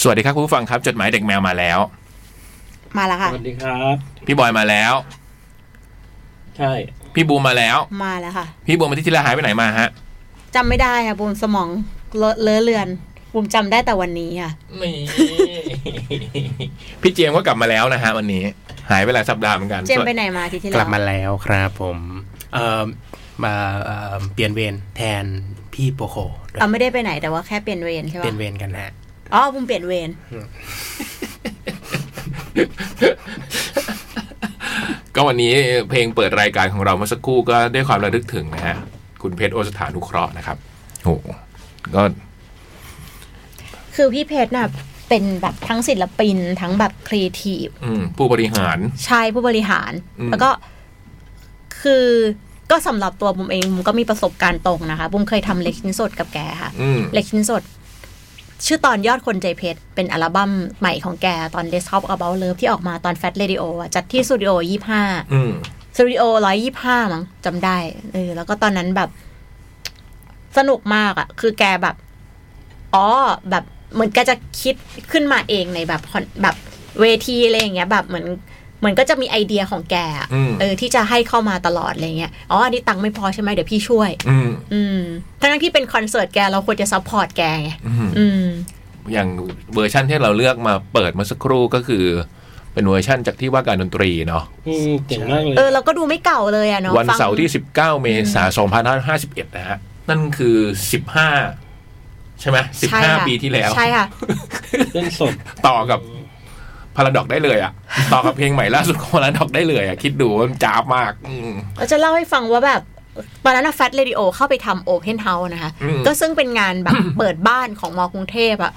สวัสดีครับคุณผู้ฟังครับจดหมายเด็กแมวมาแล้ว มาแล้วค่ะ สวัสดีครับ พี่บอยมาแล้ว ใช่ พี่บูมมาแล้ว มาแล้วค่ะ พี่บูมอาทิตย์ที่แล้วหายไปไหนมาฮะ จำไม่ได้ค่ะบูมสมองเลอะเลอะเลือนบูมจำได้แต่วันนี้ค่ะ นี่ พี่เจมส์ก็กลับมาแล้วนะฮะวันนี้ หายไปหลายสัปดาห์เหมือนกัน เจมส์ไปไหนมาอาทีที่ ก แล้ ลับ ว มาแล้วครับผมเอ่อมาเอ่อเปลี่ยนเวรแทนพี่โปโคด้วย เอาไม่ได้ไปไหนแต่ว่าแค่เปลี่ยนเวรใช่ปะเปลี่ยนเวรกันฮะ อ๋อบูมเปลี่ยนเวร ก็วันนี้เพลงเปิดรายการของเราเมื่อสักครู่ก็ด้วยความระลึกถึงนะฮะคุณเพชรโอสถานุเคราะห์นะครับโอ้โหก็ คือพี่เพชรน่ะเป็นแบบทั้งศิลปินทั้งแบบครีเอทีฟ อืมผู้บริหาร ใช่ผู้บริหาร อืม แล้วก็คือก็สำหรับตัวบุมเองบุมก็มีประสบการณ์ตรงนะคะบุมเคยทำเล็กชิ้นสดกับแกค่ะ อืม เล็กชิ้นสด ชื่อตอนยอดคนใจเพชรเป็นอัลบั้มใหม่ของแกตอน Desktop About Love ที่ออกมาตอน Fat Radio อะจัดที่สตูดิโอ25 อืม สตูดิโอ125 มั้งจำได้เออแล้วก็ตอนนั้นแบบ สนุกมากอะคือแกแบบ อ๋อแบบเหมือนแกจะคิดขึ้นมาเองในแบบคอนแบบเวทีอะไรอย่างเงี้ย แบบเหมือนเหมือนก็จะมีไอเดียของแกอะ อืม เออที่จะให้เข้ามาตลอดอะไรเงี้ยอ๋ออันนี้ตังค์ไม่พอใช่ไหมเดี๋ยวพี่ช่วย อืม อืมทั้งๆที่เป็นคอนเสิร์ตแกเราควรจะซัพพอร์ตแกไง อืม อืม อย่างเวอร์ชั่นที่เราเลือกมาเปิดเมื่อสักครู่ก็คือ เป็นเวอร์ชั่นจากที่ว่าการดนตรีเนาะ อืมเจ๋งมากเลย เออเราก็ดูไม่เก่าเลยอะเนาะ วันเสาร์ที่ 19 เมษายน2551 นะฮะ นั่นคือ 15 ใช่ไหม ใช่ค่ะ 15 ปีที่แล้ว ใช่ค่ะ เล่นสด ต่อกับพาราดอกได้เลยอะ ต่อกับเพลงใหม่ล่าสุด ของพาราดอกได้เลยอะคิดดูว่ามันจ้าบมาก อืม เราจะเล่าให้ฟังว่าแบบตอนนั้นแฟตเรดิโอเข้าไปทำโอเพนเฮาส์นะคะ อืม ก็ซึ่งเป็นงานแบบ เปิดบ้านของมกรุงเทพอะ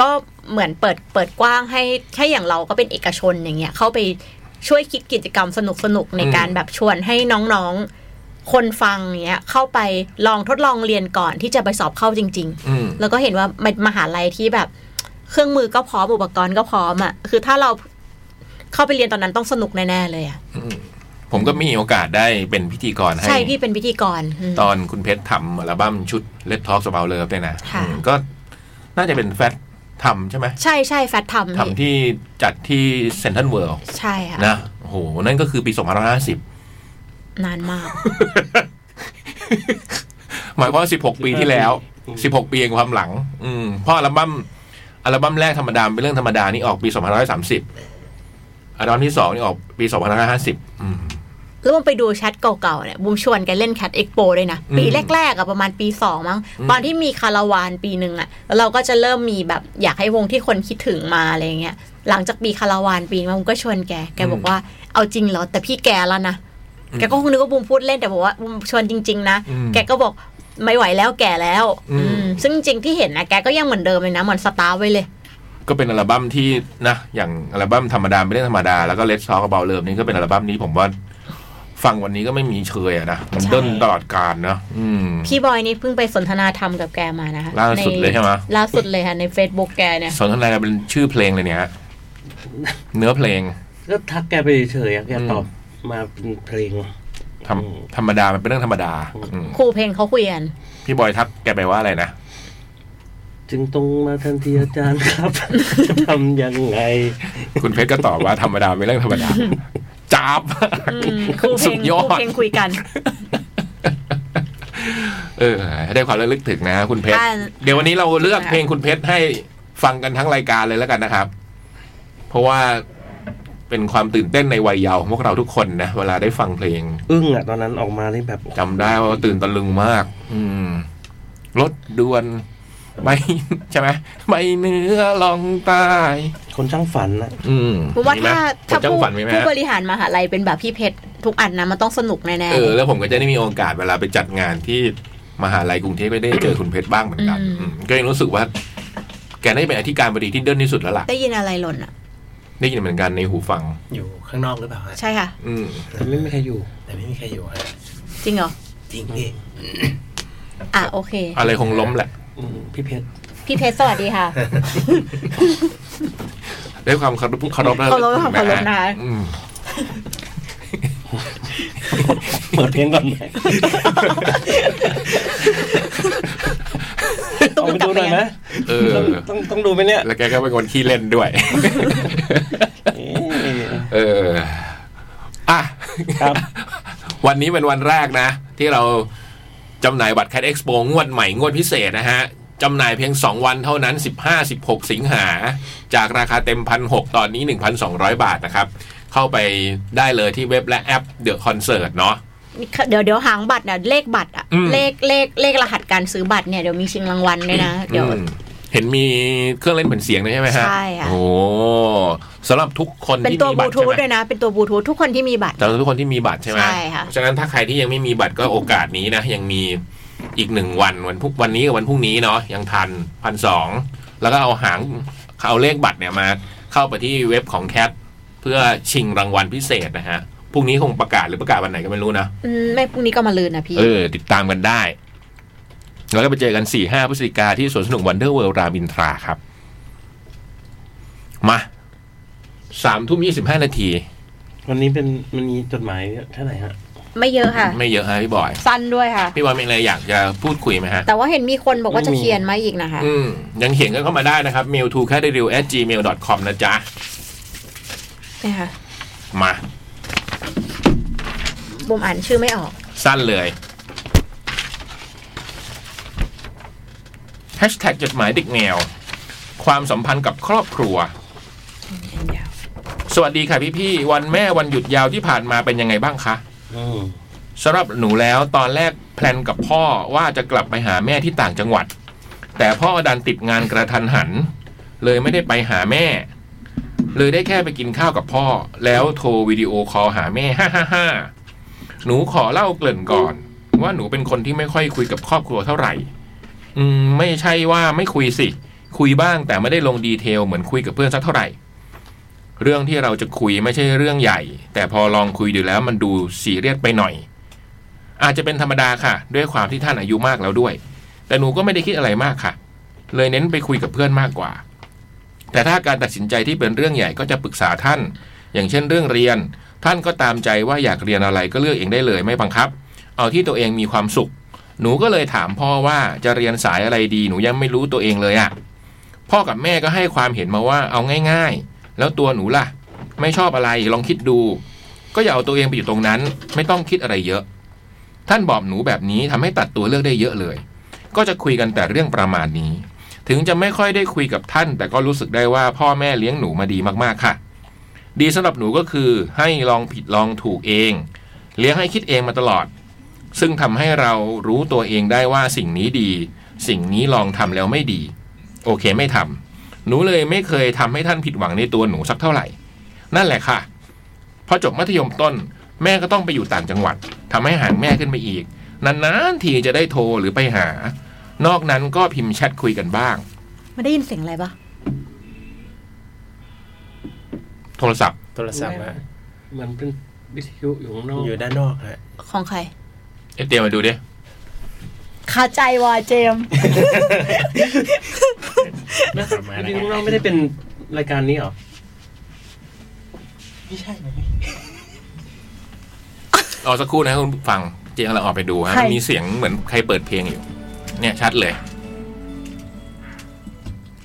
ก็เหมือนเปิดเปิดกว้างให้ให้อย่างเราก็เป็นเอกชนอย่างเงี้ยเข้าไปช่วยคิดกิจกรรมสนุกสนุกๆในการแบบชวนให้น้องๆคนฟังเนี้ยเข้าไปลองทดลองเรียนก่อนที่จะไปสอบเข้าจริง ๆ อืม แล้วก็เห็นว่ามันมหาลัยที่แบบ เครื่องมือก็พร้อมอุปกรณ์ก็พร้อมอ่ะคือถ้าเราเข้าไปเรียนตอนนั้นต้องสนุกแน่ๆเลยอ่ะ ผมก็มีโอกาสได้เป็นพิธีกรให้ ใช่พี่เป็นพิธีกรม ตอนคุณเพชรทำอัลบั้มชุด Let Talk About Love เนี่ยนะ ค่ะ อืมก็น่าจะเป็นแฟตทำใช่ไหม ใช่ใช่แฟตทำ ทำที่จัดที่เซนทรัลเวิลด์ ใช่ค่ะ นะ โอ้โห นั่นก็คือปี 2550 นานมาก หมายความว่า 16 ปีที่แล้ว 16 ปีเองความหลัง อืมเพราะอัลบั้มอัลบั้มแรกธรรมดาเป็นเรื่องธรรมดานี่ออกปี 2530 อัลบั้มที่สองนี่ออกปี 2550 อืม แล้วมันไปดูแชทเก่าๆเนี่ยบูมชวนแกเล่นแค t เอ็กโปด้วยนะ อืม ปีแรกๆอะประมาณปีสองมั้ง อืม ตอนที่มีคาราวานปีหนึ่งอะแล้วเราก็จะเริ่มมีแบบอยากให้วงที่คนคิดถึงมาอะไรเงี้ยหลังจากปีคาราวานปีมาบูมก็ชวนแกแกบอกว่าเอาจริงเหรอ แต่พี่แกแล้วนะ แกก็คงนึกว่าบูมพูดเล่นแต่บอกว่าบูมชวนจริง ๆ นะ อืม แกก็บอกไม่ไหวแล้วแก่แล้ว อืม อืมซึ่งจริงๆที่เห็นนะแกก็ยังเหมือนเดิมเลยนะเหมือนสตาร์ไว้เลย ก็เป็นอัลบั้มที่นะ อย่างอัลบั้มธรรมดาเป็นเรื่องธรรมดา แล้วก็ Let's Talk About Love นี่ก็เป็นอัลบั้มนี้ผมว่าฟังวันนี้ก็ไม่มีเชยอะนะ มันเดินตลอดการนะ อืม พี่บอยนี่เพิ่งไปสนทนาธรรมกับแกมานะคะ ล่าสุดเลยใช่ไหม ล่าสุดเลยค่ะใน Facebook แกเนี่ย สนทนากันเป็นชื่อเพลงเลยเนี่ยฮะเนื้อเพลง ก็ทักแกไปเฉยๆอะแกตอบมาเป็นเพลง ธรรม อืม ธรรมดา มันเป็นเรื่องธรรมดาอืม ครูเพลงเขาคุยกัน พี่บอยทักแกไปว่าอะไรนะ จึงตรงมาทันทีอาจารย์ ครับ จะทำยังไง คุณเพชรก็ตอบว่าธรรมดาเป็นเรื่องธรรมดา จับ อืมครูเพ สุ ลดงค ยอ รู ด เพลงคุยกัน เออได้ความระลึกถึงนะ คุณเพชร อ่า เดี๋ยววันนี้เราเลือก ค่ะ เพลงคุณเพชรให้ฟังกันทั้งรายการเลยแล้วกันนะครับ เพราะว่าเป็นความตื่นเต้นในวัยเยาว์ของพวกเราทุกคนนะเวลาได้ฟังเพลง อึ้งอ่ะตอนนั้นออกมานี่แบบ จำได้ว่าตื่นตะลึงมาก อืมรถด่วนไม่ ใช่ไหมไม่เนื้อลองตาย คนช่างฝันอ่ะ อืม ผมว่าถ้า ถ้า ถ้าผู้ ฝันมีไหม ผู้ ฮะ บริหารมหาลัยเป็นแบบพี่เพชรทุกอันนะมันต้องสนุกแน่ เออแล้วผมก็จะได้มีโอกาสเวลาไปจัดงานที่มหาลัยกรุงเทพไปได้เจอคุณเพชรบ้างเหมือนกันอืมก็ยังรู้สึกว่า แกได้เป็นอธิการบดีที่เดินที่สุดแล้วล่ะ ๆ ได้ยินอะไรหล่นอ่ะ ได้ยินเหมือนกันในหูฟัง อยู่ข้างนอกหรือเปล่าฮะ ใช่ค่ะ อืม แต่ไม่มีใครอยู่ แต่ไม่มีใครอยู่ฮะ จริงเหรอ จริงพี่ อ่ะ โอเค อะไรคงล้มแหละ อืมพี่เพชร พี่เพชรสวัสดีค่ะ ด้วยความเคารพเคารพนะ เคารพค่ะเคารพนะ อืม เปิดเพลงก่อนไหม ตุ้ม ไปดูหน่อยนะ เออ ต้องต้องต้องดูไหมเนี่ย แล้วแกก็เป็นคนขี้เล่นด้วย เออ เออ อ่ะ ครับ วันนี้เป็นวันแรกนะ ที่เราจำหน่ายบัตรแคดเอ็กซ์โปงวดใหม่งวดพิเศษนะฮะจำหน่ายเพียง 2 วันเท่านั้น 15 16 สิงหา จากราคาเต็ม 1,600 ตอนนี้ 1,200 บาทนะครับ เข้าไปได้เลยที่เว็บและแอปเดอะคอนเสิร์ตเนาะ เดี๋ยวเดี๋ยวหางบัตรนะเลขบัตรอะ อืม เลขเลขเลขรหัสการซื้อบัตรเนี่ยเดี๋ยวมีชิงรางวัลด้วยนะเดี๋ยว อืมเห็นมีเครื่องเล่นเหมือนเสียงด้วยใช่ไหมฮะ ใช่ค่ะ โอ้สำหรับทุกคน เป็น ที่ ตัว มี บ บั ลู ตร ทู ใช่ไหมธด้วยนะ เป็นตัวบลูทูธทุกคนที่มีบัตร สำหรับทุกคนที่มีบัตรใช่ไหม ใช่ค่ะ ฉะนั้นถ้าใครที่ยังไม่มีบัตรก็โอกาสนี้นะ ยังมีอีกหนึ่งวันวันพรุ่งวันนี้กับวันพรุ่งนี้เนาะยังทันพันสองแล้วก็เอาหางเอาเลขบัตรเนี่ยมา เข้าไปที่เว็บของแคทเพื่อชิงรางวัลพิเศษนะฮะพรุ่งนี้คงประกาศหรือประกาศวันไหนก็ไม่รู้นะ อืมไม่พรุ่งนี้ก็มาลืนนะพี่ เออ ติดตามกันได้ แล้วก็ไปเจอกัน 4-5 พฤศจิกาที่สวนสนุกวันเดอร์เวิลรามอินทราครับ มาสามทุ่มยี่สิบห้านาที วันนี้เป็นมันมีจดหมายเท่าไหร่ฮะ ไม่เยอะค่ะ ไม่เยอะฮะพี่บอย สั้นด้วยค่ะ พี่บอยมีอะไรอยากจะพูดคุยไหมฮะ แต่ว่าเห็นมีคนบอกว่าจะ ไม่มี เขียนมาอีกนะคะ อืม ยังเขียนกันเข้ามาได้นะครับ mail to c a t r e w gmail com นะจ๊ะ นะคะ มา บุมอ่านชื่อไม่ออก สั้นเลยแฮชแท็กจดหมายเด็กแนว ความสัมพันธ์กับครอบครัว สวัสดีค่ะพี่พี่ๆวันแม่วันหยุดยาวที่ผ่านมาเป็นยังไงบ้างคะ อืม สำหรับหนูแล้วตอนแรกแพลนกับพ่อว่าจะกลับไปหาแม่ที่ต่างจังหวัด แต่พ่อดันติดงานกระทันหัน เลยไม่ได้ไปหาแม่ เลยได้แค่ไปกินข้าวกับพ่อ แล้วโทรวิดีโอคอลหาแม่ ฮ่าฮ่าฮ่าหนูขอเล่าเกริ่นก่อน ว่าหนูเป็นคนที่ไม่ค่อยคุยกับครอบครัวเท่าไหร่ อืมไม่ใช่ว่าไม่คุยสิ คุยบ้างแต่ไม่ได้ลงดีเทลเหมือนคุยกับเพื่อนสักเท่าไหร่ เรื่องที่เราจะคุยไม่ใช่เรื่องใหญ่ แต่พอลองคุยดูแล้วมันดูซีเรียสไปหน่อย อาจจะเป็นธรรมดาค่ะ ด้วยความที่ท่านอายุมากแล้วด้วย แต่หนูก็ไม่ได้คิดอะไรมากค่ะ เลยเน้นไปคุยกับเพื่อนมากกว่า แต่ถ้าการตัดสินใจที่เป็นเรื่องใหญ่ก็จะปรึกษาท่าน อย่างเช่นเรื่องเรียน ท่านก็ตามใจว่าอยากเรียนอะไรก็เลือกเองได้เลยไม่บังคับ เอาที่ตัวเองมีความสุข หนูก็เลยถามพ่อว่าจะเรียนสายอะไรดีหนูยังไม่รู้ตัวเองเลยอะ่ะพ่อกับแม่ก็ให้ความเห็นมาว่าเอาง่ายๆ แล้วตัวหนูล่ะ ไม่ชอบอะไรลองคิดดู ก็อย่าเอาตัวเองไปอยู่ตรงนั้น ไม่ต้องคิดอะไรเยอะ ท่านบอกหนูแบบนี้ทำให้ตัดตัวเลือกได้เยอะเลย ก็จะคุยกันแต่เรื่องประมาณนี้ ถึงจะไม่ค่อยได้คุยกับท่าน แต่ก็รู้สึกได้ว่าพ่อแม่เลี้ยงหนูมาดีมากๆค่ะ ดีสำหรับหนูก็คือให้ลองผิดลองถูกเอง เลี้ยงให้คิดเองมาตลอด ซึ่งทำให้เรารู้ตัวเองได้ว่าสิ่งนี้ดี สิ่งนี้ลองทำแล้วไม่ดี โอเคไม่ทำหนูเลยไม่เคยทำให้ท่านผิดหวังในตัวหนูสักเท่าไหร่ นั่นแหละค่ะ พอจบมัธยมต้น แม่ก็ต้องไปอยู่ต่างจังหวัดทำให้ห่างแม่ขึ้นไปอีก นานๆทีจะได้โทรหรือไปหา นอกนั้นก็พิมพ์แชทคุยกันบ้าง ไม่ได้ยินเสียงอะไรปะ โทรศัพท์ โทรศัพท์อะ มันเป็นวิทยุอยู่ข้างนอก อยู่ด้านนอกฮะ ของใคร เอเตียมาดูดิ คาใจวะเจมส์ วิทยุข้างนอกไม่ได้เป็นรายการนี้หรอ ไม่ใช่ไหม เอาสักครู่นะครับคุณผู้ฟังเจียงเราออกไปดูฮะมันมีเสียงเหมือนใครเปิดเพลงอยู่ เนี่ยชัดเลย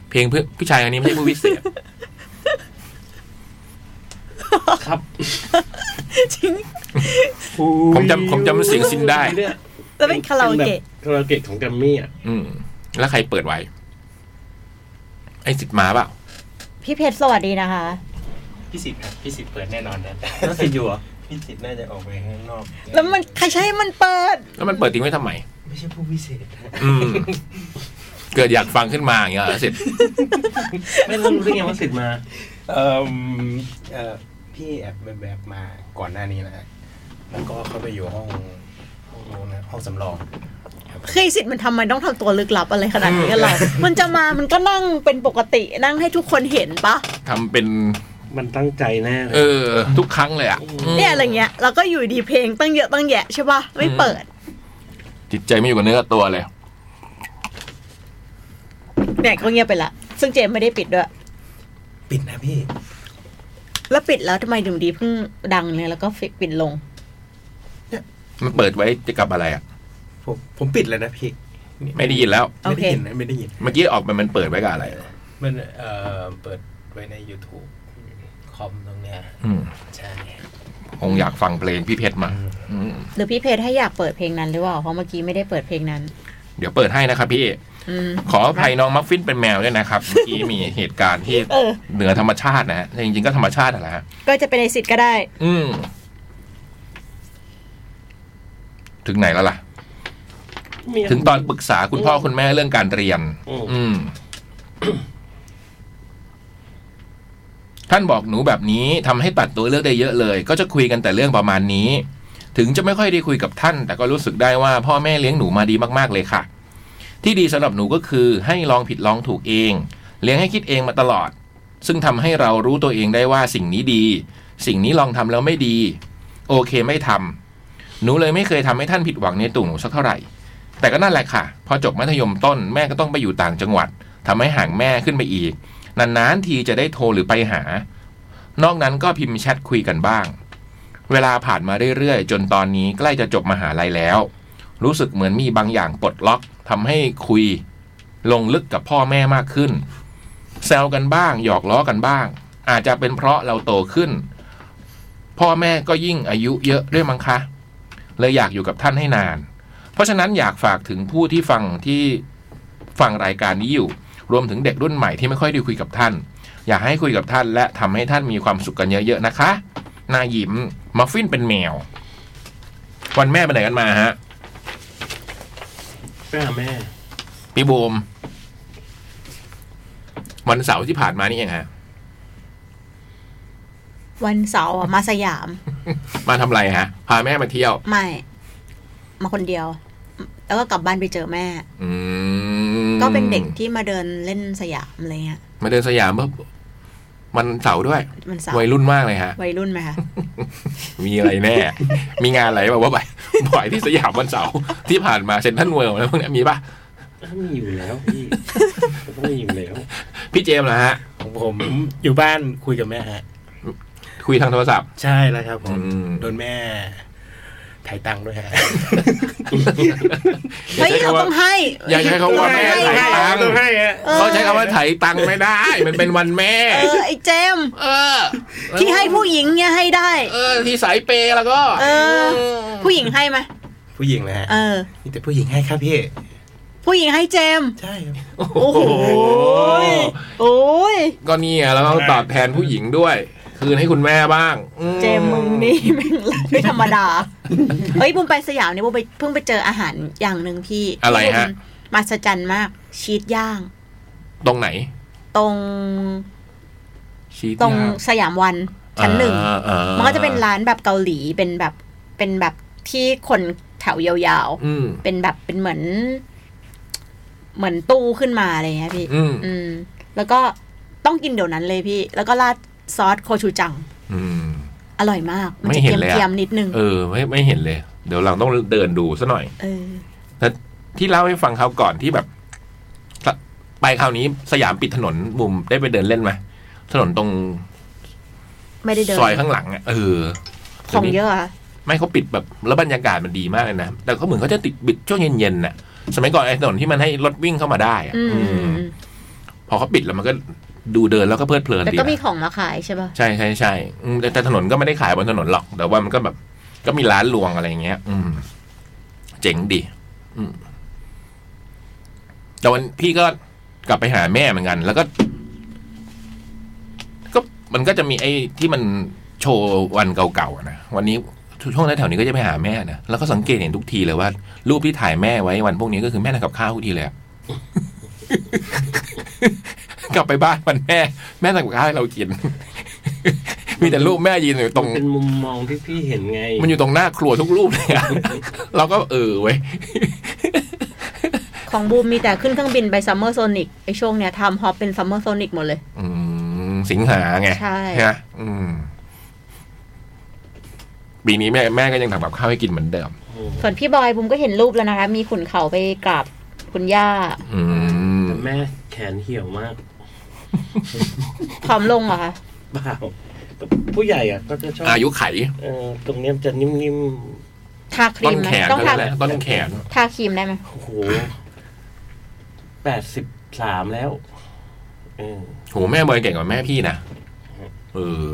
เพลงเพื่อผู้ชายคนนี้ไม่ใช่ผู้วิเศษ ครับ จริง ผมจำผมจำเสียงซินได้ แล้วเป็นคาราโอเกะ ป็นแบบคาราโอเกะของแกรมมี่อ่ะ อืม แล้วใครเปิดไว้ ไอ้สิทธิ์มาเปล่า พี่เพชรสวัสดีนะคะ พี่สิทธิ์ครับพี่สิทธิ์เปิดแน่นอนนะ น่าสิอยู่เหรอ พี่สิทธิ์น่าจะออกไปข้างนอก แล้วมันใครใช้มันเปิด แล้วมันเปิดทิ้งไว้ทำไม ไม่ใช่ผู้พิเศษ อืม เกิดอยากฟังขึ้นมาอย่างเงี้ยเหรอสิทธิ์ ไม่รู้ได้ไงว่าสิทธิ์มา เออเออพี่แอบแบบแบบมาก่อนหน้านี้นะฮะแล้วก็เข้าไปอยู่ห้องห้องนู้นนะห้องสำรอง เคยสิทธิ์มันทำไมต้องทำตัวลึกลับอะไรขนาดนี้กันล่ะมันจะมามันก็นั่งเป็นปกตินั่งให้ทุกคนเห็นปะ ทำเป็น มันตั้งใจแน่เล เอย อ ทุกครั้งเลยอ่ะม เนี่ยอะไรเงี้ยแล้วก็อยู่ดีเพลงตั้งเยอะตั้งแยะใช่ปะไม่เปิด จิตใจไม่อยู่กับเนื้อกับตัวเลย เนี่ยก็เงียบไปละ ซึ่งเจมส์ไม่ได้ปิดด้วย ปิดนะพี่ แล้วปิดแล้วทำไมถึงดีเพิ่งดังเนี่ยแล้วก็ฟิกปิดลง มันเปิดไว้จะกลับอะไรอ่ะ ผมผมปิดเลยนะพี่ ไม่ได้ยินแล้ว โอ ไม่ เค ได้ยินนะไม่ได้ยิน เมื่อกี้ออกมันมันเปิดไว้กับอะไร มันเอ่อเปิดไว้ใน YouTube คอมตรงเนี้ย อืม ใช่ คงอยากฟังเพลงพี่เพชรมา อืม หรือพี่เพชรให้อยากเปิดเพลงนั้นหรือเปล่าเพราะเมื่อกี้ไม่ได้เปิดเพลงนั้น เดี๋ยวเปิดให้นะครับพี่ อืม ขออภัยน้องมัฟฟินเป็นแมวด้วย นะครับ เมื่อกี้มีเหตุการณ์ที่ เออ เหนือธรรมชาตินะฮะแต่จริงๆก็ธรรมชาติแหละฮะ ก็จะเป็นในสิทธิ์ก็ได้ อืม ถึงไหนแล้วล่ะ มี ถึงตอนปรึกษาคุณพ่อคุณแม่เรื่องการเรียน อืม อืม ท่านบอกหนูแบบนี้ทำให้ตัดตัวเลือกได้เยอะเลย ก็จะคุยกันแต่เรื่องประมาณนี้ ถึงจะไม่ค่อยได้คุยกับท่าน แต่ก็รู้สึกได้ว่า พ่อแม่เลี้ยงหนูมาดีมาก ๆ เลยค่ะ ที่ดีสำหรับหนูก็คือให้ลองผิดลองถูกเอง เลี้ยงให้คิดเองมาตลอด ซึ่งทำให้เรารู้ตัวเองได้ว่าสิ่งนี้ดี สิ่งนี้ลองทำแล้วไม่ดี โอเคไม่ทำหนูเลยไม่เคยทำให้ท่านผิดหวังในตัวหนูสักเท่าไหร่ แต่ก็นั่นแหละค่ะ พอจบมัธยมต้นแม่ก็ต้องไปอยู่ต่างจังหวัดทำให้ห่างแม่ขึ้นไปอีก นานๆทีจะได้โทรหรือไปหา นอกนั้นก็พิมพ์แชทคุยกันบ้าง เวลาผ่านมาเรื่อยๆ จนตอนนี้ใกล้จะจบมหาลัยแล้ว รู้สึกเหมือนมีบางอย่างปลดล็อกทำให้คุย ลงลึกกับพ่อแม่มากขึ้น แซวกันบ้าง หยอกล้อกันบ้าง อาจจะเป็นเพราะเราโตขึ้น พ่อแม่ก็ยิ่งอายุเยอะด้วยมั้งคะเลยอยากอยู่กับท่านให้นาน เพราะฉะนั้นอยากฝากถึงผู้ที่ฟังที่ฟังรายการนี้อยู่ รวมถึงเด็กรุ่นใหม่ที่ไม่ค่อยได้คุยกับท่าน อยากให้คุยกับท่านและทำให้ท่านมีความสุขกันเยอะๆนะคะหนายิ้มมัฟฟินเป็นแมว วันแม่ไปไหนกันมาฮะ ไปหาแม่ พี่บูมวันเสาร์ที่ผ่านมานี่เองฮะ วันเสาร์อะมาสยาม มาทำอะไรฮะ พาแม่มาเที่ยว ไม่ มาคนเดียว แล้วก็กลับบ้านไปเจอแม่ อืม ก็เป็นเด็กที่มาเดินเล่นสยามอะไรเงี้ย มาเดินสยามเมื่อวันเสาร์ด้วย มันเสาร์ วัยรุ่นมากเลยฮะ วัยรุ่นไหมคะ มีอะไรแน่ มีงานอะไรแบบว่าบ่อยบ่อยที่สยามวันเสาร์ที่ผ่านมาเซ็นทรัลเวิลด์แล้วพวกเนี้ยมีป่ะ มีอยู่แล้วพี่ก็ต้องมีอยู่แล้ว พี่เจมส์นะฮะ ของผม อยู่บ้านคุยกับแม่ฮะ คุยทางโทรศัพท์ ใช่แล้วครับผม อืม โดนแม่ถ่ายตังค์ด้วยฮะ อย่า เฮ้ย ใช้ เรา คำว่า ต้องให้ อย่าใช้คำว่าแม่ เร ให้ ต้อง ตังค์ ต้องให้ฮะ ออ เขาใช้คำว่าไถตังค์ไม่ได้ มันเป็นวันแม่ เออไอ้เจมส์ เออ ที่ให้ผู้หญิงเนี่ยให้ได้ เออ ที่สายเปย์แล้วก็ เออ ผู้หญิงให้ไหม ผู้หญิงนะฮะ เออ นี่แต่ผู้หญิงให้ครับพี่ ผู้หญิงให้เจมส์ ใช่ครับ โอ้โหโอ้ย ก็เนี่ยแล้วก็ตอบแทนผู้หญิงด้วย คืนให้คุณแม่บ้างอื เจมส์มึง นี่แม่งรักไม่ธรรมดาเอ้ยบุมไปสยามเนี่ยบุมไปเพิ่งไปเจออาหารอย่างหนึ่งพี่ อะไรฮะ ที่มันมหัศจรรย์มากชีสย่าง ตรงไหน ตรง ชี้ ตรง ยาว สยามวันชั้นหนึ่ง อ่าอ่า มันก็จะเป็นร้านแบบเกาหลีเป็นแบบเป็นแบบที่คนแถวยาว อืม ๆ เป็นแบบเป็นเหมือน เหมือนตู้ขึ้นมาอะไรเงี้ยพี่ อืม อืม แล้วก็ต้องกินเดี๋ยวนั้นเลยพี่ แล้วก็ราดซอสโคชูจัง อืม อร่อยมาก มัน ไม่ จะ เห็นเทียม เลยอะ เทียมๆนิดนึง เออ ไม่ไม่เห็นเลย เดี๋ยวเราต้องเดินดูซะหน่อย เออ ที่เล่าให้ฟังคราวก่อนที่แบบ ไปคราวนี้สยามปิดถนนบุมได้ไปเดินเล่นไหมถนนตรง ไม่ได้เดิน ซอยข้างหลังอ่ะเออ ของเย ดี๋วนี้ อะอะ ไม่เขาปิดแบบแล้วบรรยากาศมันดีมากเลยนะแต่เขาเหมือนเขาจะติดบิดช่วงเย็นๆน่ะ สมัยก่อนไอ้ถนนที่มันให้รถวิ่งเข้ามาได้อะ อืม อืมอืมอืม พอเขาปิดแล้วมันก็ดูเดินแล้วก็เพลิดเพลิน แต่ ดี ก็มี นะ ของมาขายใช่ป่ะ ใช่ใช่ใช่อืมแต่แต่ถนนก็ไม่ได้ขายบนถนนหรอก แต่ว่ามันก็แบบ ก็มีร้านรวงอะไรอย่างเงี้ย อืม เจ๋งดี อืมแต่วันพี่ก็กลับไปหาแม่เหมือนกัน แล้วก็ ก็มันก็จะมีไอ้ที่มันโชว์วันเก่าๆอะนะวันนี้ช่วงแถวๆนี้ก็จะไปหาแม่นะแล้วก็สังเกตเห็นทุกทีเลยว่า รูปที่ถ่ายแม่ไว้วันพวกนี้ก็คือแม่ทำกับข้าวทุกทีเลยอะ กลับไปบ้านวันแม่ แม่ทำกับข้าวให้เรากิน มีแต่รูปแม่ยืนอยู่ตรง เป็นมุมมองที่พี่เห็นไง มันอยู่ตรงหน้าครัวทุกรูปเลยอะ เราก็เออเว้ย ของบูมมีแต่ขึ้นเครื่องบินไปซัมเมอร์โซนิกไอช่วงเนี้ยทำฮอปเป็นซัมเมอร์โซนิกหมดเลย อืม สิงหาไง ใช่ ไหมอืม ปีนี้แม่แม่ก็ยังทำกับข้าวให้กินเหมือนเดิม โอ้ ส่วนพี่บอยบุมก็เห็นรูปแล้วนะคะ มีขุนเขาไปกราบคุณย่า อืม แต่แม่แขนเหี่ยวมาก ผอมลงเหรอคะ เปล่าแต่ผู้ใหญ่อ่ะก็จะชอบ อายุไข เออตรงเนี้ยมันจะนิ่ม ทาครี ต้น มไหม แขน ต้อง ก็แล้ทาวแหละต้นแขน ทาครีมได้ไหม ๆโอ้โห แปดสิบสามแล้วเออ โหแม่บอยเก่งกว่าแม่พี่นะเออ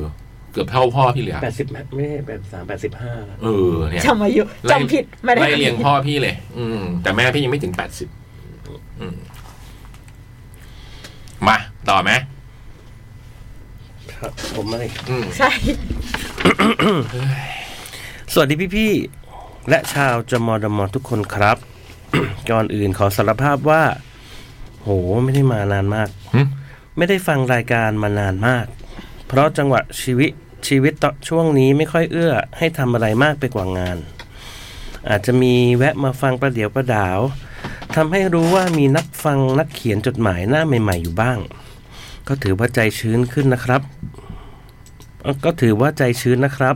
เกือบเท่าพ่อพี่เลยอะ แปดสิบไม่ใช่แปดสามแปดสิบห้า เออเนี่ย จำอายุจำผิดไม่ได้ ไล่เลียงพ่อพี่เลย อืม แต่แม่พี่ยังไม่ถึงแปดสิบมา ต่อไหม ครับผมมาเลย อืม ใช่ สวัสดีพี่ๆ และชาวจมอดมอทุกคนครับ ก่อนอื่นขอสารภาพว่า โหไม่ได้มานานมาก หึ ไม่ได้ฟังรายการมานานมาก เพราะจังหวะชีวิตชีวิตตอนช่วงนี้ไม่ค่อยเอื้อ ให้ทำอะไรมากไปกว่างาน อาจจะมีแวะมาฟังประเดี๋ยวประดาวทำให้รู้ว่ามีนักฟังนักเขียนจดหมายหน้าใหม่ ๆ อยู่บ้าง ก็ถือว่าใจชื้นขึ้นนะครับเอ่อก็ถือว่าใจชื้นนะครับ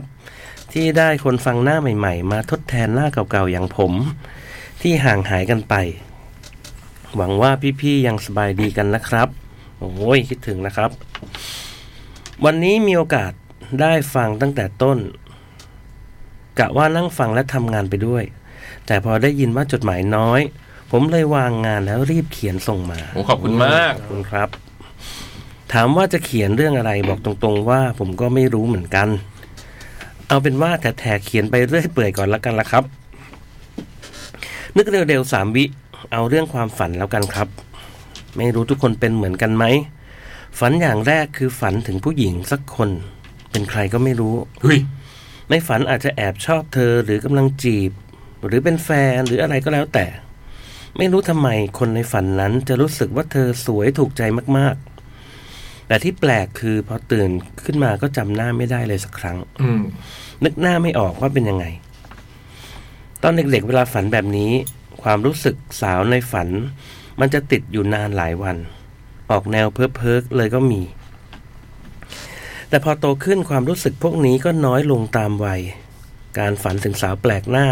ที่ได้คนฟังหน้าใหม่ ๆ มาทดแทนหน้าเก่าๆอย่างผม ที่ห่างหายกันไป หวังว่าพี่ๆยังสบายดีกันนะครับ โอ้ยคิดถึงนะครับ วันนี้มีโอกาสได้ฟังตั้งแต่ต้นกะว่านั่งฟังและทำงานไปด้วย แต่พอได้ยินว่าจดหมายน้อย ผมเลยวางงานแล้วรีบเขียนส่งมา โอ้ขอบคุณมาก ขอบคุณครับ ถามว่าจะเขียนเรื่องอะไรบอกตรงๆว่าผมก็ไม่รู้เหมือนกัน เอาเป็นว่าแถๆเขียนไปเรื่อยเปื่อยก่อนละกันละครับ นึกเร็วๆสามวิ เอาเรื่องความฝันแล้วกันครับ ไม่รู้ทุกคนเป็นเหมือนกันไหม ฝันอย่างแรกคือฝันถึงผู้หญิงสักคน เป็นใครก็ไม่รู้ เฮ้ย ในฝันอาจจะแอบชอบเธอหรือกำลังจีบ หรือเป็นแฟนหรืออะไรก็แล้วแต่ ไม่รู้ทำไมคนในฝันนั้นจะรู้สึกว่าเธอสวยถูกใจมากๆ แต่ที่แปลกคือพอตื่นขึ้นมาก็จำหน้าไม่ได้เลยสักครั้ง อืม นึกหน้าไม่ออกว่าเป็นยังไง ตอนเด็กๆ เวลาฝันแบบนี้ ความรู้สึกสาวในฝัน มันจะติดอยู่นานหลายวัน ออกแนวเพ้อเพ้อเลยก็มี แต่พอโตขึ้นความรู้สึกพวกนี้ก็น้อยลงตามวัย การฝันถึงสาวแปลกหน้า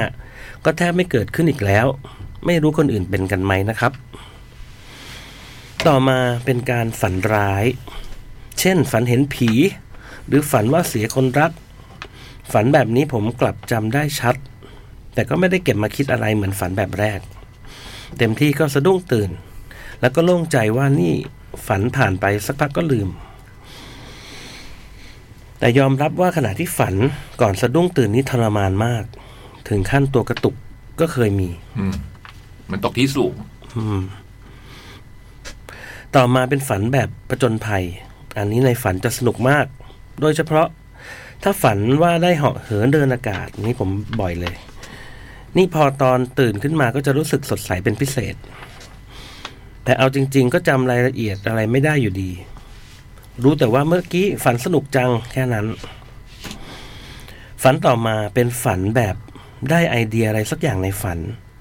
ก็แทบไม่เกิดขึ้นอีกแล้ว ไม่รู้คนอื่นเป็นกันไหมนะครับ ต่อมาเป็นการฝันร้าย เช่น ฝันเห็นผี หรือฝันว่าเสียคนรัก ฝันแบบนี้ผมกลับจำได้ชัด แต่ก็ไม่ได้เก็บมาคิดอะไรเหมือนฝันแบบแรก เต็มที่ก็สะดุ้งตื่น แล้วก็โล่งใจว่านี่ฝันผ่านไปสักพักก็ลืม แต่ยอมรับว่าขณะที่ฝันก่อนสะดุ้งตื่นนี่ทรมานมาก ถึงขั้นตัวกระตุกก็เคยมี อืม มันตกที่สูง อืม ต่อมาเป็นฝันแบบประจนภัย อันนี้ในฝันจะสนุกมาก โดยเฉพาะถ้าฝันว่าได้เหาะเหินเดินอากาศ นี่ผมบ่อยเลย นี่พอตอนตื่นขึ้นมาก็จะรู้สึกสดใสเป็นพิเศษ แต่เอาจริง ๆ ก็จำรายละเอียดอะไรไม่ได้อยู่ดี รู้แต่ว่าเมื่อกี้ฝันสนุกจังแค่นั้น ฝันต่อมาเป็นฝันแบบได้ไอเดียอะไรสักอย่างในฝัน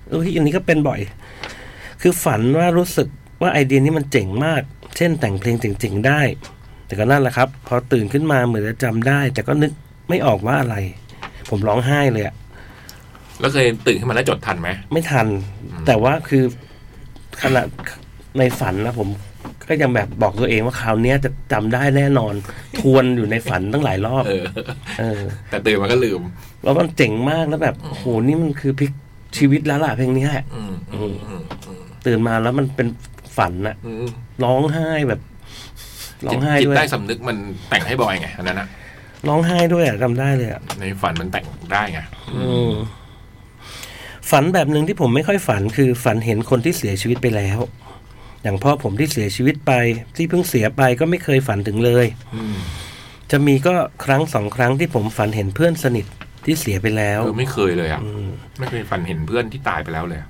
เอ้ยอันนี้ก็เป็นบ่อย คือฝันว่ารู้สึกว่าไอเดียนี้มันเจ๋งมาก เช่นแต่งเพลงเจ๋งๆได้ แต่ก็นั่นแหละครับ พอตื่นขึ้นมาเหมือนจะจำได้ แต่ก็นึกไม่ออกว่าอะไร ผมร้องไห้เลยอะ แล้วเคยตื่นขึ้นมาแล้วจดทันไหม ไม่ทัน แต่ว่าคือขณะในฝันนะผมก็ยังแบบบอกตัวเองว่าคราวเนี้ยจะจำได้แน่นอน ทวนอยู่ในฝันตั้งหลายรอบ เออ เออ แต่ตื่นมาก็ลืม แล้วมันเจ๋งมากแล้วแบบโอ้โหนี่มันคือพลิกชีวิตแล้วล่ะเพลงนี้แหละ อืม อืม อืม ตื่นมาแล้วมันเป็นฝันอะ อืม ร้องไห้แบบร้องไห้ จิต ด้วย ใต้สำนึกมันแต่งให้บอยไงอันนั้นนะ ร้องไห้ด้วยอ่ะจำได้เลยอ่ะ ในฝันมันแต่งได้ไง ฝันแบบหนึ่งที่ผมไม่ค่อยฝันคือฝันเห็นคนที่เสียชีวิตไปแล้ว อย่างพ่อผมที่เสียชีวิตไป ที่เพิ่งเสียไปก็ไม่เคยฝันถึงเลย อืม จะมีก็ครั้งสองครั้งที่ผมฝันเห็นเพื่อนสนิทที่เสียไปแล้ว เออไม่เคยเลยอ่ะ อืม ไม่เคยฝันเห็นเพื่อนที่ตายไปแล้วเลยอะ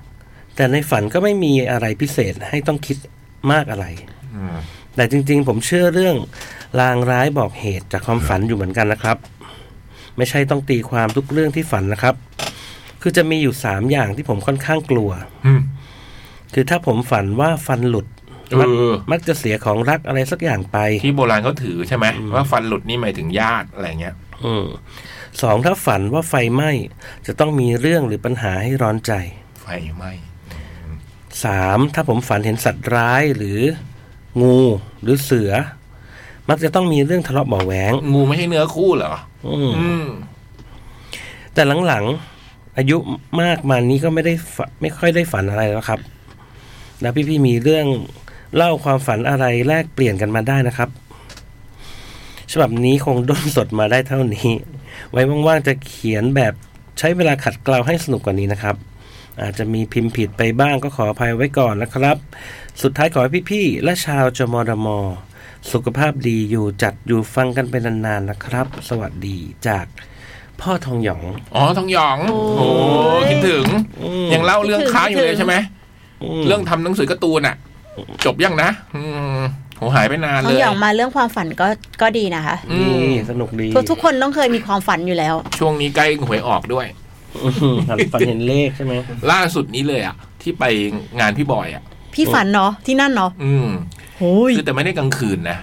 แต่ในฝันก็ไม่มีอะไรพิเศษให้ต้องคิดมากอะไร อืม แต่จริงๆ ผมเชื่อเรื่องลางร้ายบอกเหตุจากความฝันอยู่เหมือนกันนะครับ ไม่ใช่ต้องตีความทุกเรื่องที่ฝันนะครับ คือจะมีอยู่สามอย่างที่ผมค่อนข้างกลัว อืม คือถ้าผมฝันว่าฟันหลุด เอ มัก อ มักจะเสียของรักอะไรสักอย่างไป ที่โบราณเขาถือใช่ไหมว่าฟันหลุดนี่หมายถึงญาติอะไรเงี้ย อืมสองถ้าฝันว่าไฟไหม้จะต้องมีเรื่องหรือปัญหาให้ร้อนใจ ไฟไหม สามถ้าผมฝันเห็นสัตว์ร้ายหรือ งูหรือเสือ มักจะต้องมีเรื่องทะเลาะเบาะแหวง งูไม่ใช่เนื้อคู่เหรอ อืม อืม แต่หลังๆ อายุมากมานี้ก็ไม่ได้ฝไม่ค่อยได้ฝันอะไรแล้วครับ แล้วพี่ๆมีเรื่องเล่าความฝันอะไรแลกเปลี่ยนกันมาได้นะครับ ฉบับนี้คงด้นสดมาได้เท่านี้ ไว้ว่างๆจะเขียนแบบใช้เวลาขัดเกลาให้สนุกกว่านี้นะครับ อาจจะมีพิมพ์ผิดไปบ้างก็ขออภัยไว้ก่อนนะครับ สุดท้ายขอให้พี่ๆและชาวจมรมสุขภาพดีอยู่จัดอยู่ฟังกันไปนานๆนะครับ สวัสดีจากพ่อทองหยอง อ๋อทองหยอง โอ้ย โอ้คิดถึง อืม ยังเล่าเรื่องค้างอยู่เลยใช่ไหม ม เรื่องทำหนังสือการ์ตูนอะจบยังนะ อืมโหหายไปนาน ต้ เล อง ย อย่างมาเรื่องความฝันก็ก็ดีนะคะ อืมนี่สนุกดี ทุกทุกคนต้องเคยมีความฝันอยู่แล้ว ช่วงนี้ใกล้หวยออกด้วย อื้อหือหันฝันเห็นเลขใช่ไหม ล่าสุดนี้เลยอะที่ไปงานพี่บอยอะ พี่ฝันเนาะที่นั่นเนาะ อืม โอ้ย คือแต่ไม่ได้กลางคืนนะ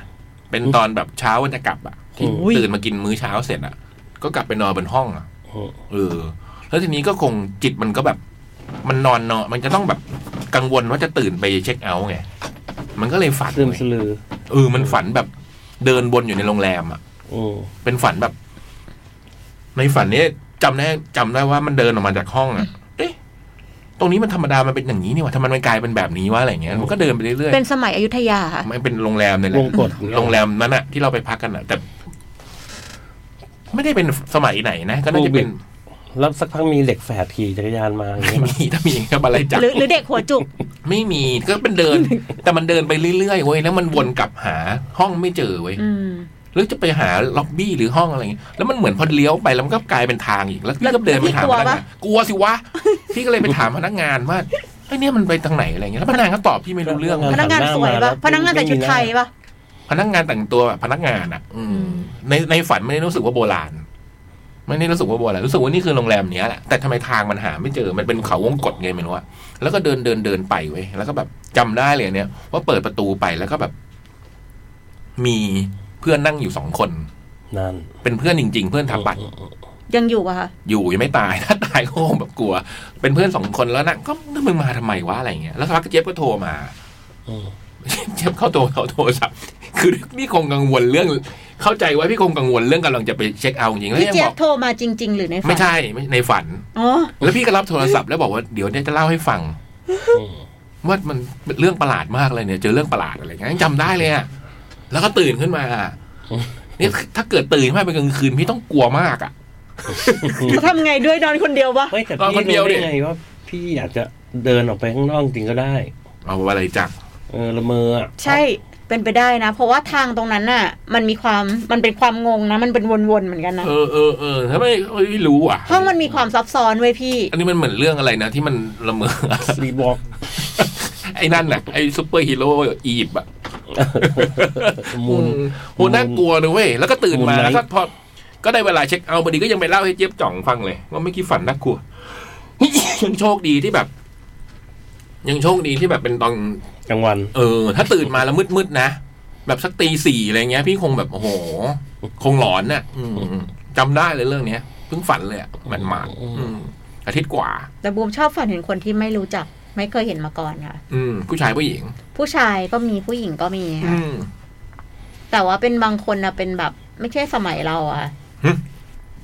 เป็นตอนแบบเช้าวันจะกลับอะที่ โอ้ย ตื่นมากินมื้อเช้าเสร็จอะก็กลับไปนอนบนห้องอะ โอ้ เออแล้วทีนี้ก็คงจิตมันก็แบบ มันนอนเนาะมันจะต้องแบบกังวลว่าจะตื่นไปเช็คเอาท์ไง มันก็เลยฝัน ซึม ไง สลือ เออมันฝันแบบเดินวนอยู่ในโรงแรมอ่ะ โอ้ เป็นฝันแบบ ในฝันเนี้ยจำได้จำได้ว่ามันเดินออกมาจากห้องอ่ะ เอ๊ะตรงนี้มันธรรมดามันเป็นอย่างนี้นี่หว่าทำไมมันกลายเป็นแบบนี้วะอะไรเงี้ยมันก็เดินไปเรื่อย เป็นสมัยอยุธยาค่ะ ๆมันเป็นโรงแรมเนี่ยแห ว ละ งกด โรงแรมนั้นอ่ะ ที่เราไปพักกันอ่ะ แต่ ไม่ได้เป็นสมัยไหนนะก็น่าจะเป็น แล้วสักพักมีเหล็กแฝดขี่จักรยานมาอย่างเงี้ย มีถ้ามีก็อะไรจับ หรือหรือเด็กหัวจุก ไม่มีก็เป็นเดิน แต่มันเดินไปเรื่อยๆเว้ยแล้วมันวนกลับหาห้องไม่เจอเว้ย อืม หรือจะไปหาล็อบบี้หรือห้องอะไรเงี้ยแล้วมันเหมือนพอเลี้ยวไปแล้วมันก็กลายเป็นทางอีกแล้วพี่ก็เดินไปถามพนักงานกลัวสิวะ พี่ก็เลยไปถามพนักงานว่าไอ้ยเนี่ยมันไปทางไหนอะไรเงี้ยแล้วพนักงานก็ตอบพี่ไม่รู้เรื่อง พมัน นักงานสวยปะพนักงานแต่ชุดไทยปะ พนักงานแต่งตัวแบบพนักงานอ่ะ อืม อืม ในในฝันไม่ได้รู้สึกว่าโบราณ ไม่ได้รู้สึกว่าโบราณรู้สึกว่านี่คือโรงแรมเนี้ยแหละแต่ทำไมทางมันหาไม่เจอมันเป็นเขาวงกดไงไม่รู้อะแล้วก็เดินเดินเดินไปเว้ยแล้วก็แบบจำได้เลยเนี่ย ว่าเปิดประตูไปแล้วก็แบบ มีเพื่อนนั่งอยู่สองคน นั่น เป็นเพื่อนจริง ๆ เพื่อนทับบัตร ยังอยู่ปะคะ อยู่ยังไม่ตาย ถ้าตายก็คงแบบกลัว เป็นเพื่อนสองคนแล้วนะก็มึงมาทำไมวะอะไรเงี้ยแล้วสักพักเจี๊ยบก็โทรมา อืม เจ็บเข้าตัวเขาโทรศัพท์ คือพี่คงกังวลเรื่อง เข้าใจว่าพี่คงกังวลเรื่องกำลังจะไปเช็คเอาท์จริงๆแล้ว พี่ ยัง เจี๊บยบ อก โทรมาจริง ๆ หรือในฝัน ไม่ใช่ไม่ในฝัน อ๋อ แล้วพี่ก็รับโทรศัพท์แล้วบอกว่าเดี๋ยวเนี่ยจะเล่าให้ฟัง อืม ว่ามันเป็นเรื่องประหลาดมากเลยเนี่ยเจอเรื่องประหลาดอะไรเงี้ยยังจำได้เลยอะแล้วก็ตื่นขึ้นมาเนี่ยถ้าเกิดตื่นขึ้นมาเป็นกลางคืนพี่ต้องกลัวมากอะ เขาทำไงด้วยนอนคนเดียววะ เฮ้ยแต่ นอน พี่ คนเดียว รู้ ดิ ได้ไงว่าพี่อยากจะเดินออกไปข้างนอกจริงก็ได้ เอาอะไรจัก เออละเมออะ ใช่เป็นไปได้นะ เพราะว่าทางตรงนั้นน่ะ มันมีความมันเป็นความงงนะ มันเป็นวนๆเหมือนกันนะ เออเออเออทำไมเอ้ยไม่รู้อ่ะ ห้องมันมีความซับซ้อนเว้ยพี่ อันนี้มันเหมือนเรื่องอะไรนะที่มันละเมอ สลีบอก ไอ้นั่นน่ะไอ้ซูเปอร์ฮีโร่อียิปต์อะ มูล อืโหน่ากลัวนะเว้ย แล้วก็ตื่นมา มูลไนท์ แล้วก็พอ ก็ได้เวลาเช็คเอาท์พอดีก็ยังไปเล่าให้เจี๊ยบจ่องฟังเลย ว่าไม่อกี่ฝันน่ากลัว ยังโชคดีที่แบบ ยังโชคดีที่แบบเป็นตอน กลางวัน เออ ถ้าตื่นมาแล้วมืดๆนะ แบบสักตีสี่อะไรเงี้ย พี่คงแบบโอ้โห คงหลอนน่ะ อืมจำได้เลยเรื่องเนี้ยเพิ่งฝันเลยอะมันมาดๆอืมอาทิตย์กว่า แต่บูมชอบฝันเห็นคนที่ไม่รู้จัก ไม่เคยเห็นมาก่อนค่ะ อืมผู้ชายผู้หญิง ผู้ชายก็มีผู้หญิงก็มี อื ค่ะ ม แต่ว่าเป็นบางคนนะเป็นแบบ ไม่ใช่สมัยเราอะ หึ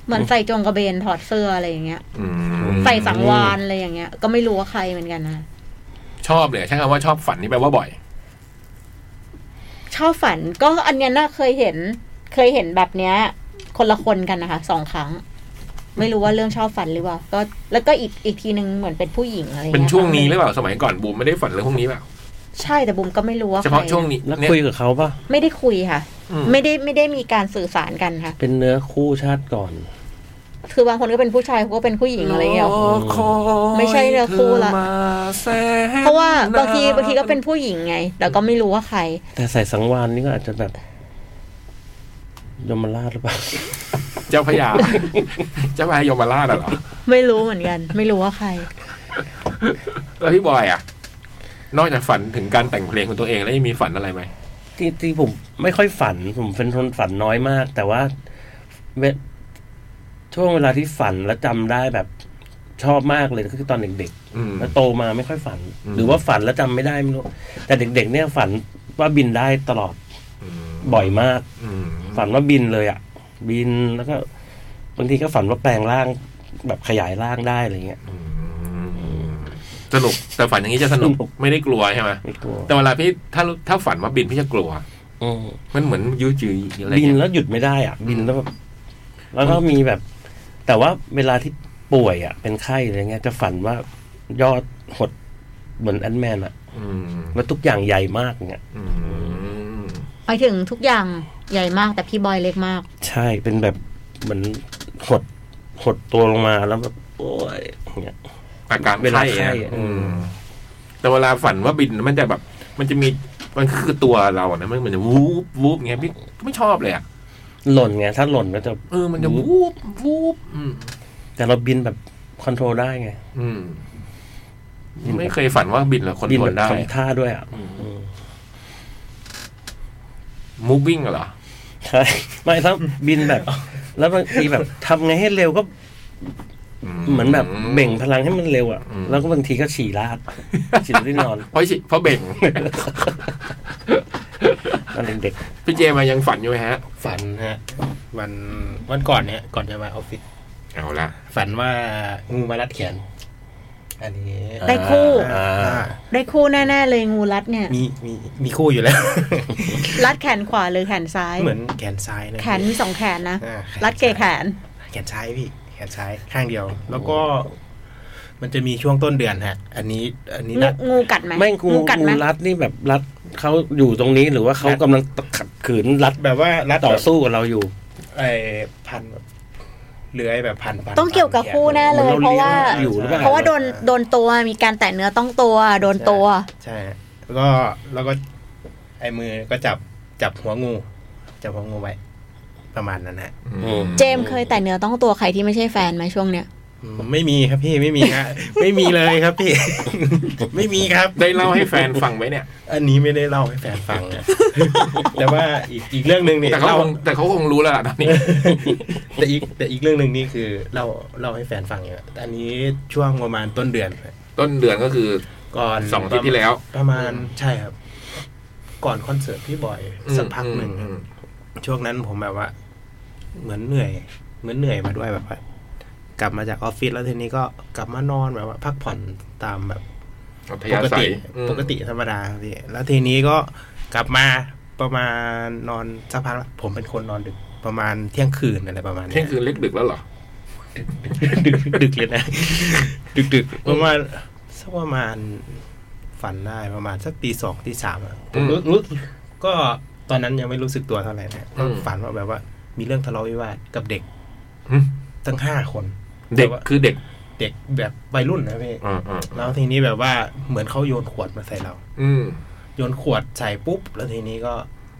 เหมือนใส่จงกระเบนถอดเสื้ออะไรอย่างเงี้ย อืม ใส่สังวานอะไรอย่างเงี้ย ก็ไม่รู้ว่าใครเหมือนกันนะ ชอบเลยใช่คำว่าชอบฝันนี่แปลว่าบ่อย ชอบฝันก็อันเนี้ยน่าเคยเห็น เคยเห็นแบบเนี้ย คนละคนกันนะคะสองครั้ง ไม่รู้ว่าเรื่องชอบฝันหรือเปล่า ก็แล้วก็อีกอีกทีหนึ่งเหมือนเป็นผู้หญิงอะไรงี้ย เป็นช่วงนี้หรือ ค่ะ เปล่าสมัยก่อนบูมไม่ได้ฝันเรื่องพวกนี้เปล่า ใช่แต่บุมก็ไม่รู้ว่า เฉพาะ ใคร ช่วงนี้ แล้ว เนี่ย คุยกับเขาปะ ไม่ได้คุยค่ะ อืม ไม่ได้ไม่ได้มีการสื่อสารกันค่ะ เป็นเนื้อคู่ชาติก่อน คือบางคนก็เป็นผู้ชายเขาก็เป็นผู้หญิงอะไรเงี้ย ไม่ใช่เนื้อคู่ละ เพราะว่าบางทีบางทีก็เป็นผู้หญิงไง แล้วก็ไม่รู้ว่าใคร แต่ใส่สังวานนี่ก็อาจจะแบบยมราชหรือเปล่า เจ้าพระยา เจ้าพระยายมราชอะเหรอ ไม่รู้เหมือนกัน ไม่รู้ว่าใคร แล้วพี่บอยอ่ะ นอกจากฝันถึงการแต่งเพลงของตัวเองแล้วยังมีฝันอะไรไหม ที่ที่ผมไม่ค่อยฝัน ผมเป็นคนฝันน้อยมาก แต่ว่าเวช่วงเวลาที่ฝันแล้วจำได้แบบชอบมากเลยก็คือตอนเด็ก อืม ๆแล้วโตมาไม่ค่อยฝัน อืม หรือว่าฝันแล้วจำไม่ได้ไม่รู้แต่เด็ก ๆ เนี่ยฝันว่าบินได้ตลอดบ่อยมาก อืม ฝันว่าบินเลยอะ่ะ บินแล้วก็บางทีก็ฝันว่าแปลงร่างแบบขยายร่างได้อะไรเงี้ย อืม สนุกแต่ฝันอย่างนี้จะสนุก สนุก ไม่ได้กลัวใช่ไหม ไม่กลัว แต่เวลาพี่ถ้าถ้าฝันว่าบินพี่จะกลัว อืม มันเหมือนยื้อจืออะไร บิน เงี้ย แล้วหยุดไม่ได้อ่ะ บินแล้วแบบแล้วก็มีแบบ แต่ว่าเวลาที่ป่วยอ่ะ เป็นไข้อะไรเงี้ยจะฝันว่ายอดหดเหมือนแอนแมนอ่ะ อืม แล้วทุกอย่างใหญ่มากเงี้ย อืม ไปถึงทุกอย่างใหญ่มากแต่พี่บอยเล็กมาก ใช่เป็นแบบเหมือนหดหดตัวลงมาแล้วแบบโอ้ยเงี้ย อาการ เวลา ไข้ ไข้ อะ อะ อืมแต่เวลาฝันว่าบินมันจะแบบ มันจะมีมันคือตัวเรานะมันเหมือนจะวูบวูบเงี้ยพี่ไม่ชอบเลยอ่ะ หล่นไงถ้าหล่นก็จะ เออมันจะวูบวูบอืม แต่เราบินแบบคอนโทรลได้ไง อืม บินแบบ ไม่เคยฝันว่าบินหรือคน บิน ท แบ น บ ได้ ทำท่าด้วยอ่ะ อืม อืม moving เหรอ ใช่ไม่ถ้าบินแบบ แล้วบางทีแบบทำไงให้เร็วก็เหมือนแบบเบ่งพลังให้มันเร็วอ่ะ อืม แล้วก็บางทีก็ฉี่ราด ฉี่ที่นอน เพราะชิเพราะเบ่ง ตอนเด็ก พี่เจมายังฝันอยู่ไหมฮะ ฝันฮะวันวันก่อนเนี่ยก่อนจะมาออฟฟิศ เอาละ ฝันว่างูมารัดแขน อันนี้ ๆ ได้คู่ อ่า อ่า ได้คู่แน่ๆเลยงูรัดเนี่ย มีมีมีคู่อยู่แล้ว รัดแขนขวาหรือแขนซ้าย เหมือนแขนซ้ายนะ แขนมีสองแขนนะ อ่า รัดเกยแขน แขนซ้ายพี่ แขนซ้ายข้างเดียว แล้วก็ มันจะมีช่วงต้นเดือนฮะ อันนี้ อันนี้ งู น่า งูกัดไหม ไม่งู กัดไหม งูรัดนี่แบบรัดเขาอยู่ตรงนี้หรือว่าเขา รัด กำลังขัดขืนรัด แบบว่ารัด ต่อ แบบ สู้กับเราอยู่ ไอ้พันแบบเลื้อยแบบพันพัน ต้องเกี่ยวกับคู่แน่เลย มัน เพ เรา ราะ เลี้ยง ว่า อยู่หรือเปล่ เพราะว่าโดนโดนตัวมีการแตะเนื้อต้องตัว โดนตัว ใช่แล้วก็แล้วก็ ไอ้มือก็จับจับหัวงู จับหัวงูไว้ ประมาณนั้นฮะ อืม เจมส์เคยแตะเนื้อต้องตัวใครที่ไม่ใช่แฟนไหมช่วงเนี้ย อืมไม่มีครับพี่ไม่มีฮะ ไม่มีเลยครับพี่ ไม่มีครับ ได้เล่าให้แฟนฟังไหมเนี่ย อันนี้ไม่ได้เล่าให้แฟนฟังนะ แต่ว่าอีกอีกเรื่องหนึ่งเนี่ย แต่เขา เล่า คงแต่เขาคงรู้แล้วล่ะตอน นี้ แต่อีกแต่อีกเรื่องหนึ่งนี่คือเล่าเล่าให้แฟนฟังเนี่ยแต่อันนี้ช่วงประมาณต้นเดือน ต้นเดือนก็คือ ก่อน สองอาทิตย์ที่แล้ว ประมาณใช่ครับ ก่อนคอนเสิร์ตพี่บอยสักพักหนึ่ง อืม ช่วงนั้นผมแบบว่า เหมือนเหนื่อย เหมือนเหนื่อยมาด้วยแบบว่า กลับมาจากออฟฟิศแล้วทีนี้ก็กลับมานอนแบบว่า พักผ่อนตามแบบ อัธ ป ยาก ศั ติ ยอืม ปกติธรรมดาครับพี่แล้วทีนี้ก็กลับมาประมาณนอนสักพักแล้วผมเป็นคนนอนดึกประมาณเที่ยงคืนอะไรประมาณ เที่ย เนี้ ง ย คืนเล็กดึกแล้วเหรอ ดึกดึกเลย นะ ดึกดึกประมาณสักประมาณฝันได้ประมาณสักตีสองตีสามอะผมรู้รู้ก็ตอนนั้นยังไม่รู้สึกตัวเท่าไหร่นะ อืม ฝันว่าแบบว่า มีเรื่องทะเลาะวิวาทกับเด็ก หึ ตั้งห้าคน เด็ก แต่ว่า คือเด็ก เด็กแบบวัยรุ่นนะพี่ อ่าอ่าอ่า แล้วทีนี้แบบว่าเหมือนเขาโยนขวดมาใส่เรา อืม โยนขวดใส่ปุ๊บ แล้วทีนี้ก็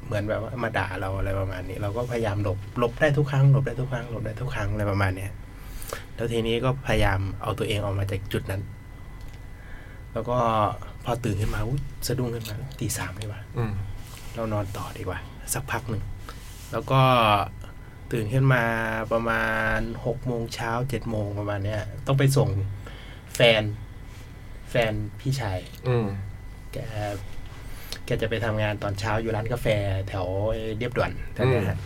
เหมือนแบบว่ามาด่าเราอะไรประมาณนี้ เราก็พยายามหลบหลบได้ทุกครั้งหลบได้ทุกครั้งหลบได้ทุกครั้งอะไรประมาณเนี้ยแล้วทีนี้ก็พยายามเอาตัวเองออกมาจากจุดนั้น แล้วก็พอตื่นขึ้นมาอุ๊ยสะดุ้งขึ้นมาตีสามเลยว่ะ อืม เรานอนต่อดีกว่า สักพักหนึ่งแล้วก็ตื่นขึ้นมาประมาณหกโมงเช้าเจ็ดโมงประมาณเนี้ย ต้องไปส่งแฟน แฟนพี่ชาย อืม แก แกจะไปทำงานตอนเช้าอยู่ร้านกาแฟแถวเรียบด่วนแถวเนี้ยฮะ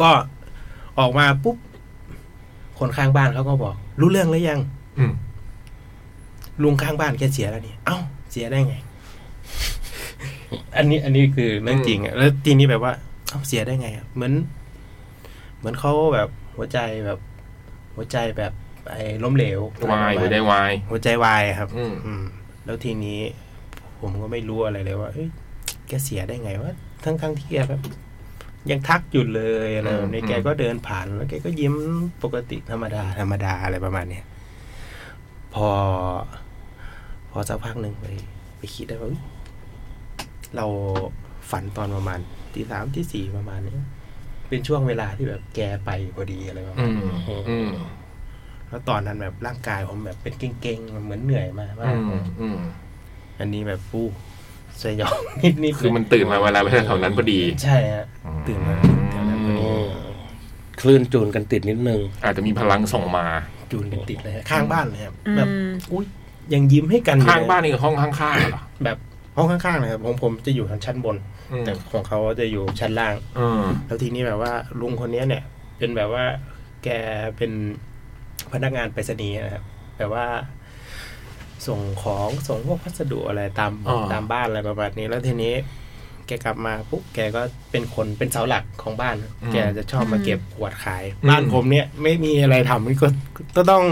ก็ออกมาปุ๊บ คนข้างบ้านเขาก็บอก รู้เรื่องหรือยัง อืม ลุงข้างบ้านแกเสียแล้วนี่ เอ้า เสียได้ไง อันนี้อันนี้คือเรื่องจริงอะแล้วทีนี้แบบว่า เอ้าเสียได้ไงอะเหมือน เหมือนเขาแบบหัวใจแบบ หัวใจแบบไอ้ล้มเหลว วายหรือได้วาย หัวใจวายครับ อืม อืมแล้วทีนี้ผมก็ไม่รู้อะไรเลยว่าเอ้ยแกเสียได้ไงวะทั้งทั้งๆที่แกแบบยังทักอยู่เลยอะไร อืม แบบนี้ อืม แกก็เดินผ่านแล้วแกก็ยิ้มปกติธรรมดา ธรรมดาอะไรประมาณเนี้ยพอ พอสักพักหนึ่งไปไปคิดได้ว่าเอ้ยเราฝันตอนประมาณตีสามที่สี่ประมาณเนี้ยเป็นช่วงเวลาที่แบบแกไปพอดีอะไรประมาณ อื เนี้ย มอืม แล้วตอนนั้นแบบร่างกายผมแบบเป็นเก่งๆ เหมือนเหนื่อยมาก อื มาก มอืม อันนี้แบบปู้สยอง นิดนิด คือมันตื่นมาเวลาไปแถวๆนั้นพอดี ใช่ฮะตื่นมาแถวนั้นพอดี อืมคลื่นจูนกันติดนิดนึง อาจจะมีพลังส่งมา จูนกันติดเลยฮะข้างบ้านเลยครับ อืม แบบอุ้ยยังยิ้มให้กันอยู่เลย ข้างบ้านนี่คือห้องข้างๆเหรอ แบบห้องข้างๆเลยครับของผมจะอยู่ทางชั้นบน อืม แต่ของเขาจะอยู่ชั้นล่าง อืม แล้วทีนี้แบบว่าลุงคนเนี้ยเนี่ย เป็นแบบว่าแกเป็นพนักงานไปรษณีย์นะครับแบบว่า ส่งของส่งพวกพัสดุอะไรตาม อ๋อ ตามบ้านอะไรประมาณนี้ แล้วทีนี้ แกกลับมาปุ๊บแกก็เป็นคนเป็นเสาหลักของบ้าน อืม แกจะชอบมาเก็บขวดขาย อืม บ้านผมเนี่ยไม่มีอะไรทำก็ก็ต้อง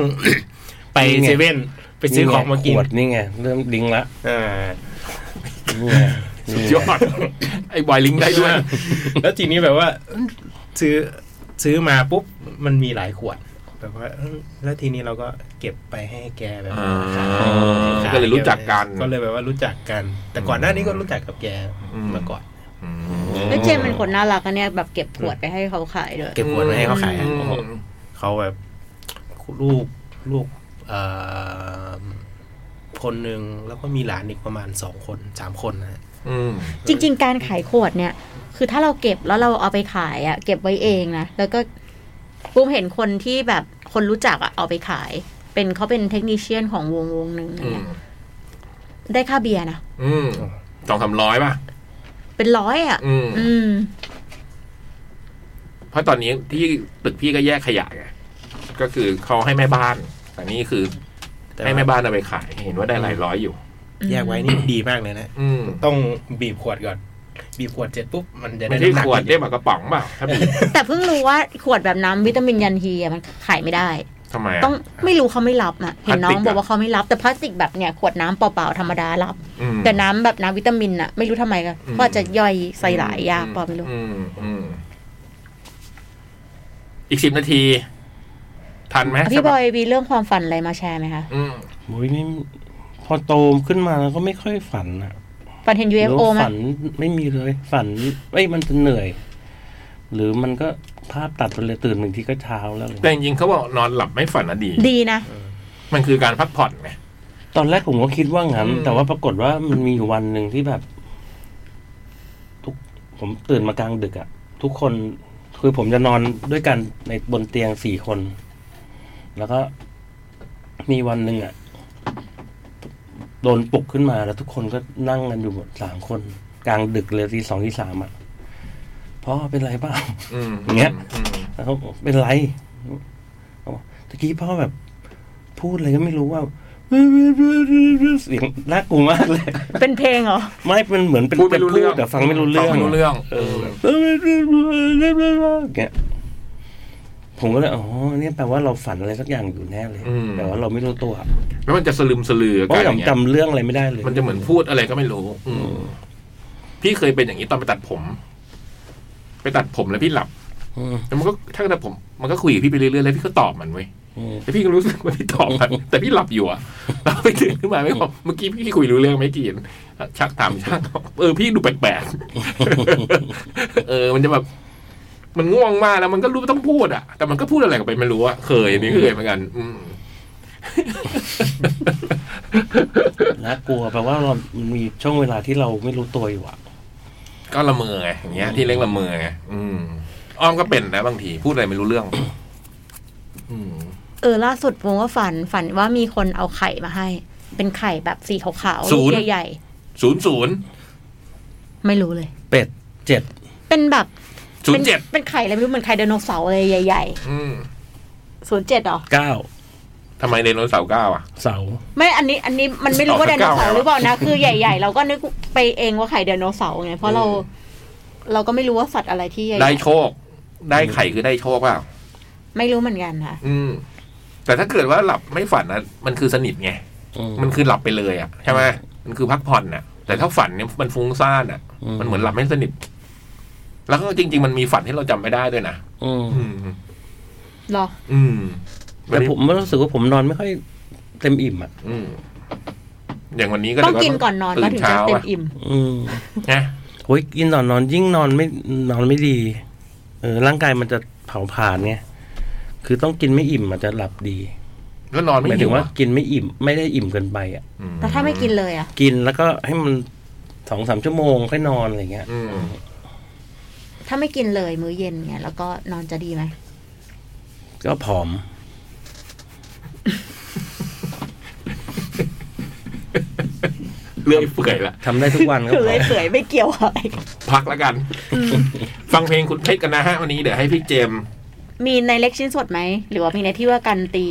ไป นี่ไง เซเว่นไปซื้อของมากิน ขวดนี่ไง เริ่มลิงก์ละ อ่า นี่ไงนี่ไง ยอด ไอ้บอยลิงก์ได้ ด้วย แล้วทีนี้แบบว่าซื้อซื้อมาปุ๊บมันมีหลายขวด แบบว่าเอ้ยแล้วทีนี้เราก็เก็บไปให้แกแบบ อ่า ขายขาย ก็เลยรู้จักกัน ก็เลยแบบว่ารู้จักกัน แต่ก่อนหน้านี้ก็รู้จักกับแก อืม มาก่อน อืม แล้วเจมเป็นคนน่ารักอันเนี้ยแบบเก็บขวดไปให้เขาขายด้วย เก็บขวดมาให้เขาขายอะ อืม โอ้โหเขาแบบลูกลูกเอ่อคนหนึ่งแล้วก็มีหลานอีกประมาณสองคนสามคนนะฮะ อืม จริง ๆ การขายขวดเนี่ย คือถ้าเราเก็บแล้วเราเอาไปขายอะเก็บไว้เองนะ แล้วก็บูมเห็นคนที่แบบคนรู้จักอะเอาไปขาย เป็นเขาเป็นเทคนิชเชียนของวงวงหนึ่ง อื เนี่ย ม ได้ค่าเบียร์นะ อืมสองสามร้อยป่ะ เป็นร้อยอะ อืม อืม เพราะตอนนี้ที่ตึกพี่ก็แยกขยะไงก็คือเขาให้แม่บ้าน แต่นี่คือ แต่ว่า ให้แม่บ้านเอาไปขาย เห็นว่าได้หลายร้อยอยู่ แยกไว้นี่ดีมากเลยนะ อืม ต้องบีบขวดก่อน บีบขวดเสร็จปุ๊บมันจะได้ ไม่ได้ น้ำหนัก ขวดได้หมากระป๋องเปล่าถ้าบีบ แต่เพิ่งรู้ว่าขวดแบบน้ำวิตามินยันฮีอะมันขายไม่ได้ ทำไมอะ ต้องไม่รู้เขาไม่รับอะเห็นน้องบอกว่าเขาไม่รับแต่พลาสติกแบบเนี่ยขวดน้ำเปล่าๆธรรมดารับ อืม แต่น้ำแบบน้ำวิตามินอะไม่รู้ทำไมก็ อืม ก็จะย่อยใส่หลายยากเปล่าไม่รู้ อืมอืมอีกสิบนาที ทันไหม พี่บอยมีเรื่องความฝันอะไรมาแชร์ไหมคะ อืม โอ้ยนี่พอโตขึ้นมาแล้วก็ไม่ค่อยฝันอ่ะ ฝันเห็น หรื UFO ไหม ฝันไม่มีเลย ฝันเอ้ยมันจะเหนื่อย หรือมันก็ภาพตัดไปเลยตื่นบางทีก็เช้าแล้วเลย แต่จริงๆเขาบอกนอนหลับไม่ฝันนะดี ดีนะ มันคือการพักผ่อนไง ตอนแรกผมก็คิดว่างั้น อืม แต่ว่าปรากฏว่ามันมีอยู่วันหนึ่งที่แบบ ทุก ผมตื่นมากลางดึกอะทุกคนคือผมจะนอนด้วยกันในบนเตียงสี่คน แล้วก็มีวันหนึ่งอะโดนปลุกขึ้นมาแล้วทุกคนก็นั่งกันอยู่หมดสามคน กลางดึกเลยตีสองตีสามอะพ่อเป็นไรเปล่า อืม เงี้ย อืม แล้วเขาบอกเป็นไรเขาบอกตะกี้พ่อแบบ พูดอะไรก็ไม่รู้ว่าเสียงน่ากลัวมากเลย เป็นเพลงเหรอ ไม่เป็นเหมือนเป็น พูดไม่รู้เรื่อง แต่ฟังไม่รู้เรื่อง ฟังไม่รู้เรื่อง เออแบบเงี้ยผมก็เลยอ๋อเนี่ยแปลว่าเราฝันอะไรสักอย่างอยู่แน่เลย อืม แต่ว่าเราไม่รู้ตัว แล้วมันจะสลืมสลือ เพราะ กันอ ผ ย่าม งเงี้ย จำเรื่องอะไรไม่ได้เลย มันจะเหมือนพูดอะไรก็ไม่รู้ อืมพี่เคยเป็นอย่างนี้ตอนไปตัดผม ไปตัดผมแล้วพี่หลับ อืม แล้วมันก็ถ้าตัดผม มันก็คุยกับพี่ไปเรื่อยๆแล้วพี่ก็ตอบมันเว้ย อืม แต่พี่ก็รู้สึกว่าพี่ตอบมัน แต่พี่หลับอยู่อะ แล้วไปตื่นขึ้นมาไม่บอกเมื่อกี้พี่คุยรู้เรื่องไหม่กี่ชักถ ามช่างเออพี่ดูแปลกๆ เออ มันจะแบบ มันง่วงมากแล้วมันก็รู้ว่าต้องพูดอะแต่มันก็พูดอะไรกับไปไม่รู้อะเคยนี่เคยเหมือนกัน อืม น่ากลัวแปลว่าเรามันมีช่วงเวลาที่เราไม่รู้ตัวอยู่อะ ก็ละเมอไงอย่างเงี้ยที่เล็กละเมอไงอืมอ้อมก็เป็นนะบางทีพูดอะไรไม่รู้เรื่อง อืม เออ ล่าสุดผมว่าฝันฝันว่ามีคนเอาไข่มาให้ เป็นไข่แบบสีขาวๆ ศู ลูก นย์ ใหญ่ ศูนย์ศูนย์ ๆ ไม่รู้เลย เป็ดเจ็ด เป็นแบบ ศู ป็ นย์เจ็ด เป็นไข่อะไรไม่รู้เหมือนไข่ไดโนเสาร์อะไรใหญ่ อืม ๆศูนย์เจ็ดหรอ เก้า ทำไมไดโนเสาร์เก้าอ่ะ เสา ไม่อันนี้อันนี้มันไม่รู้ว่าไดโนเสาร์หรือเปล่านะ คือใหญ่ ๆ เราก็นึกไปเองว่าไข่ไดโนเสาร์ไงเพราะเรา อืม เราก็ไม่รู้ว่าสัตว์อะไรที่ใหญ่ ได้โชค ได้ไข่คือได้โชคเปล่า ไม่รู้เหมือนกันค่ะ อืม แต่ถ้าเกิดว่าหลับไม่ฝันนะมันคือสนิทไง มันคือหลับไปเลยอ่ะใช่ไหมมันคือพักผ่อนอ่ะ แต่ถ้าฝันเนี่ยมันฟุ้งซ่านอ่ะ อืม มันเหมือนหลับไม่สนิท แล้วก็จริง ๆ มันมีฝันที่เราจำไม่ได้ด้วยนะ อืม อืม หรอ อืม แต่ผมรู้สึกว่าผมนอนไม่ค่อยเต็มอิ่มอ่ะ อืมอย่างวันนี้ก็ ต้อง เดี๋ยว กินก่อนนอน ตื่ ก็ถึงจะเต็ม ช้าะ อิ่ม อืม นะ โอ้ยกินตอนนอนยิ่งนอนไม่นอนไม่ดี เออ ร่างกายมันจะเผาผลาญไงคือต้องกินไม่อิ่มอาจจะหลับดี แล้วนอนไม่ หมาย หิ ถึ ว งว่ากินไม่อิ่ม ไม่ได้อิ่มเกินไปอ่ะ อื แล้วถ้าไม่กินเลยอะ กินแล้วก็ให้มันสองสามชั่วโมงค่อยนอนอะไรเงี้ย อืม ถ้าไม่กินเลยมื้อเย็นเงี้ยแล้วก็นอนจะดีไหม ก็ผอม เลื่อยเปื่อยละ ทำได้ทุกวันก็ คือ ผ เล อย ม เปื่อยไม่เกี่ยวอะไร พักแล้วกัน ฟังเพลงคุณเพชรกันนะฮะ วันนี้เดี๋ยวให้พี่เจมส์ มีในเล็กชิ้นสดไหม หรือว่ามีในที่ว่ากันตี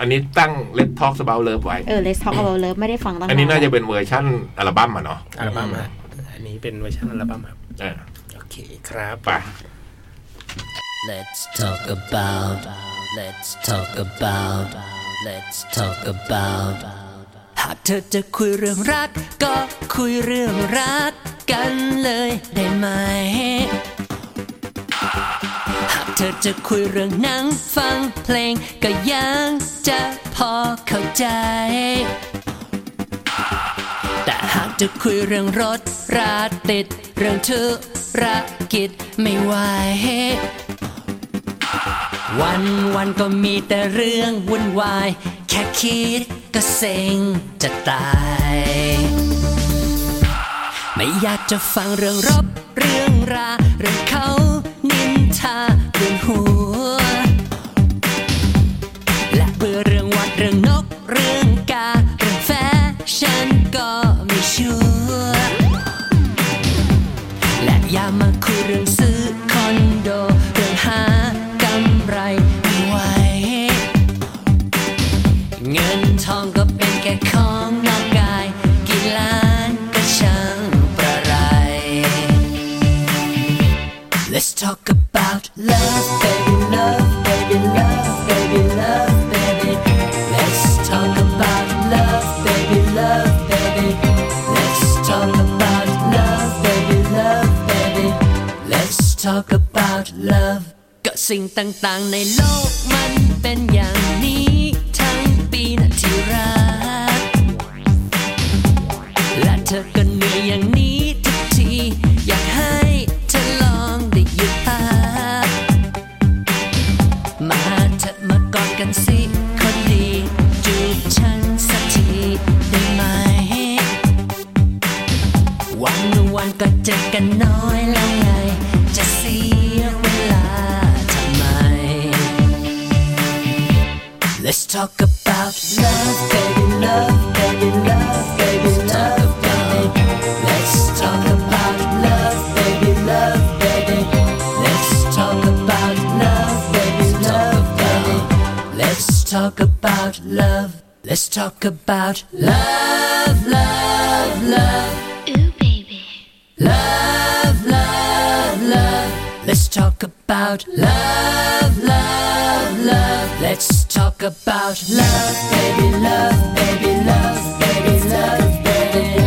อันนี้ตั้ง Let's Talk About Love ไว้ เออ Let's Talk About Love ไม่ได้ฟังตั้ง อันนี้น่าจะเป็นเวอร์ชั่นอัลบั้มอ่ะเนาะ อัลบั้มอะอันนี้เป็นเวอร์ชันอัลบั้มครับ เออ โอเคครับ ไป Let's talk about. Let's talk about. Let's talk about. หากเธอจะคุยเรื่องรัก ก็คุยเรื่องรักกันเลยได้ไหม หากเธอจะคุยเรื่องหนังฟังเพลง ก็ยังจะพอเข้าใจ แต่หากจะคุยเรื่องรถราติด เรื่องธุรกิจไม่ไหว วันวันๆก็มีแต่เรื่องวุ่นวาย แค่คิดก็เซ็งจะตาย ไม่อยากจะฟังเรื่องรบเรื่องราเรื่องเขานินทาเรื่องหัว และเบื่อเรื่องวัดเรื่องนกเรื่องกาเรื่องแฟชั่นก็ไม่ชัวร์และอย่ามาคุยเรื่องซื้อคอนโดเรื่องหากำไรไม่ไหว เงินทองก็เป็นแค่ของนอกกาย กี่ล้านก็ช่างประไร Let's talk about love, baby, love, baby, love, baby, love, baby. Let's talk about love, baby, love, baby. Let's talk about love, baby, love, baby. Let's talk about love. ก็สิ่งต่างๆในโลกมันเป็นอย่างนี้ ทั้งปีนะที่รัก และเธอก็เหนื่อยอย่างนี้ทุกที อยากให้เธอลองได้หยุดพักมาเธอมากอดกันสิคนดีจูบฉันสักทีได้ไหม วันวันๆก็เจอกันน้อยแล้วไง จะเสียเวลาทำไม Let's talk about love, baby, love, baby, love, baby, love, baby. Let's talk about love, baby, love, baby. Let's talk about love, baby, love, baby. Let's talk about love. Let's talk about love, love, love. Ooh, baby. Love, love, love. Let's talk about love, love, love. Let's talk about love, baby, love, baby, love, baby, love, baby.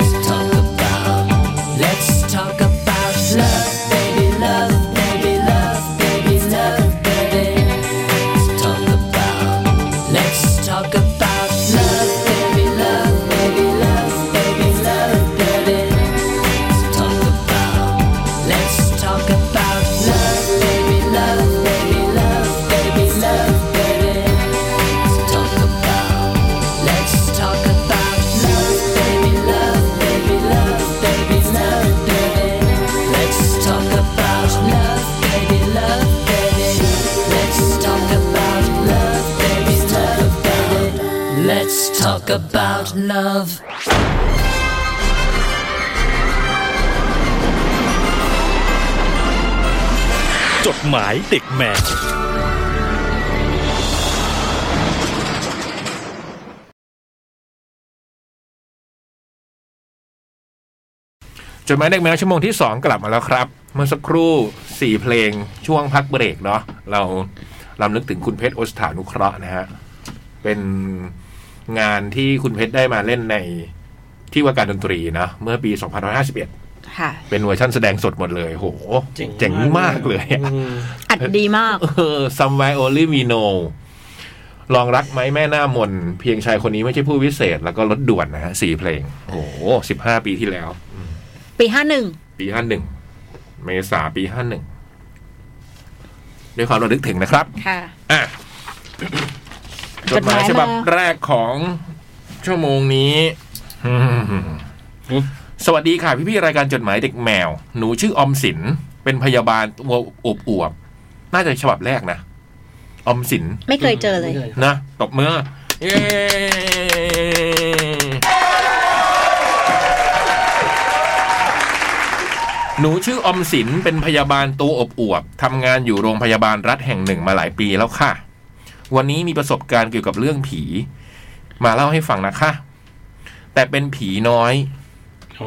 Let's talk about. Let's talk about love, baby, love, baby, love, baby, love, baby. Let's talk about. Let's talk about love, baby, love, baby, love, baby, love, baby. Let's talk about. Let's talk about love, baby, love, baby, love, baby, love, baby. Let's talk about. Let's talk about love, baby, love, baby, love, baby, love, baby. Let's talk about love, baby, love, baby. Let's talk about love, baby, love, baby. Let's talk about love. จดหมายเด็กแมวชั่วโมงที่ 2 กลับมาแล้วครับ เมื่อสักครู่ 4 เพลงช่วงพักเบรกเนาะเราลำลึกถึงคุณเพชรโอสถานุเคราะห์นะฮะ เป็นงานที่คุณเพชรได้มาเล่นในที่ว่าการดนตรีนะ เมื่อปี2551 ค่ะ เป็นเวอร์ชันแสดงสดหมดเลยโห เจ๋ง งมากเลยอะ อืม อัดดีมาก เออ somewhere only we know ลองรักไหมแม่หน้ามน เพียงชายคนนี้ไม่ใช่ผู้วิเศษ แล้วก็รถด่วนนะฮะสี่เพลง โอ้โหสิบห้าปีที่แล้ว ปีห้าหนึ่ง ปีห้าหนึ่งเมษาปีห้าหนึ่งด้วยความระลึกถึงนะครับ ค่ะ อ่ะ จดหมายฉบับแรกของชั่วโมงนี้ อืมสวัสดีค่ะพี่ๆรายการจดหมายเด็กแมว หนูชื่อออมสิน เป็นพยาบาลตัวอบอวบๆน่าจะฉบับแรกนะ ออมสิน ไม่เคยเจอเลย นะตบมือเย้หนูชื่ออมสินเป็นพยาบาลตัวอบอวบทำงานอยู่โรงพยาบาลรัฐแห่งหนึ่งมาหลายปีแล้วค่ะ วันนี้มีประสบการณ์เกี่ยวกับเรื่องผี มาเล่าให้ฟังนะคะ แต่เป็นผีน้อย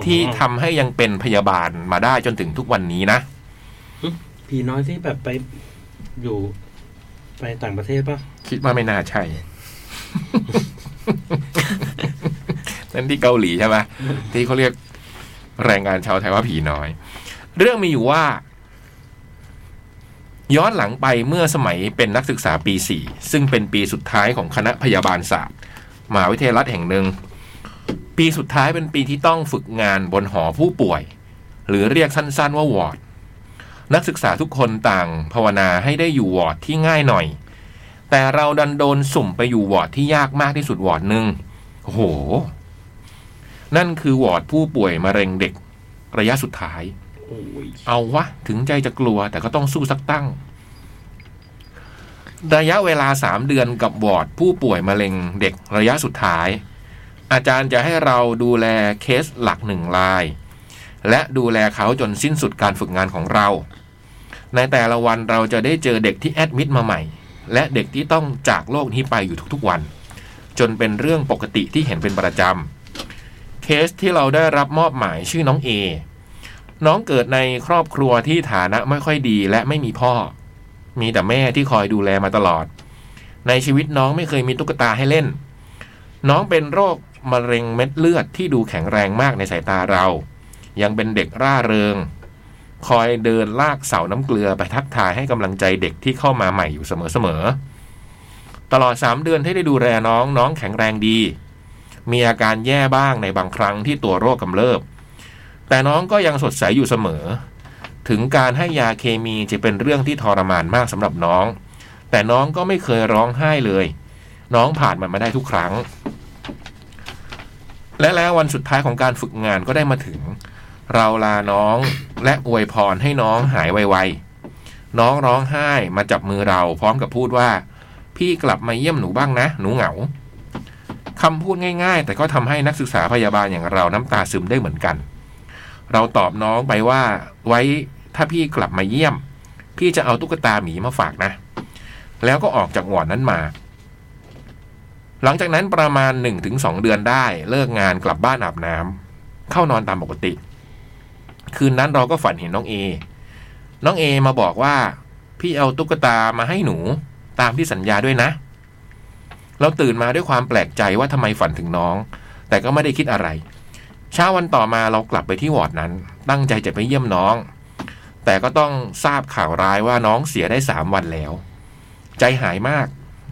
ที่ทำให้ยังเป็นพยาบาลมาได้จนถึงทุกวันนี้นะ ผีน้อยที่แบบไปอยู่ไปต่างประเทศป่ะ คิดว่าไม่น่าใช่ นั่นที่เกาหลีใช่ไหมที่เขาเรียกแรงงานชาวไทยว่าผีน้อย เรื่องมีอยู่ว่า ย้อนหลังไปเมื่อสมัยเป็นนักศึกษาปีสี่ซึ่งเป็นปีสุดท้ายของคณะพยาบาลศาสตร์มหาวิทยาลัยแห่งหนึ่ง ปีสุดท้ายเป็นปีที่ต้องฝึกงานบนหอผู้ป่วย หรือเรียกสั้นๆว่าวอร์ด นักศึกษาทุกคนต่างภาวนาให้ได้อยู่วอร์ดที่ง่ายหน่อย แต่เราดันโดนสุ่มไปอยู่วอร์ดที่ยากมากที่สุดวอร์ดหนึ่งโอ้โห นั่นคือวอร์ดผู้ป่วยมะเร็งเด็ก ระยะสุดท้าย โอ้ย เอาวะ ถึงใจจะกลัวแต่ก็ต้องสู้สักตั้ง ระยะเวลาสามเดือนกับวอร์ดผู้ป่วยมะเร็งเด็กระยะสุดท้าย อาจารย์จะให้เราดูแลเคสหลักหนึ่งราย และดูแลเขาจนสิ้นสุดการฝึกงานของเรา ในแต่ละวันเราจะได้เจอเด็กที่แอดมิดมาใหม่ และเด็กที่ต้องจากโลกนี้ไปอยู่ทุกๆวัน จนเป็นเรื่องปกติที่เห็นเป็นประจำเคสที่เราได้รับมอบหมายชื่อน้องเอ น้องเกิดในครอบครัวที่ฐานะไม่ค่อยดีและไม่มีพ่อ มีแต่แม่ที่คอยดูแลมาตลอด ในชีวิตน้องไม่เคยมีตุ๊กตาให้เล่น น้องเป็นโรคมะเร็งเม็ดเลือดที่ดูแข็งแรงมากในสายตาเรา ยังเป็นเด็กร่าเริง คอยเดินลากเสาน้ำเกลือไปทักทายให้กำลังใจเด็กที่เข้ามาใหม่อยู่เสมอๆ ตลอด 3 เดือนที่ได้ดูแลน้องน้องแข็งแรงดี มีอาการแย่บ้างในบางครั้งที่ตัวโรคกำเริบ แต่น้องก็ยังสดใสอยู่เสมอ ถึงการให้ยาเคมีจะเป็นเรื่องที่ทรมานมากสำหรับน้อง แต่น้องก็ไม่เคยร้องไห้เลย น้องผ่านมันมาได้ทุกครั้ง และแล้ววันสุดท้ายของการฝึกงานก็ได้มาถึง เราลาน้องและอวยพรให้น้องหายไวๆ น้องร้องไห้มาจับมือเราพร้อมกับพูดว่า พี่กลับมาเยี่ยมหนูบ้างนะ หนูเหงาคำพูดง่าย ๆ แต่ก็ทำให้นักศึกษาพยาบาลอย่างเราน้ำตาซึมได้เหมือนกัน เราตอบน้องไปว่าไว้ถ้าพี่กลับมาเยี่ยม พี่จะเอาตุ๊กตาหมีมาฝากนะ แล้วก็ออกจากวอร์ดนั้นมา หลังจากนั้นประมาณ 1-2 เดือนได้เลิกงานกลับบ้านอาบน้ำเข้านอนตามปกติ คืนนั้นเราก็ฝันเห็นน้องเอ น้องเอมาบอกว่า พี่เอาตุ๊กตามาให้หนูตามที่สัญญาด้วยนะ เราตื่นมาด้วยความแปลกใจว่าทำไมฝันถึงน้อง แต่ก็ไม่ได้คิดอะไร เช้าวันต่อมาเรากลับไปที่วอร์ดนั้น ตั้งใจจะไปเยี่ยมน้อง แต่ก็ต้องทราบข่าวร้ายว่าน้องเสียได้สามวันแล้ว ใจหายมาก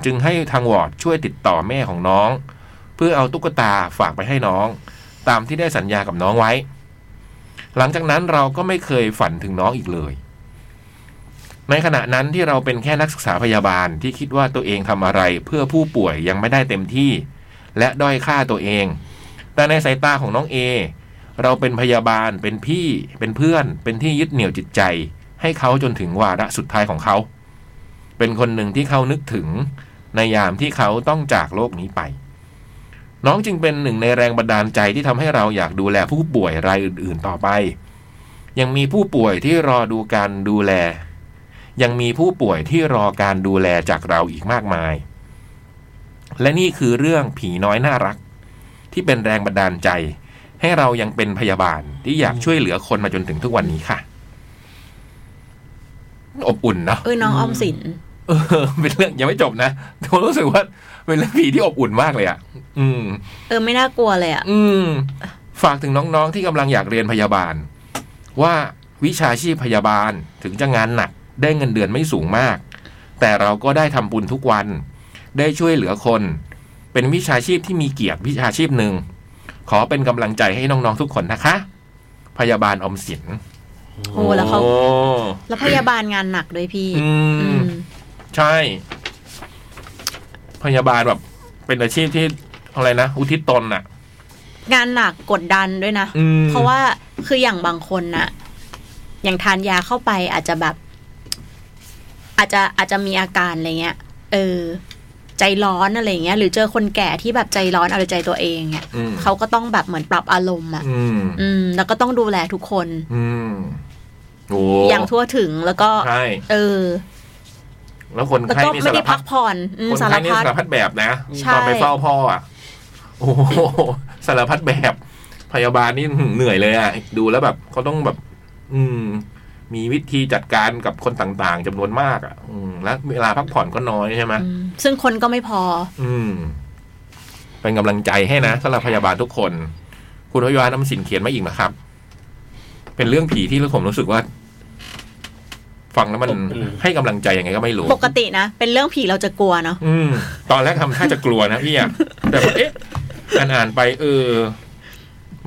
จึงให้ทางวอร์ดช่วยติดต่อแม่ของน้อง เพื่อเอาตุ๊กตาฝากไปให้น้อง ตามที่ได้สัญญากับน้องไว้ หลังจากนั้นเราก็ไม่เคยฝันถึงน้องอีกเลย ในขณะนั้นที่เราเป็นแค่นักศึกษาพยาบาลที่คิดว่าตัวเองทำอะไรเพื่อผู้ป่วยยังไม่ได้เต็มที่ และด้อยค่าตัวเอง แต่ในสายตาของน้องเอ เราเป็นพยาบาลเป็นพี่ เป็นเพื่อน เป็นที่ยึดเหนี่ยวจิตใจ ให้เขาจนถึงวาระสุดท้ายของเขา เป็นคนหนึ่งที่เขานึกถึง ในยามที่เขาต้องจากโลกนี้ไป น้องจึงเป็นหนึ่งในแรงบันดาลใจที่ทำให้เราอยากดูแลผู้ป่วยรายอื่น ๆ ต่อไป ยังมีผู้ป่วยที่รอดูการดูแล ยังมีผู้ป่วยที่รอการดูแลจากเราอีกมากมาย และนี่คือเรื่องผีน้อยน่ารัก ที่เป็นแรงบันดาลใจ ให้เรายังเป็นพยาบาลที่อยากช่วยเหลือคนมาจนถึงทุกวันนี้ค่ะ อบอุ่นเนอะ เออน้องออมสิน เออ เป็นเรื่องยังไม่จบนะผมรู้สึกว่าเป็นเรื่องผีที่อบอุ่นมากเลยอ่ะ อืม เออไม่น่ากลัวเลยอะ อืม ฝากถึงน้องๆที่กำลังอยากเรียนพยาบาล ว่าวิชาชีพพยาบาลถึงจะงานหนัก ได้เงินเดือนไม่สูงมาก แต่เราก็ได้ทำบุญทุกวัน ได้ช่วยเหลือคน เป็นวิชาชีพที่มีเกียรติวิชาชีพหนึ่ง ขอเป็นกำลังใจให้น้องๆทุกคนนะคะ พยาบาลออมสิน โอ้แล้วเขา โอ้ แล้วพยาบาลงานหนักด้วยพี่ อื อื ม ม ใช่ พยาบาลแบบ เป็นอาชีพที่อะไรนะ อุทิศตนอ่ะ งานหนักกดดันด้วยนะ อืม เพราะว่าคืออย่างบางคนนะอย่างทานยาเข้าไปอาจจะแบบ อาจจะอาจจะมีอาการอะไรเงี้ย เออ ใจร้อนอะไรเงี้ย หรือเจอคนแก่ที่แบบใจร้อนเอาแต่ใจตัวเองเนี่ย อืม เขาก็ต้องแบบเหมือนปรับอารมณ์อ่ะ อืม อืม แล้วก็ต้องดูแลทุกคน อืมโอ้ อย่างทั่วถึงแล้วก็ ใช่ เออ แล้วคน แล้ว ไข้ ก็ นี่ ไม่ สาร ได้ พั พั ด กผ่อนอืม คน สาร ไข้นี่ พัด สารพัดแบบนะ ใช่ ตอนไปเฝ้าพ่ออ่ะโอ้โหสารพัดแบบ พยาบาลนี่เหนื่อยเลยอ่ะดูแล้วแบบเขาต้องแบบ อืม มีวิธีจัดการกับคนต่างๆจำนวนมากอ่ะ อืม และเวลาพักผ่อนก็น้อยใช่ไหม อืมซึ่งคนก็ไม่พอ อืม เป็นกำลังใจให้นะสำหรับพยาบาลทุกคน คุณพยาบาลน้ำสินเขียนมาอีกนะครับ เป็นเรื่องผีที่ผมรู้สึกว่า ฟังแล้วมัน อบอุ่น ให้กำลังใจยังไงก็ไม่รู้ ปกตินะ เป็นเรื่องผีเราจะกลัวเนาะ อืม ตอนแรกทำท่าจะกลัวนะพี่อะแต่เอ๊ะอ่านอ่านๆไป เออ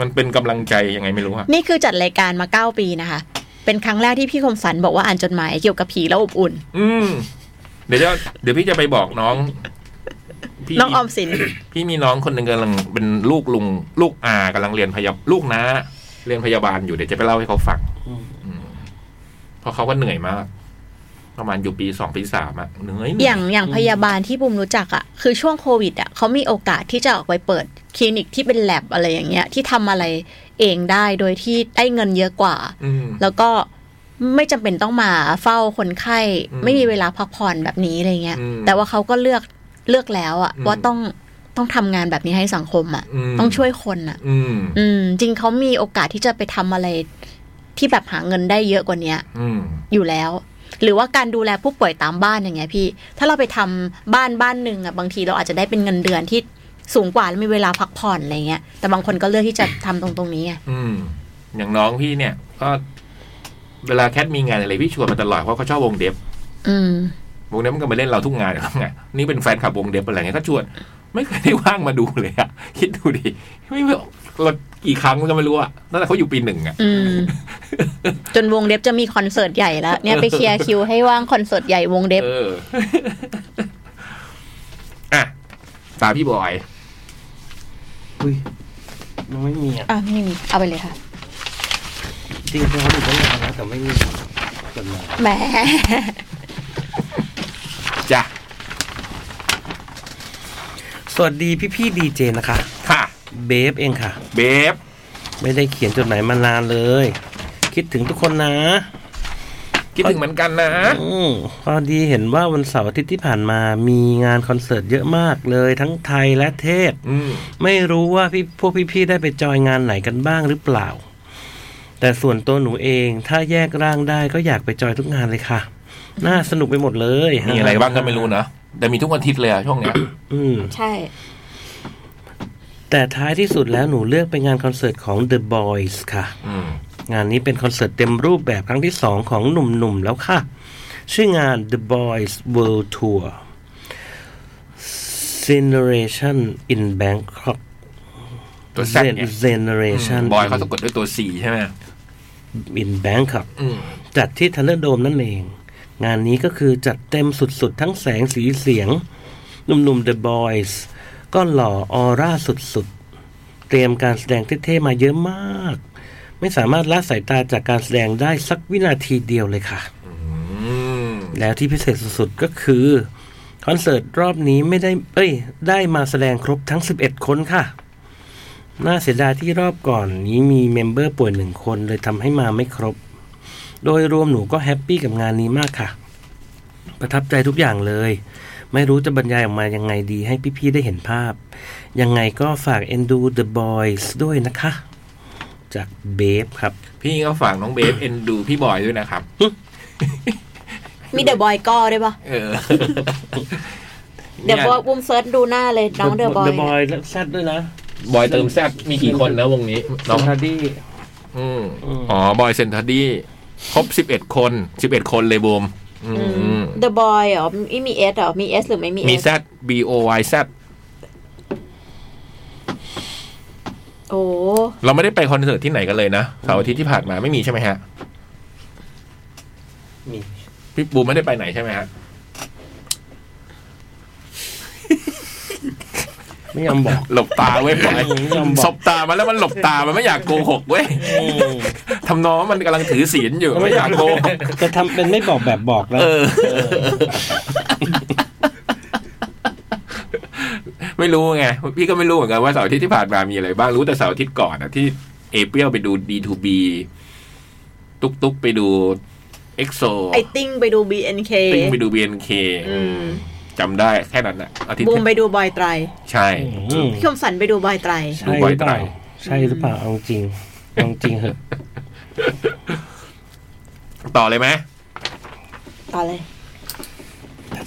มันเป็นกำลังใจยังไงไม่รู้อะ นี่คือจัดรายการมาเก้าปีนะคะ เป็นครั้งแรกที่พี่คมสันบอกว่าอ่านจดหมายเกี่ยวกับผีแล้วอบอุ่น อืม เดี๋ยวจะเดี๋ยวพี่จะไปบอกน้องพี่ น้องออม สิน พี่มีน้องคนหนึ่งกำลังเป็นลูกลุง ลูกอากำลังเรียนพยาลูกนะเรียนพยาบาลอยู่เดี๋ยวจะไปเล่าให้เขาฟัง อืม อืมเพราะเขาก็เหนื่อยมาก ประมาณอยู่ปีสองปีสามอะเหนื่อยเหนื่ อย่างอย่างพยาบาลที่บุมรู้จักอะ่ะ คือช่วงโควิดอะ่ะเขามีโอกาสที่จะออกไปเปิดคลินิกที่เป็นแลบอะไรอย่างเงี้ย ที่ทำอะไรเองได้โดยที่ได้เงินเยอะกว่า อืม แล้วก็ไม่จำเป็นต้องมาเฝ้าคนไข้ อืม ไม่มีเวลาพักผ่อนแบบนี้อะไรเงี้ย อืม แต่ว่าเขาก็เลือกเลือกแล้วอะ่ะ อืม ว่าต้องต้องทำงานแบบนี้ให้สังคมอะ่ะ อืม ต้องช่วยคนอ่ะ อืม อืม จริงเขามีโอกาสที่จะไปทำอะไรที่แบบหาเงินได้เยอะกว่าเนี้ย อืม อยู่แล้ว หรือว่าการดูแลผู้ป่วยตามบ้านอย่างเงี้ยพี่ ถ้าเราไปทำบ้านบ้านหนึ่งอะบางทีเราอาจจะได้เป็นเงินเดือนที่สูงกว่าแล้วมีเวลาพักผ่อนอะไรเงี้ยแต่บางคนก็เลือกที่จะทำตรงตรงนี้ไง อืม อย่างน้องพี่เนี่ย ก็ เวลาแคทมีงานอะไรพี่ชวนมาตลอดเพราะเขาชอบวงเดฟ อืม วงเดฟมันก็มาเล่นเราทุกงาน แล้วไงนี่เป็นแฟนคลับวงเดฟอะไรเงี้ยก็ชวน ไม่เคยได้ว่างมาดูเลยอะคิดดูดิไม่ไม่เรากี่ครั้งก็ไม่รู้อะตั้งแต่เขาอยู่ปีหนึ่งอะ อืม จนวงเด็บจะมีคอนเสิร์ตใหญ่แล้วเนี่ยไปเคลียร์คิวให้ว่างคอนเสิร์ตใหญ่วงเด็บ เออ อ่ะ ตาพี่บอย อุ้ยมันไม่มีอ่ะ อ่ะไม่มีเอาไปเลยค่ะ จริงๆเขาอยู่ตั้งนานแล้วแต่ไม่มีจดหมาย แหม จ้ะ สวัสดีพี่พี่ดีเจนะคะ ค่ะ เบฟเองค่ะ เบฟ ไม่ได้เขียนจดหมายมานานเลย คิดถึงทุกคนนะ คิดถึงเหมือนกันนะ อืมพอดีเห็นว่าวันเสาร์อาทิตย์ที่ผ่านมามีงานคอนเสิร์ตเยอะมากเลยทั้งไทยและเทศ อืม ไม่รู้ว่าพี่พวกพี่ๆได้ไปจอยงานไหนกันบ้างหรือเปล่า แต่ส่วนตัวหนูเองถ้าแยกร่างได้ก็อยากไปจอยทุกงานเลยค่ะ น่าสนุกไปหมดเลย มีอะไรบ้างก็ไม่รู้นะ แต่มีทุกอาทิตย์เลยอะช่วงเนี้ย อืม ใช่ แต่ท้ายที่สุดแล้วหนูเลือกไปงานคอนเสิร์ตของ The Boys ค่ะ อืม งานนี้เป็นคอนเสิร์ตเต็มรูปแบบครั้งที่ 2 ของหนุ่มๆแล้วค่ะ ชื่องาน The Boys World Tour Generation in Bangkok ตัว Z เนี่ย Generation บอยเขาสะกดด้วยตัวสีใช่ไหม in Bangkok อืม จัดที่ทันเลอร์โดมนั่นเอง งานนี้ก็คือจัดเต็มสุดๆ ทั้งแสงสีเสียง หนุ่มๆ The Boys ก็หล่อออร่าสุดๆ เตรียมการแสดงเท่ๆมาเยอะมาก ไม่สามารถละสายตาจากการแสดงได้สักวินาทีเดียวเลยค่ะ อืม แล้วที่พิเศษสุดๆ ก็คือ คอนเสิร์ตรอบนี้ไม่ได้ เอ้ย ได้มาแสดงครบทั้ง 11 คนค่ะ น่าเสียดายที่รอบก่อนนี้มีเมมเบอร์ป่วยหนึ่งคนเลยทำให้มาไม่ครบ โดยรวมหนูก็แฮปปี้กับงานนี้มากค่ะ ประทับใจทุกอย่างเลย ไม่รู้จะบรรยายออกมายังไงดีให้พี่ๆได้เห็นภาพ ยังไงก็ฝากเอ็นดู The Boys ด้วยนะคะ จากเบฟครับ พี่ก็ฝากน้องเบฟเอ็นดูพี่บอยด้วยนะครับ มีเดอะบอยก็ได้วยปะ เออ เดี๋ยวว่าบุมเซิร์ชดูหน้าเลยน้องเดอะบอย The Boy และแซดด้วยนะ บอยเติมแซดมีกี่คนนะวงนี้ น้อง Tom Hardy อืม อืม อ๋อ บอยเซนทัดดี้ ครบสิบเอ็ดคน สิบเอ็ดคนเลยบูมอืม เดอะบอยเหรอไม่มีเอสเหรอมีเอสหรือไม่มีเอ มี ส Z B O Y Z โอ้ เราไม่ได้ไปคอนเสิร์ตที่ไหนกันเลยนะเสาร์อาทิตย์ที่ผ่านมาไม่มีใช่ไหมฮะ มี พี่ปูไม่ได้ไปไหนใช่ไหมฮะ ไม่ยอมบอก หลบตาเว้ย ปล่อย อืมลำบาก สบตามันแล้วมันหลบตามันไม่อยากโกหกเว้ยทำน้องมันกำลังถือศีลอยู่ ไม่อยากโกหก จะทำเป็นไม่บอกแบบบอกแล้ว เออ ไม่รู้ไงพี่ก็ไม่รู้เหมือนกันว่าเสาร์อาทิตย์ที่ผ่านมามีอะไรบ้างรู้แต่เสาร์อาทิตย์ก่อนอะที่เอเปียวไปดู D2B ตุ๊กตุ๊กไปดู เอ็กโซ ไอติ้งไปดู BNK ติ้งไปดู BNK อืม จำได้แค่นั้นนะอาทิตย์ บูมไป ที่ ดูบอยไตร ใช่ อืม พี่คมสันไปดูบอยไตร ใช่หรือเปล่าใช่หรือเปล่าเอาจริงเอาจริงเหอะ ต่อเลยไหม ต่อเลย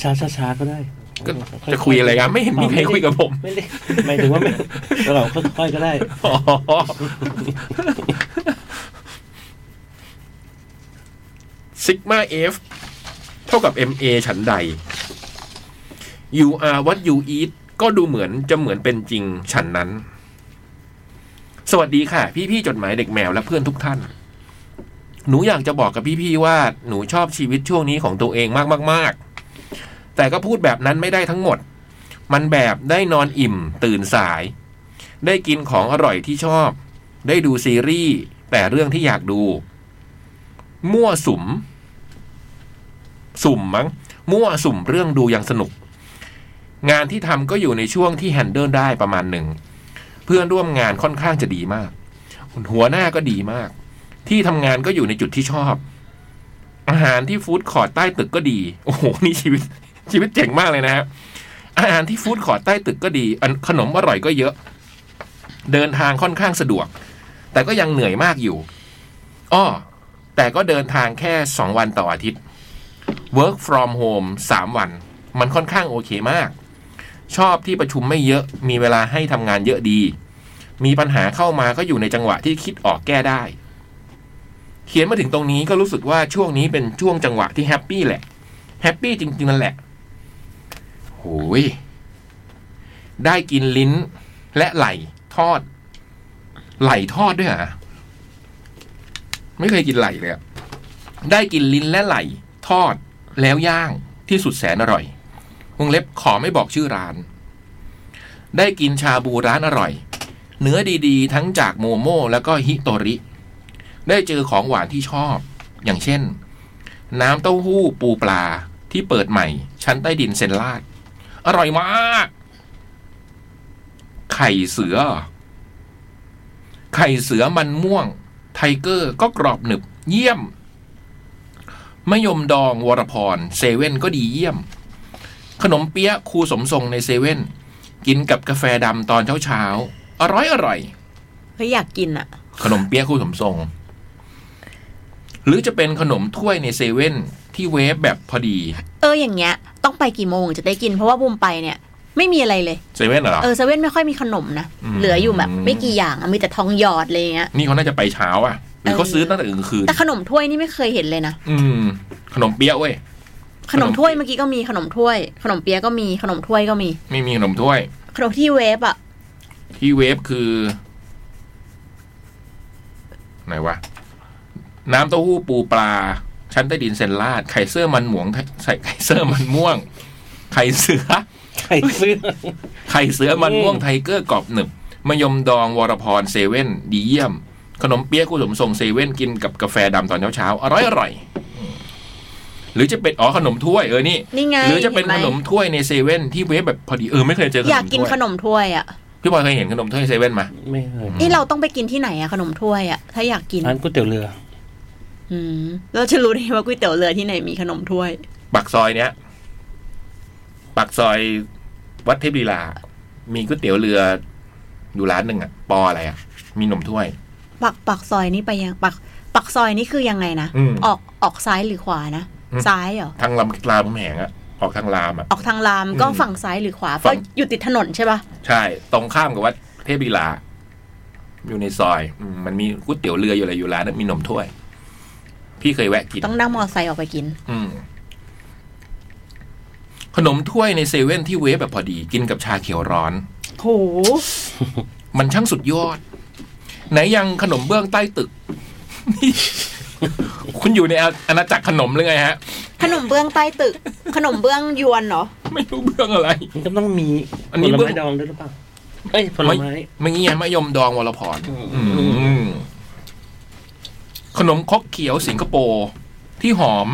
ช้าช้าช้าๆก็ได้ ก็จะคุยอะไรกันไม่เห็นมีใครคุยกับผม ไม่ได้หมายถึงว่าไม่เราค่อยๆก็ได้ อ๋อ ซิกมาเอฟเท่ากับ MA ฉันใด You are what you eat ก็ดูเหมือนจะเหมือนเป็นจริงฉันนั้น สวัสดีค่ะ พี่ๆจดหมายเด็กแมวและเพื่อนทุกท่าน หนูอยากจะบอกกับพี่ๆว่าหนูชอบชีวิตช่วงนี้ของตัวเองมากๆๆ แต่ก็พูดแบบนั้นไม่ได้ทั้งหมด มันแบบได้นอนอิ่ม ตื่นสาย ได้กินของอร่อยที่ชอบ ได้ดูซีรีส์แต่เรื่องที่อยากดู มั่วสุม สุ่มมั้ง มั่วสุ่มเรื่องดูยังสนุก งานที่ทำก็อยู่ในช่วงที่แฮนเดิลได้ประมาณหนึ่ง เพื่อนร่วมงานค่อนข้างจะดีมาก หัวหน้าก็ดีมาก ที่ทำงานก็อยู่ในจุดที่ชอบ อาหารที่ฟู้ดคอร์ตใต้ตึกก็ดี โอ้โห นี่ชีวิต ชีวิตเจ๋งมากเลยนะฮะ อาหารที่ฟู้ดคอร์ตใต้ตึกก็ดีอันขนมอร่อยก็เยอะ เดินทางค่อนข้างสะดวก แต่ก็ยังเหนื่อยมากอยู่ อ้อ แต่ก็เดินทางแค่ 2 วันต่ออาทิตย์ work from home 3 วัน มันค่อนข้างโอเคมาก ชอบที่ประชุมไม่เยอะ มีเวลาให้ทำงานเยอะดี มีปัญหาเข้ามาก็อยู่ในจังหวะที่คิดออกแก้ได้ เขียนมาถึงตรงนี้ก็รู้สึกว่าช่วงนี้เป็นช่วงจังหวะที่แฮปปี้แหละ แฮปปี้จริงๆนั่นแหละ โอ้ย ได้กินลิ้นและไหล่ทอด ไหล่ทอดด้วยเหรอไม่เคยกินไหล่เลยอะได้กินลิ้นและไหล่ทอดแล้วย่างที่สุดแสนอร่อยวงเล็บขอไม่บอกชื่อร้าน ได้กินชาบูร้านอร่อย เนื้อดีๆ ทั้งจากโมโม่แล้วก็ฮิโตริ ได้เจอของหวานที่ชอบ อย่างเช่น น้ำเต้าหู้ปูปลาที่เปิดใหม่ ชั้นใต้ดินเซนลาด อร่อยมาก ไข่เสือ ไข่เสือมันม่วง ไทเกอร์ก็กรอบหนึบ เยี่ยมมะยมดองวรพรเซเว่นก็ดีเยี่ยม ขนมเปี๊ยะครูสมทรงในเซเว่นกินกับกาแฟดำตอนเช้าเช้าๆอร่อยอร่อย เฮ้ยอยากกินอ่ะ ขนมเปี๊ยะคู่สมทรง หรือจะเป็นขนมถ้วยในเซเว่นที่เวฟแบบพอดี เอออย่างเงี้ย ต้องไปกี่โมงจะได้กินเพราะว่าบูมไปเนี่ย ไม่มีอะไรเลย เซเว่นเหรอ เออเซเว่นไม่ค่อยมีขนมนะ อืม เหลืออยู่แบบไม่กี่อย่างอะมีแต่ทองหยอดอะไรเงี้ย นี่เขาน่าจะไปเช้าอ่ะ หรือเขาซื้อตั้งแต่กลางคืน แต่ขนมถ้วยนี่ไม่เคยเห็นเลยนะ อืม ขนมเปี๊ยะเว้ย ขนมถ้วยเมื่อกี้ก็มีขนมถ้วย ขนมเปี๊ยะก็มีขนมถ้วยก็มี ไม่มีขนมถ้วย ขนมที่เวฟอ่ะ ที่เวฟคือ ไหนวะ น้ำเต้าหู้ปูปลา ชั้นใต้ดินเซนลาด ไข่เสื้อมันหมวงใส่ไข่เสื้อมันม่วง ไข่เสือ ใครซื้อ ไข่เสือมัน อืม ม่วงไทเกอร์กรอบหนึบมะยมดองวรพรเซเว่นดีเยี่ยม ขนมเปี๊ยะคู่สมทรงเซเว่นกินกับกาแฟดำตอนเช้าๆอร่อยอร่อยอืมหรือจะเป็นอ๋อขนมถ้วยเออนี่ นี่ไง หรือจะเป็นขเห็นไหม นมถ้วยในเซเว่นที่เวฟแบบพอดีเออไม่เคยเจอขนม อยากกินข ถ้วย นมถ้วยอ่ะ พี่บอยเคยเห็นขนมถ้วยเซเว่นไหม ไม่เคย นี่เราต้องไปกินที่ไหนอะขนมถ้วยอะถ้าอยากกิน ร้านก๋วยเตี๋ยวเรือ อืมเราจะรู้ได้ว่าก๋วยเตี๋ยวเรือที่ไหนมีขนมถ้วย ปักซอยเนี้ยปักซอยวัดเทพลีลา มีก๋วยเตี๋ยวเรืออยู่ร้านหนึ่งอะปออะไรอะมีหนมถ้วย ปักปักซอยนี่ไปยังปักปักซอยนี่คือยังไงนะ อืม ออกออกซ้ายหรือขวานะ อืม ซ้ายเหรอ ทางลำรามคำแหงอะออกทางรามอะ ออกทางรามก็ อืม ฝั่งซ้ายหรือขวา ฝั่ เพราะ ง อยู่ติดถนนใช่ปะ ใช่ ตรงข้ามกับวัดเทพลีลา อยู่ในซอยอืมมันมีก๋วยเตี๋ยวเรืออยู่อะไรอยู่ร้านนั้นมีหนมถ้วย พี่เคยแวะกิน ต้องนั่งมอเตอร์ไซค์ออกไปกิน อืม ขนมถ้วยในเซเว่นที่เวฟแบบพอดี กินกับชาเขียวร้อน โห มันช่างสุดยอด ไหนยังขนมเบื้องใต้ตึก นี่ คุณอยู่ในอาณาจักรขนมหรือไงฮะ ขนมเบื้องใต้ตึก ขนมเบื้องยวนเหรอ ไม่รู้เบื้องอะไร มันก็ต้องมี อันนี้ ผล เบื้อง ไม้ดองด้วยหรือเปล่าเอ้ยผลไม้ ไม่งี้ไงมะยมดองวรพร อืม อืมขนมครกเขียวสิงคโปร์ที่หอม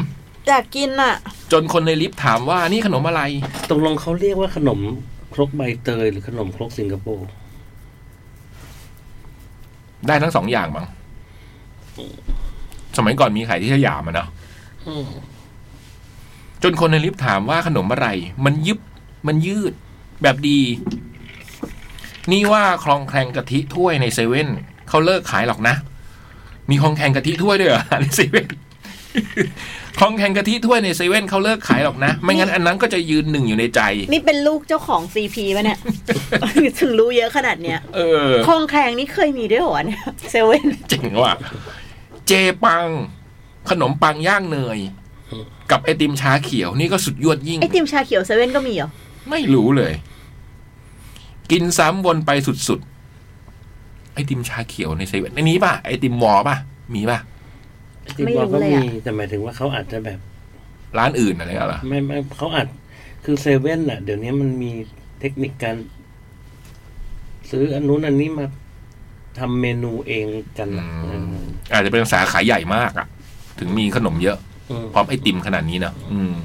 อยากกินอะ จนคนในลิฟต์ถามว่านี่ขนมอะไร ตกลงเขาเรียกว่าขนมครกใบเตยหรือขนมครกสิงคโปร์ ได้ทั้งสองอย่างมั้งสมัยก่อนมีขายที่สยามอะเนาะ อืม จนคนในลิฟต์ถามว่าขนมอะไร มันยึบ มันยืด แบบดี นี่ว่าคลองแคลงกะทิถ้วยในเซเว่นเขาเลิกขายหรอกนะ มีคลองแคลงกะทิถ้วยด้วยเหรอในเซเว่นคลองแคลงกะทิถ้วยในเซเว่นเขาเลิกขายหรอกนะ ไม่งั้นอันนั้นก็จะยืนหนึ่งอยู่ในใจ นี่เป็นลูกเจ้าของซีพีป่ะเนี่ย ถึงรู้เยอะขนาดเนี้ย เออ คลองแคลงนี่เคยมีด้วยเหรอวะเนี่ยเซเว่น เจ๋งว่ะ เจปัง ขนมปังย่างเนย กับไอติมชาเขียวนี่ก็สุดยอดยิ่ง ไอติมชาเขียวเซเว่นก็มีเหรอ ไม่รู้เลย กินซ้ำวนไปสุดๆ ไอติมชาเขียวในเซเว่นในนี้ป่ะ ไอติมวอป่ะ มีป่ะ ที่บอกก็มีแต่หมายถึงว่าเขาอาจจะแบบ ร้านอื่นอะไรกันเหรอ ไม่ไม่เขาอาจคือเซเว่นอ่ะ เดี๋ยวนี้มันมีเทคนิคการ ซื้ออันนู้นอันนี้มาทำเมนูเองกัน อื อะเอ ม อ อาจจะเป็นสาขาใหญ่มากอะถึงมีขนมเยอะ อืม พร้อมไอติมขนาดนี้เนอะอืม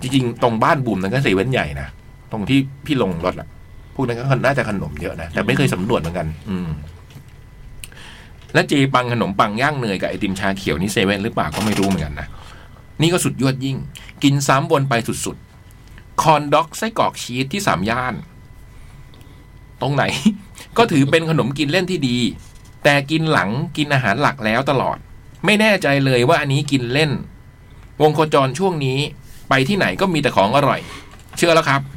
จริงๆ ตรงบ้านบุมนั้นก็เซเว่นใหญ่นะ ตรงที่พี่ลงรถอะพวกนั้นก็น่าจะขนมเยอะนะ แต่ไม่เคยสำรวจเหมือนกัน อืม และเจปังขนมปังย่างเนยกับไอติมชาเขียวนี่เซเว่นหรือเปล่าก็ไม่รู้เหมือนกันนะ นี่ก็สุดยอดยิ่ง กินซ้ำวนไปสุดๆ คอนด็อกไส้กรอกชีสที่สามย่าน ตรงไหน ก็ถือเป็นขนมกินเล่นที่ดี แต่กินหลังกินอาหารหลักแล้วตลอด ไม่แน่ใจเลยว่าอันนี้กินเล่น วงโคจรช่วงนี้ ไปที่ไหนก็มีแต่ของอร่อย เชื่อแล้วครับ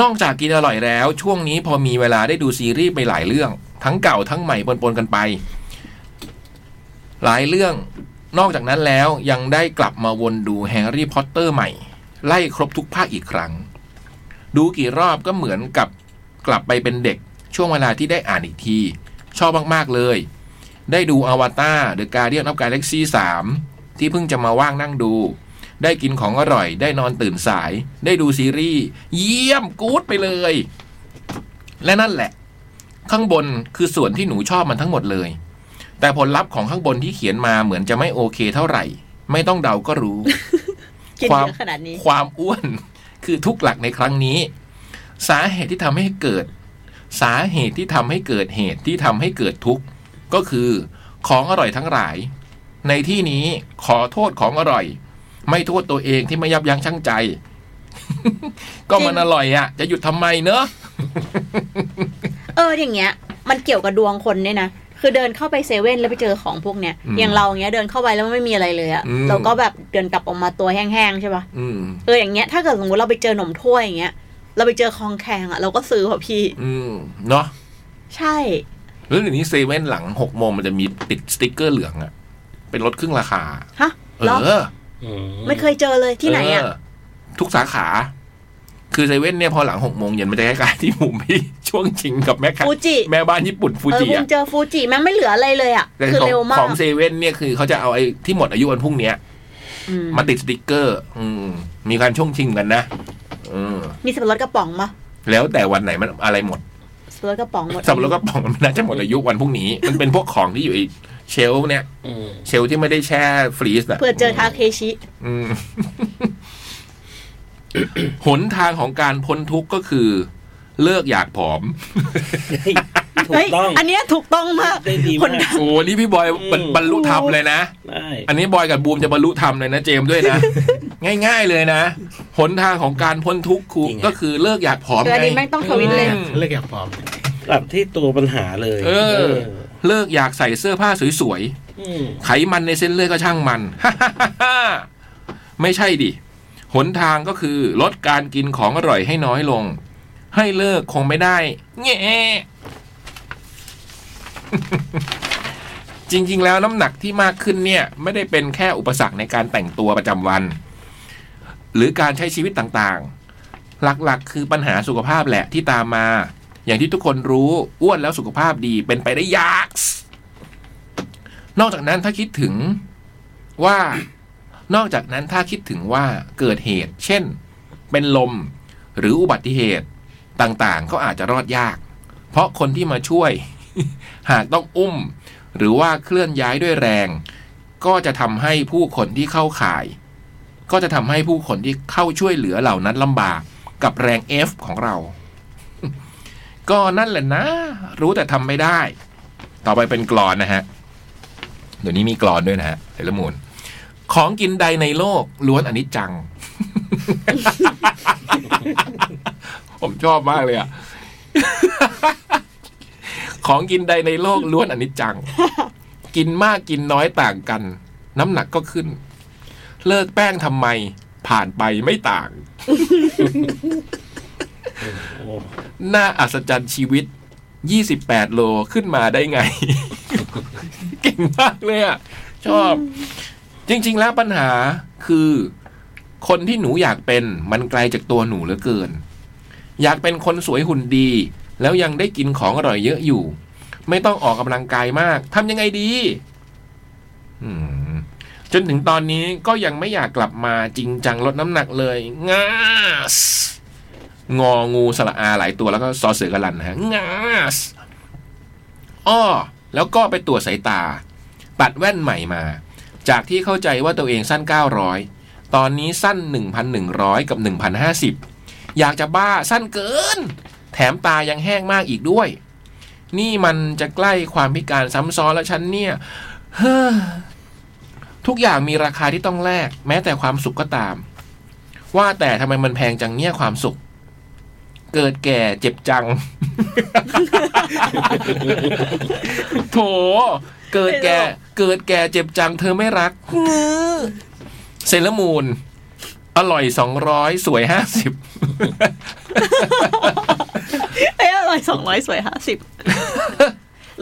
นอกจากกินอร่อยแล้ว ช่วงนี้พอมีเวลาได้ดูซีรีส์ไปหลายเรื่อง ทั้งเก่าทั้งใหม่ปนๆกันไป หลายเรื่อง นอกจากนั้นแล้วยังได้กลับมาวนดูแฮร์รี่พอตเตอร์ใหม่ ไล่ครบทุกภาคอีกครั้ง ดูกี่รอบก็เหมือนกับกลับไปเป็นเด็ก ช่วงเวลาที่ได้อ่านอีกที ชอบมากๆเลย ได้ดูอวตารเดอะการเดียนออฟกาแล็กซี่สามที่เพิ่งจะมาว่างนั่งดู ได้กินของอร่อย ได้นอนตื่นสาย ได้ดูซีรีส์ เยี่ยมกู๊ดไปเลย และนั่นแหละ ข้างบนคือส่วนที่หนูชอบมันทั้งหมดเลย แต่ผลลัพธ์ของข้างบนที่เขียนมาเหมือนจะไม่โอเคเท่าไหร่ ไม่ต้องเดาก็รู้ กิน ความ เยอะขนาดนี้ ความอ้วน คือทุกข์หลักในครั้งนี้ สาเหตุที่ทำให้เกิด สาเหตุที่ทำให้เกิดเหตุที่ทำให้เกิดทุกข์ก็คือ ของอร่อยทั้งหลาย ในที่นี้ขอโทษของอร่อย ไม่โทษตัวเองที่ไม่ยับยั้งชั่งใจ ก็มันอร่อยอ่ะ จะหยุดทำไมเนอะ เอออย่างเงี้ย มันเกี่ยวกับดวงคนเนี่ยนะคือเดินเข้าไปเซเว่นแล้วไปเจอของพวกเนี้ยอย่างเราอย่างเงี้ยเดินเข้าไปแล้วไม่มีอะไรเลยอะเราก็แบบเดินกลับออกมาตัวแห้งๆใช่ปะ อืม เอออย่างเงี้ยถ้าเกิดสมมติเราไปเจอหนมถ้วยอย่างเงี้ย เราไปเจอคองแคงอะเราก็ซื้อเหรอพี่ อืมเนาะ ใช่ หรืออย่างนี้เซเว่นหลังหกโมงมันจะมีติดสติ๊กเกอร์เหลืองอ่ะ เป็นลดครึ่งราคา ฮะ เอ เหรอ อ อืม ไม่เคยเจอเลยที่ไหนอะ เทุกสาขา คือเซเว่นเนี่ยพอหลังหกโมงเย็นมันจะคล้ายๆที่หมู่พี่ ช่วงชิงกับแม่ค้า ฟูจิ แม่บ้านญี่ปุ่นฟู เออ จิ คุ อะ เจอฟูจิแม่งไม่เหลืออะไรเลยอะ แต่ คืขออง เร็วมา ข ก องเซเว่นเนี่ยคือเขาจะเอาไอ้ที่หมดอายุวันพรุ่งเนี้ย อืม มาติดสติกเกอร์ อืม มีการช่วงชิงกันนะเออ มีสับปะรดกระป๋องปะ แล้วแต่วันไหนมันอะไรหมด สับปะรดกระป๋องหมด สับปะรดกระป๋องมันน่าจะหมดอายุวันพรุ่งนี้ มันเป็นพวกของที่อยู่ในเชลฟ์เนี่ย อืม เชลฟ์ที่ไม่ได้แช่ฟรีซอะ เพื่อเจอทาเคชิ อืม หนทางของการพ้นทุกข์ก็คือ เลิกอยากผอม ถู เฮ้ ก ย ต้อง อันเนี้ยถูกต้องมาก ได้ดี คน มาก ดัง โอ้นี่พี่บอยบรร อืม บรรลุธรรมเลยนะ ได้ อันนี้บอยกับบูมจะบรรลุธรรมเลยนะเจมส์ด้วยนะ ง่าย ๆ เลยนะ หนทางของการพ้นทุกข์คือ จริงอะ ก็คือเลิกอยากผอม เดือน ไง นี้แม่งต้องทวิตเลย อืม เลิกอยากผอม กลับที่ตัวปัญหาเลย เออ เลิกอยากใส่เสื้อผ้าสวยๆ อืม ไขมันในเส้นเลือดก็ช่างมัน ไม่ใช่ดิ หนทางก็คือลดการกินของอร่อยให้น้อยลง ให้เลิกคงไม่ได้แง่ จริง ๆ แล้วน้ำหนักที่มากขึ้นเนี่ย ไม่ได้เป็นแค่อุปสรรคในการแต่งตัวประจำวัน หรือการใช้ชีวิตต่างๆ หลักๆ คือปัญหาสุขภาพแหละที่ตามมา อย่างที่ทุกคนรู้อ้วนแล้วสุขภาพดีเป็นไปได้ยาก นอกจากนั้นถ้าคิดถึงว่า นอกจากนั้นถ้าคิดถึงว่าเกิดเหตุ เช่น เป็นลมหรืออุบัติเหตุต่างๆ ก็อาจจะรอดยาก เพราะคนที่มาช่วย หากต้องอุ้ม หรือว่าเคลื่อนย้ายด้วยแรง ก็จะทำให้ผู้คนที่เข้าข่าย ก็จะทำให้ผู้คนที่เข้าช่วยเหลือเหล่านั้นลำบากกับแรง F ของเรา ก็นั่นแหละนะ รู้แต่ทำไม่ได้ ต่อไปเป็นกรอนนะฮะ เดี๋ยวนี้มีกรอนด้วยนะฮะเซเลอร์มูนของกินใดในโลกล้วนอนิจจัง ผมชอบมากเลยอ่ะ ของกินใดในโลกล้วนอนิจจัง กินมากกินน้อยต่างกัน น้ำหนักก็ขึ้น เลิกแป้งทำไม ผ่านไปไม่ต่าง น่าอัศจรรย์ชีวิต 28 โลขึ้นมาได้ไง เก่งมากเลยอ่ะ ชอบ จริง ๆ แล้วปัญหาคือ คนที่หนูอยากเป็นมันไกลจากตัวหนูเหลือเกิน อยากเป็นคนสวยหุ่นดี แล้วยังได้กินของอร่อยเยอะอยู่ ไม่ต้องออกกำลังกายมากทำยังไงดี อืม จนถึงตอนนี้ก็ยังไม่อยากกลับมาจริงจังลดน้ำหนักเลยงาสงองูสระอาหลายตัวแล้วก็ซอเสือกระลันนะฮะงาสอ้อแล้วก็ไปตรวจสายตา ตัดแว่นใหม่มา จากที่เข้าใจว่าตัวเองสั้น 900 ตอนนี้สั้น 1,100 กับ 1,050 อยากจะบ้าสั้นเกิน แถมตายังแห้งมากอีกด้วย นี่มันจะใกล้ความพิการซ้ำซ้อนแล้วฉันเนี่ย เฮ้อ ทุกอย่างมีราคาที่ต้องแลกแม้แต่ความสุขก็ตาม ว่าแต่ทำไมมันแพงจังเนี่ยความสุข เกิดแก่เจ็บจัง โถ เกิดแก่ เกิดแก่เจ็บจัง เธอไม่รักเงื้อ เซเลอร์มูน อร่อยสองร้อยสวยห้าสิบ เอ้ยอร่อยสองร้อยสวยห้า สิบ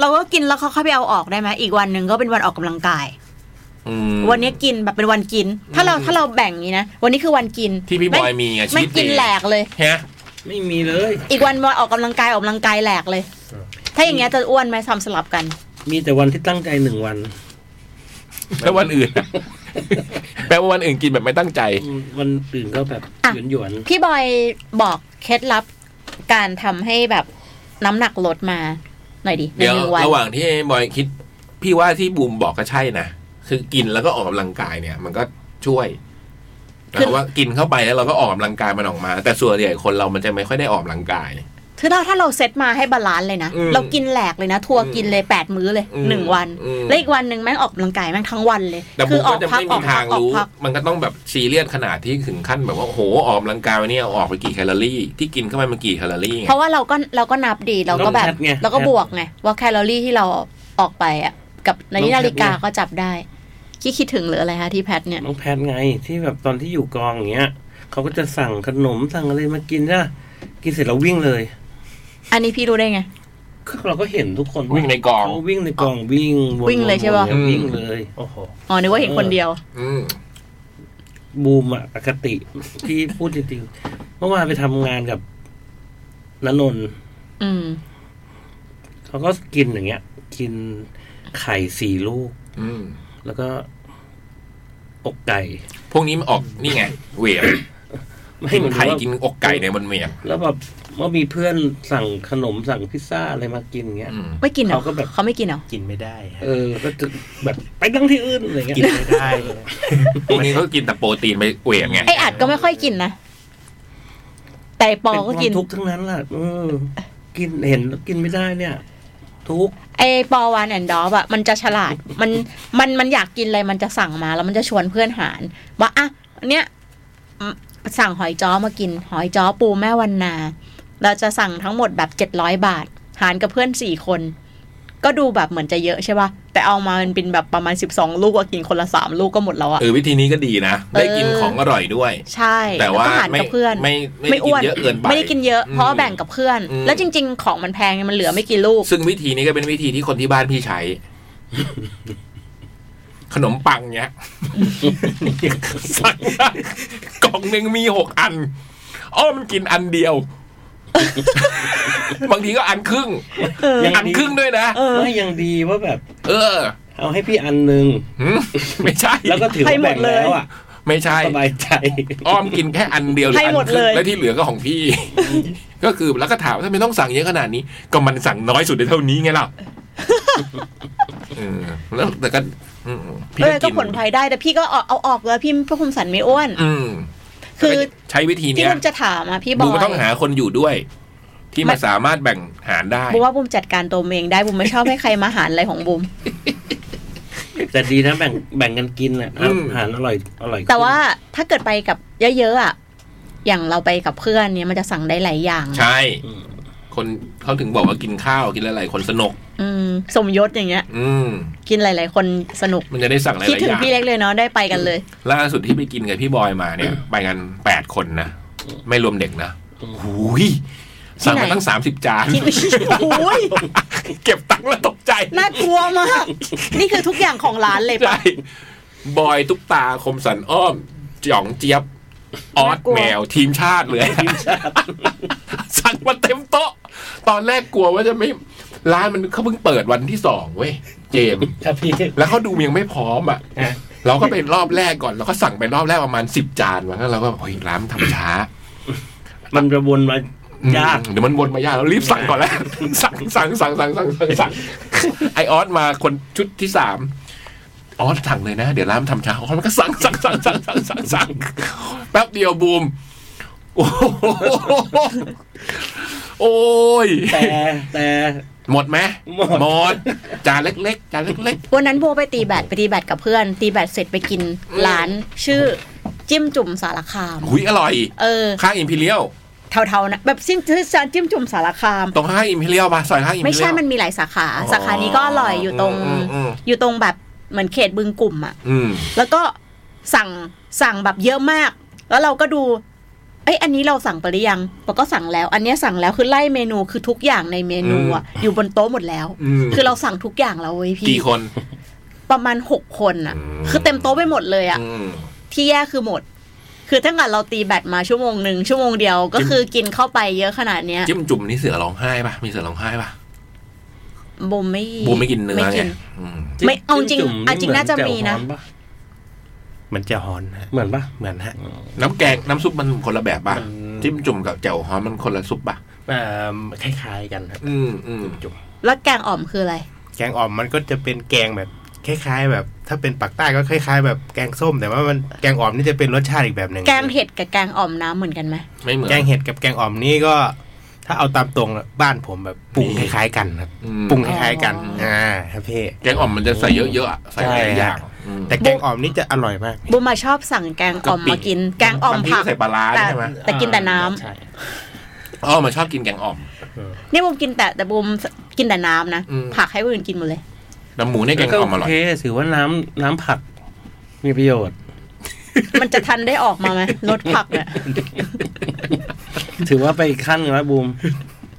เราก็กินแล้วเขาค่อยไปเอาออกได้ไหมอีกวันหนึ่งก็เป็นวันออกกำลังกาย วันนี้กินแบบเป็นวันกิน ถ้าเราถ้าเราแบ่งอย่างนี้นะ วันนี้คือวันกิน ที่พี่บอยมีไงชี ไม่ วิต กิน ดี แหลกเลย ฮะ ไม่มีเลย อีกวันวันออกกำลังกายออกกำลังกายแหลกเลย ถ้าอย่างเงี้ยจะอ้วนไหมทำสลับกัน มีแต่วันที่ตั้งใจหนึ่งวัน แล้ววันอื่น แปลว่าวันอื่นกินแบบไม่ตั้งใจ อืมวันอื่นก็แบบ อ่ะ หยวนหยวน พี่บอยบอกเคล็ดลับการทำให้แบบน้ำหนักลดมาหน่อยดิใน เดี๋ยว หนึ่งวัน ระหว่างที่บอยคิด พี่ว่าที่บูมบอกก็ใช่นะ คือกินแล้วก็ออกกำลังกายเนี่ย มันก็ช่วยแต่ว่ากินเข้าไปแล้วเราก็ออกกำลังกายมันออกมา แต่ส่วนใหญ่คนเรามันจะไม่ค่อยได้ออกกำลังกาย คือถ้าถ้าเราเซตมาให้บาลานซ์เลยนะ อืม เรากินแหลกเลยนะ ทัวร์กินเลยแปดมื้อเลย อืม หนึ่งวัน อืม แล้วอีกวันหนึ่งแม่งออกกำลังกายแม่งทั้งวันเลย แต่ คื บู อ ม อ ก็ อก จะ พัก ไม่ อ มี อกพั ทาก ง ออก รู้ พัก มันก็ต้องแบบซีเรียสขนาดที่ถึงขั้นแบบว่าโอ้โหออกกำลังกายวันนี้ออกไปกี่แคลอรี่ ที่กินเข้าไปมันกี่แคลอรี่ไง เพราะว่าเราก็เราก็นับดีเราก็แบบ องชทไง เราก็ ชท บวกไงว่าแคลอรี่ที่เราออกไปอ่ะ กับใน น้องแพท นาฬิกาก็จับได้ คิดคิดถึงหรืออะไรคะที่แพทเนี่ย น้องแพทไงที่แบบตอนที่อยู่กองอย่างเงี้ยเขาก็จะสั่งขนมสั่งอะไรมากินนะกินเสร็จแล้ววิ่งเลย อันนี้พี่รู้ได้ไง เราก็เห็นทุกคน วิ่งในกอง เขาวิ่งในกองวิ่งน วิ่งเลยใช่ปะ วนๆวิ่งเลยโอ้โห อ๋อนึกว่าเห็นคนเดียว อืม บูมอะปกติที่พูดจริงๆเมื่อวานไปทำงานกับนนนท์ อืม เขาก็กินอย่างเงี้ย กินไข่สี่ลูก อืม แล้วก็อกไก่ พวกนี้มันออกนี่ไงเห วี่ยง ไม่ กิน เหมือน ไข่ ว่า กินอกไก่เนี่ยมันเหวี่ยง แล้วแบบเมื่อมีเพื่อนสั่งขนมสั่งพิซซ่าอะไรมากินอย่างเงี้ย อืม ไม่กินเหรอ เขาก็แบบ เขาไม่กินเหรอ กินไม่ได้ฮะ เออ ก็จะแบบไปนั่งที่อื่นอะไร กิน เงี้ไม่ยได้เลย พวกนี้เขากินแต่โปรตีนไปเหวี่ยงไง ไออัดก็ไม่ค่อยกินนะ แต่ปอ เป็น ก็ ความ กิน ทุกข์ทั้งนั้นล่ะเออ กินเห็นแล้วกินไม่ได้เนี่ย ทุกข์ ไอปอวานแอนดอฟอะมันจะฉลาดมันมันมันอยากกินอะไรมันจะสั่งมา แล้วมันจะชวนเพื่อนหารว่าอ่ะเนี้ยอืมสั่งหอยจ้อมากิน หอยจ้อปูแม่วันนา เราจะสั่งทั้งหมดแบบเจ็ดร้อยบาท หารกับเพื่อนสี่คน ก็ดูแบบเหมือนจะเยอะใช่ป่ะแต่เอามามันเป็นแบบประมาณสิบสองลูกว่ากินคนละสามลูกก็หมดแล้วอะ เออวิธีนี้ก็ดีนะ ได้กิน เออ ของอร่อยด้วย ใช่ แต่ว่า ล้ก็หาร ไม่ กับเพื่อน ไม่ไม่ ไม่ กิ อ้ น วน เยอะเกินไป ไม่ได้กินเยอะ อืม เพราะว่าแบ่งกับเพื่อน อืม แล้วจริง ๆ ของมันแพงไงมันเหลือไม่กี่ลูก ซึ่งวิธีนี้ก็เป็นวิธีที่คนที่บ้านพี่ใช้ ขนมปังเนี้ย สั่งมากล่องหนึ่งมีหกอันอ้อมันกินอันเดียว บางทีก็อันครึ่ง ยัง อัน ดี ครึ่งด้วยนะ ไม่ยังดีว่าแบบ เออ เอาให้พี่อันหนึ่ง หึไม่ใช่ แล้วก็ถือ ให้หมว่าแบ่ ด ง เลย แล้วอ่ะ ไม่ใช่ สบายใจ อ้อมกินแค่อันเดียวหรือ ให้ อัน หมด ครึ่ เล ง ย และที่เหลือก็ของพี่ ก็คือแล้วก็ถามว่าทำไมต้องสั่งเยอะขนาดนี้ ก็มันสั่งน้อยสุดได้เท่านี้ไง ล่ะ เออแล้วแต่ก็อืมพี่ เออก็ กิน ผลพลอยได้แต่พี่ก็เอาเอาออกเลยพี่พระคุมสันไม่อ้วน อืม คือ ใช้วิธี ที่ เนี้ย บุมจะถามอะพี่บ บู อ มก็ ย ต้องหาคนอยู่ด้วย ที่ ไม่ มาสามารถแบ่งหารได้ บุมว่าบุมจัดการตัวเองได้บุมไม่ชอบให้ใครมาหารอะไรของบุม แต่ดีนะแบ่งแบ่งกันกินอ่ะ อืม อาหารอร่อยอร่อย แต่ว่าถ้าเกิดไปกับเยอะๆอ่ะอย่างเราไปกับเพื่อนเนี่ยมันจะสั่งได้หลายอย่าง ใช่ อืม คนเขาถึงบอกว่ากินข้าวกินหลายๆคนสนุก อืมสมยศอย่างเงี้ย อืม กินหลาย ๆ คนสนุก มันจะได้สั่งหลาย คิด ๆ ถึ อง ย่าง พี่เล็กเลยเนาะได้ไปกันเลย ล่าสุดที่ไปกินกับพี่บอยมาเนี่ย ไปกันแปดคนนะ ไม่รวมเด็กนะหูยสั่งมาตั้งสามสิบจาน ที่ โอ้ย เก็บตังค์แล้วตกใจ น่ากลัวมาก นี่คือทุกอย่างของร้านเลยปะ ใช่ บอยตุ๊กตาคมสันอ้อมจ่องเจี๊ยบ ออส น่ากลัว แมวทีมชาติ เลย สั่งมาเต็มโต๊ะ ตอนแรกกลัวว่าจะไม่ ร้านมันเขาเพิ่งเปิดวันที่สองเว้ย เจมส์ ครับพี่ แล้วเขาดูยังไม่พร้อมอ่ะ ฮะ เราก็ไปรอบแรกก่อน แล้วก็สั่งไปรอบแรกประมาณสิบจานวะแล้วเราก็เฮ้ยร้านทำช้า มันจะวนมา อืม ยาก เดี๋ยวมันวนมายากแล้วรีบสั่งก่ อนแล้ว สั่งสั่งสั่งสั่งสั่งสั่งสั่งไอออสมาคนชุดที่สามออสสั่งเลยนะ เดี๋ยวร้านทำช้าออสมันก็สั่งสั่งสั่งสั่งสั่งสั่งสั่งแป๊บเดียวบูม โอ้โหโอ้ย แต่แต่ หมดไหม หมด หมดจานเล็กๆจานเล็ก วันนั้นโบไปตีแบดไปตีแบดกับเพื่อน ตีแบดเสร็จไปกินร้าน ชื่อจิ้มจุ่มสารคาม ๆ หุยอร่อย เออ ข้างอิมพีเรียล เทาๆนะแบบจิ้มจิ้มจุ่มสารคาม ตรงข้างอิมพีเรียลป่ะซอยข้างอิมพี ไม่ เรียล ใช่มันมีหลายสาขา อ๋อ สาขานี้ก็อร่อยอยู่ตรง อืมอืมอืม อยู่ตรงแบบเหมือนเขตบึงกลุ่มอะ อืม แล้วก็สั่งสั่งแบบเยอะมาก แล้วเราก็ดู เอ้ยอันนี้เราสั่งไปหรือยังเราก็สั่งแล้ว อันเนี้ยสั่งแล้วคือไล่เมนูคือทุกอย่างในเมนูอะอยู่บนโต๊ะหมดแล้ว อืม คือเราสั่งทุกอย่างแล้วเว้ยพี่ กี่คน ประมาณหกคนอะ อืม คือเต็มโต๊ะไปหมดเลยอะ อืม ที่แย่คือหมด คือตั้งแต่เราตีแบตมาชั่วโมงหนึ่งชั่วโมงเดียวก็ จิ้ม คือกินเข้าไปเยอะขนาดเนี้ย จิ้มจุ่มนี่เสือร้องไห้ป่ะมีเสือร้องไห้ป่ะ บุมไม่ บูมไม่กินเนื้อ ไม่ ไง กิน อืม ไม่เอาจริง จุ่ม อ่ะจริงน่าจะมีนะ เหมือนแจ่วฮอนฮะ เหมือนปะ เหมือนฮะ น้ำแกงน้ำซุปมันคนละแบบป่ะ มัน จิ้มจุ่มกับแจ่วฮอนมันคนละซุปป่ะ เอ่อคล้ายๆกันครับ อืมอืม จุ่ม แล้วแกงอ่อมคืออะไร แกงอ่อมมันก็จะเป็นแกงแบบคล้ายๆ แบบ ถ้าเป็นปักใต้ก็คล้ายๆ แบบแกงส้ม แต่ว่ามันแกงอ่อมนี่จะเป็นรสชาติอีกแบบหนึ่ง แกงเห็ดกับแกงอ่อมน้ำเหมือนกันไหม ไม่เหมือน แกงเห็ดกับแกงอ่อมนี่ก็ ถ้าเอาตามตรงอะบ้านผมแบบปรุง นี่ คล้ายๆ กันครับ อืม ปรุงคล้ายๆกันอ่าครับพี่ แกงอ่อมมันจะใส่เยอะๆอะใส่หลายอย่าง ใช่ อืม แต่แกงอ่อมนี่จะอร่อยมาก บุมมาชอบสั่งแกงอ่อมมากิน แกงอ่อม บางที ผัก ใส่ปลาร้า แต่ ใช่ไหม แต่กินแต่น้ำ ใช่ อ๋อมันชอบกินแกงอ่อม เนี่ยบุมกินแต่แต่บุมกินแต่น้ำนะ อืม ผักให้คนอื่นกินหมดเลย น้ำหมูในแกง ก็ อ่ โอ อมอร่อย เคถือว่าน้ำน้ำผัก มีประโยชน์ มันจะทันได้ออกมาไหมรสผัก เนี่ย ถือว่าไปอีกขั้นหนึ่งแล้วบูม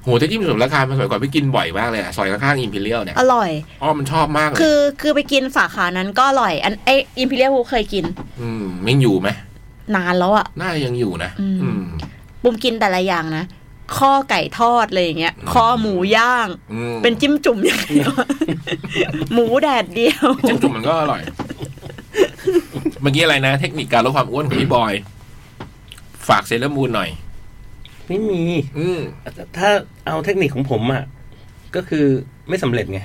โหแต่จิ้มจุ่มราคามันสวยกว่าพี่กินบ่อยมากเลยอะซอยข้างๆอิมพีเรียลเนี่ย อร่อย อ๋อมันชอบมากเลย คือคือไปกินสาขานั้นก็อร่อย อันไออิมพีเรียลเคยกิน มยังอยู่ไหม นานแล้วอ่ะ น่ายังอยู่นะ อืม อืม บุมกินแต่ละอย่างนะข้อไก่ทอดอะไรอย่างเงี้ย อืม คอหมูย่าง อืม เป็นจิ้มจุ่มอย่างเดี ยวหมูแดดเดียว จิ้มจุ่มมันก็อร่อยเมื่อกี้อะไรนะเทคนิคการลดความอ้วนของพี่บอย ฝากเซเลอรามูนหน่อย ไม่มี อืม ถ้าเอาเทคนิคของผมอ่ะ ก็คือไม่สำเร็จไง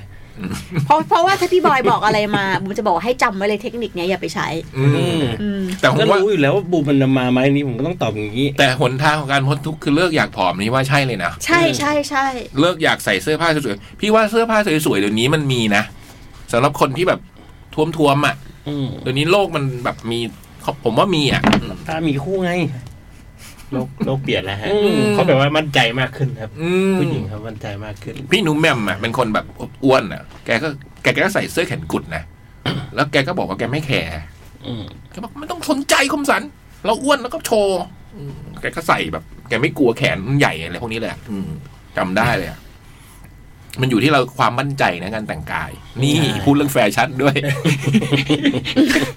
เพราะเพราะว่าถ้าพี่บอยบอกอะไรมาบูมจะบอกว่าให้จำไว้เลยเทคนิคเนี้ยอย่าไปใช้ อืม อืม แต่ผม ก็ ว่า รู้อยู่แล้วว่าบูมมันจะมาไหมนี่ผมก็ต้องตอบอย่างนี้ แต่หนทางของการพ้นทุกข์คือเลิกอยากผอมนี่ว่าใช่เลยนะ ใช่ใช่ใช่ เลิกอยากใส่เสื้อผ้าสวยๆพี่ว่าเสื้อผ้าสวยๆเดี๋ยวนี้มันมีนะสำหรับคนที่แบบท้วมๆอ่ะ อืม เดี๋ยวนี้โลกมันแบบมีผมว่ามีอ่ะอืม ตามีคู่ไง โลกโลกเปลี่ยนแล้วฮะ อืม เขาแบบว่ามั่นใจมากขึ้นครับ อืม ผู้หญิงเขามั่นใจมากขึ้น พี่หนุ่มแหมมอ่ะเป็นคนแบบอ้วนอ่ะ แกก็แกก็ใส่เสื้อแขนกุดนะแล้วแกก็บอกว่าแกไม่แคร์ อืม แกบอกไม่ต้องสนใจคมสัน เราอ้วนแล้วก็โชว์อืมแกก็ใส่แบบ แกไม่กลัวแขนใหญ่อะไรพวกนี้เลยอะอืมจำได้เลยอะมันอยู่ที่เราความมั่นใจนะการแต่งกาย นี่ ใช่ พูดเรื่องแฟชั่นด้วย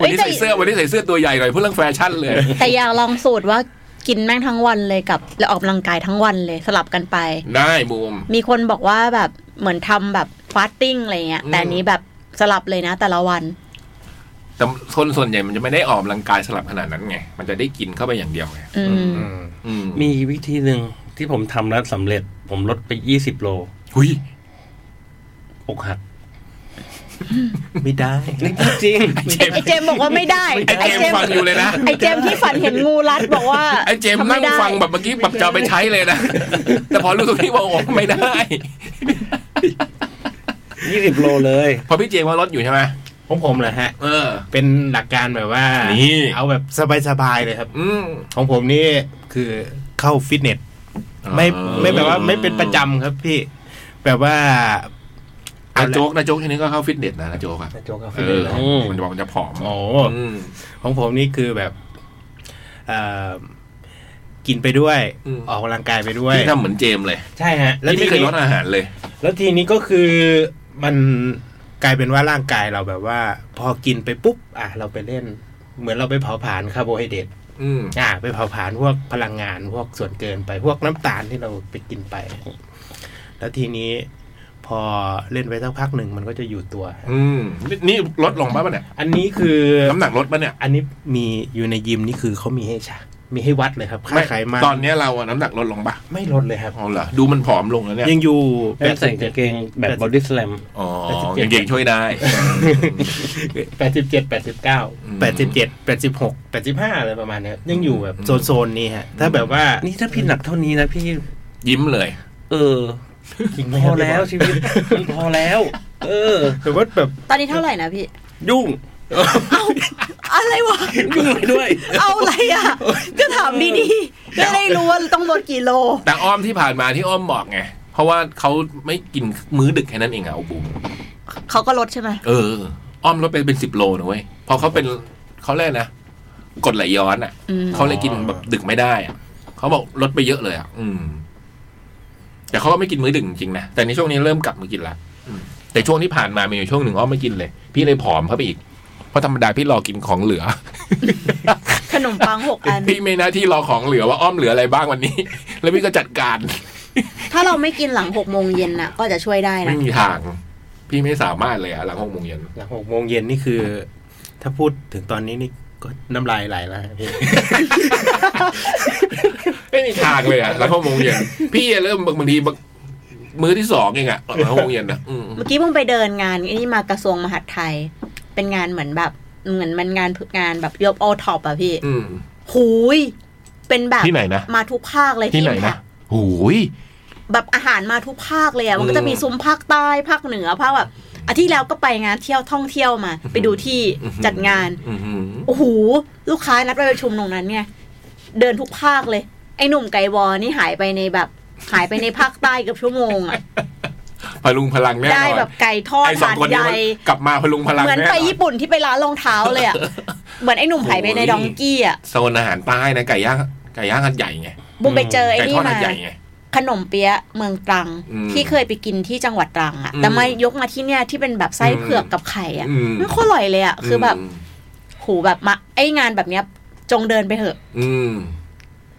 วันนี้ใส่เสื้อวันนี้ใส่เสื้อตัวใหญ่หน่อยพูดเรื่องแฟชั่นเลย แต่อยากลองสูตรว่ากินแม่งทั้งวันเลยกับแล้วออกกำลังกายทั้งวันเลยสลับกันไป ได้บูม มีคนบอกว่าแบบเหมือนทำแบบฟาสติ้งอะไรเงี้ย อืม แต่อันนี้แบบสลับเลยนะ แต่ละวัน แต่คนส่วนใหญ่มันจะไม่ได้ออกกำลังกายสลับขนาดนั้นไง มันจะได้กินเข้าไปอย่างเดียวไง อืม อืม อืม มีวิธีหนึ่งที่ผมทำแล้วสำเร็จ ผมลดไปยี่สิบโล หุย อกหัก ไม่ได้ นี่พูดจริง ไอเจมส์บอกว่าไม่ได้ ไอเจมส์ฟังอยู่เลยนะ ไอเจมส์ที่ฝันเห็นงูรัดบอกว่า ไอเจมส์ ทำ นั่ง ไได้ ฟังแบบเมื่อกี้แบบจะเอาไปใช้เลยนะ แต่พอรู้ตรงนี้ว่าโอ้ไม่ได้ ยี่สิบโลเลย พอพี่เจว่ารถอยู่ใช่ไหม ของผมเหรอฮะ เออ เป็นหลักการแบบว่า นี่ เอาแบบสบายๆเลยครับ อืม ของผมนี่คือเข้าฟิตเนสไม่ไม่แบบว่าไม่เป็นประจำครับพี่แบบว่า นาโจ๊กนาโจ๊กทีนี้ก็เข้าฟิตเนสนะนาโจ๊กอะ นาโจ๊กเข้าฟิ เอ ตอเนสเหรอ มันจะบอกมันจะผอม โอ้ อืม ของผมนี่คือแบบเอ่อกินไปด้วย ออกกำลังกายไปด้วย ที่ทำเหมือนเจมส์เลย ใช่ฮะ แล้ว ที่ไม่ทีเคย นี้ ลดอาหารเลย แล้วทีนี้ก็คือมันกลายเป็นว่าร่างกายเราแบบว่า พอกินไปปุ๊บ อ่ะเราไปเล่น เหมือนเราไปเผาผลาญคาร์โบไฮเดรต อืม อ่ะไปเผาผลาญพวกพลังงานพวกส่วนเกินไปพวกน้ำตาลที่เราไปกินไป แล้วทีนี้พอเล่นไปสักพักหนึ่งมันก็จะอยู่ตัว อืมนี่นี่ลดลงป่ะปะเนี่ย อันนี้คือ น้ำหนักลดป่ะเนี่ย อันนี้มีอยู่ในยิมนี่คือเขามีให้ชะมีให้วัดเลยครับค่าไขมัน ตอนเนี้ยเราอะน้ำหนักลดลงป่ะ ไม่ลดเลยครับ อ๋อเหรอดูมันผอมลงแล้วเนี่ย ยังอยู่แป แล้ ด ว สิ ใส่ บเจ็ดกางเกงแบบบอดี้สแลม อ๋อยังเก่งช่วยได้ แปดสิบเจ็ดแปดสิบเก้า อืม แปดสิบเจ็ดแปดสิบหกแปดสิบห้าอะไรประมาณเนี้ยยังอยู่แบบโซนๆนี้ฮะ ถ้าแบบว่า นี่ถ้าพี่หนักเท่านี้นะพี่ ยิ้มเลย เออ จริงไหมคพรัอบ แล้วชีวิตมันพอแล้ว เออ แต่ว่าแบบ ตอนนี้เท่าไหร่นะพี่ ยุ่ง เอาอะไรวะ ยุ่งไปด้วย เอาอะไรอ่ะ ก็ถามดีๆจะได้รู้ว่าต้องลดกี่โล แต่อ้อมที่ผ่านมาที่อ้อมบอกไง เพราะว่าเขาไม่กินมื้อดึกแค่นั้นเองอะเอาบุม เขาก็ลดใช่ไหม เออ อ้อมลดไปเป็นสิบโลนะเว้ยเพอเขาเป็นเขาเรียกนะกดไหลย้อนอะ อืม เขาเลยกินแบบดึกไม่ได้อะเขาบอกลดไปเยอะเลยอ่ะ อืม แต่เขาก็ไม่กินมื้อดึกจริงๆนะ แต่ในช่วงนี้เริ่มกลับมากินละอืมแต่ช่วงที่ผ่านมามีอยู่ช่วงหนึ่งอ้อมไม่กินเลย พี่เลยผอมเข้าไปอีก เพราะธรรมดาพี่รอกินของเหลือ ขนมปังหกอัน พี่ไม่หน้าที่รอของเหลือว่าอ้อมเหลืออะไรบ้างวันนี้ แล้วพี่ก็จัดการ ถ้าเราไม่กินหลังหกโมงเย็นน่ะ ก็จะช่วยได้ ไม่ นะ มีทาง พี่ไม่สามารถเลยอะหลังหกโมงเย็น หลังหกโมงเย็นนี่คือ ถ้าพูดถึงตอนนี้นี่ก็น้ำลายไหลแล้วฮะพี่ ไม่มีทางเลยอะหลังหกโมงเย็น พี่อะเริ่มบางทีบางมื้อที่สองเองอะหลังหกโมงเย็นนะอืม เมื่อกี้เพิ่งไปเดินงานไอ้นี่มากระทรวงมหาดไทย เป็นงานเหมือนแบบ เหมือนมันงานงานแบบยกโอท็อปอะพี่ อืม หูย เป็นแบบ ที่ไหนนะ มาทุกภาคเลย ที่ไหนนะ ค่ะ หูย แบบอาหารมาทุกภาคเลยอะมันก็จะมีซุ้มภาคใต้ภาคเหนือภาคแบบอาทิตย์แล้วก็ไปงานเที่ยวท่องเที่ยวมา ไปดูที่ อือหือ จัดงาน อือหือ โอ้โหลูกค้านัดไปประชุมตรงนั้นเนี่ย เดินทุกภาคเลย ไอ้หนุ่มไก่วอนี่หายไปในแบบ หายไปในภาคใต้เกือบชั่วโมงอะ พลุงพลังแน่นอน ได้แบบไก่ทอด ไอ้สอง หาด คน ให นี้ ญ่ มันกลับมาพลุงพลัง เหมือน แน่น ไป อน ญี่ปุ่นที่ไปร้านรองเท้าเลย อ่ะ เหมือนไอ้หนุ่มหายไปในดองกี้อ่ะ โซนอาหารใต้นะไก่ย่างไก่ย่างหัดใหญ่ไง บุมไปเจอไอ้ ไก่ท นี่ อดหั มา ดใหญ่ไง ขนมเปี๊ยะเมืองตรัง อืม ที่เคยไปกินที่จังหวัดตรังอ่ะ อืม แต่มายกมาที่เนี่ยที่เป็นแบบไส้เผือกกับไข่อ่ะ อืม มันโคตรอร่อยเลยอ่ะ คือแบบหูแบบมาไอ้งานแบบเนี้ยจงเดินไปเถอะ อืม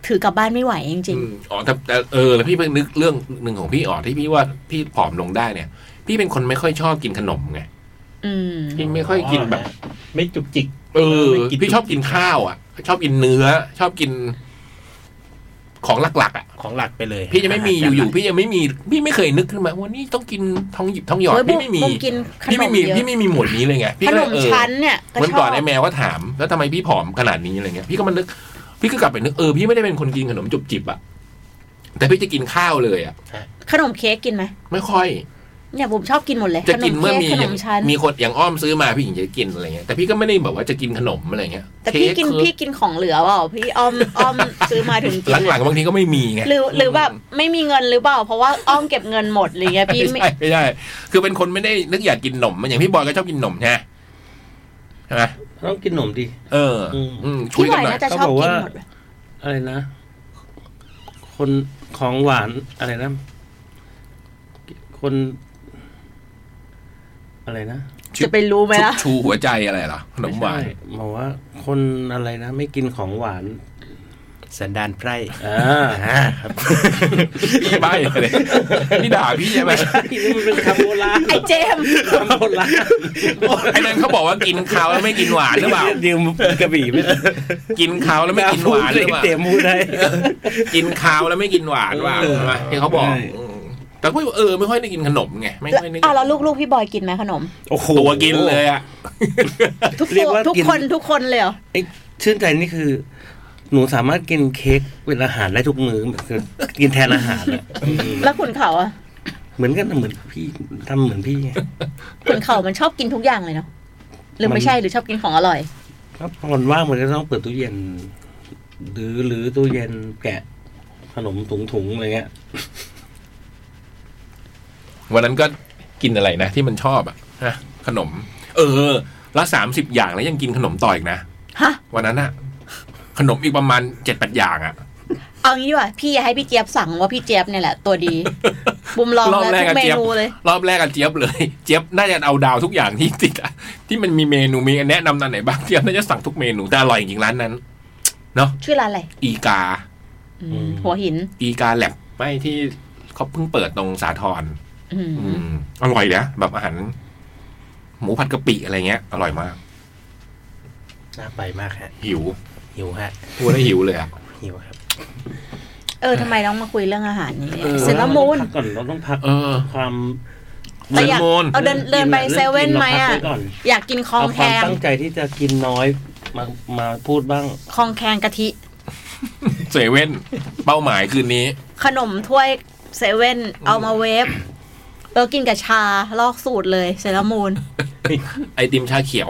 ถือกลับบ้านไม่ไหวจริง อืมอ๋อแต่แต่เออแล้วพี่เพิ่งนึกเรื่องหนึ่งของพี่อ๋อที่พี่ว่าพี่ผอมลงได้เนี่ย พี่เป็นคนไม่ค่อยชอบกินขนมไง ๆ อืม พี่ไม่ค่อยกินแบบ ไม่จุกจิก เออ ไม่กิน พี่ชอบกินข้าวอ่ะ ชอบกินเนื้อ ชอบกิน ของหลักๆอ่ะ ของหลักไปเลย พี่จะไม่มีอยู่ๆพี่ยังไม่มีพี่ไม่เคยนึกขึ้นมาวันนี้ต้องกินทองหยิบทองหยอด โอ้ย พี่ไม่มี บุมกินขนม พี่ไม่มี เยอะ พี่ไม่มีหมวดนี้เลยไงพี่ ข ก็ น เลย ม เออ ชั้นเนี่ยก็ วัน ชอ ก่อบ นไอ้แมวก็ถาม แล้วทำไมพี่ผอมขนาดนี้อะไรเงี้ยพี่ก็มันนึก พี่ก็กลับไปนึกเออพี่ไม่ได้เป็นคนกินขนมจุบจิบอะแต่พี่จะกินข้าวเลยอะ ขนมเค้กกินไหม ไม่ค่อย เนี่ยบุมชอบกินหมดเลย จะ ขน กิน ม เมื่อ เค้ก มีอขนย่าง มชั้น มีคนอย่างอ้อมซื้อมาพี่หญิงจะกินอะไรเงี้ยแต่พี่ก็ไม่ได้แบบว่าจะกินขนมอะไรเงี้ย แต่พี่กิน เค้ พี่กินของเหลือเปล่าพี่อ้อม อ้อมซื้อมาถึงกิน หลังๆบางทีก็ไม่มีไง หรือหรือแบบไม่มีเงินหรือเปล่า เพราะว่าอ้อมเก็บเงินหมดหรือไงพี่ ไม่ ไม่ ใช่ไม่ได้ คือเป็นคนไม่ได้นึกอยากกินขนมมันอย่างพี่บอยก็ชอบกินขนมใช่ไหมใช่ไหม ต้องกินหนมดิ เอออ ม อืมช่วย พี่บ กัน อย หน่อย น่าจะชอบกินหมด อะไรนะ คนของหวานอะไรนะ คน อะไรนะ จะไปรู้ไหม ชุบ ล่ะ ชูหัวใจอะไรเหรอขนมหวาน ไใช่บอกว่า คนอะไรนะ ไม่กินของหวาน สันดานไพร่ อ่า อ่าครับ พี่ใบ้เลยพี่ด่าพี่ใช่ไหม ที่นี่มันเป็นคำโบราณ ไอ้เจมส์ คำโบราณ ไอ้นั้นเขาบอกว่ากินข้าวแล้วไม่กินหวานหรือเปล่า เดี๋ยวกระบี่ไม่ กินข้าวแล้วไม่กินหวานหรือเปล่า เต็มพูดได้ กินข้าวแล้วไม่กินหวานว่า เออ ใช่ไหมที่เขาบอกอืมแต่ก็เออไม่ค่อยได้กินขนมไงไม่ค่อยได้ อ้าวแล้วลูกๆพี่บอยกินไหมขนม โอ้โห ตัวกินเลยอ่ะ ทุก เรียก ตัว ว่า ทุก กิน คนทุกคนเลยเหรอ ไอ้ชื่นใจนี่คือ หนูสามารถกินเค้กเป็นอาหารได้ทุกมื้อคือกินแทนอาหารอะ แล้วขุนเขาอะ เหมือนกันนะเหมือนพี่ทำเหมือนพี่ไง ขุนเขามันชอบกินทุกอย่างเลยเนาะหรือไม่ใช่หรือชอบกินของอร่อย ครับตอนว่างมันก็ต้องเปิดตู้เย็น หรือหรือตู้เย็นแกะ ขนมถุงๆอะไรเงี้ย วันนั้นก็กินอะไรนะ ที่มันชอบอ่ะฮะขนม เออละสามสิบอย่างแล้วยังกินขนมต่ออีกนะ ฮะ วันนั้นอะขนมอีกประมาณเจ็ดแปดอย่างอะ เอางี้ดีกว่าพี่อย่าให้พี่เจี๊ยบสั่งว่าพี่เจี๊ยบเนี่ยแหละตัวดี บุมลองแล้วทุก ะ เม จี๊ยบ นูเลย รอบแรกอะเจี๊ยบเลย เจี๊ยบน่าจะเอาดาวทุกอย่างที่ติดอะที่มันมีเมนูมีแนะนำนันไหนบ้างเจี๊ยบน่าจะสั่งทุกเมนูแต่อร่อยจริงๆร้านนั้น ชื่อร้านอะไร อีกา อืม อืม หัวหิน อีกาแลบไม่ที่เขาเพิ่งเปิดตรงสาทร อืม อืมอร่อยนะแบบอาหารหมูผัดกะปิอะไรเงี้ย อร่อยมาก น่าไปมากฮะ หิว หิวฮะ พูดแล้วหิวเลยอะ หิวครับ เออทำไมต้องมาคุยเรื่องอาหารนี่ เออ เซนละมูน เราต้องพักก่อนเราต้องพัก เออ ความ แต่อยาก เดินวน เอาเดินเดินไปเซเว่นไหมอ่ะ เรื่องกินเราพักว้ก่อน อยากกินคอง เอา แค ความ ง ตั้งใจที่จะกินน้อยมามาพูดบ้าง คองแคงกะทิ เซเว่นเป้าหมายคืนนี้ ขนมถ้วยเซเว่นเอามาเวฟเรากินกับชาลอกสูตรเลยเซรามูน ไอติมชาเขียว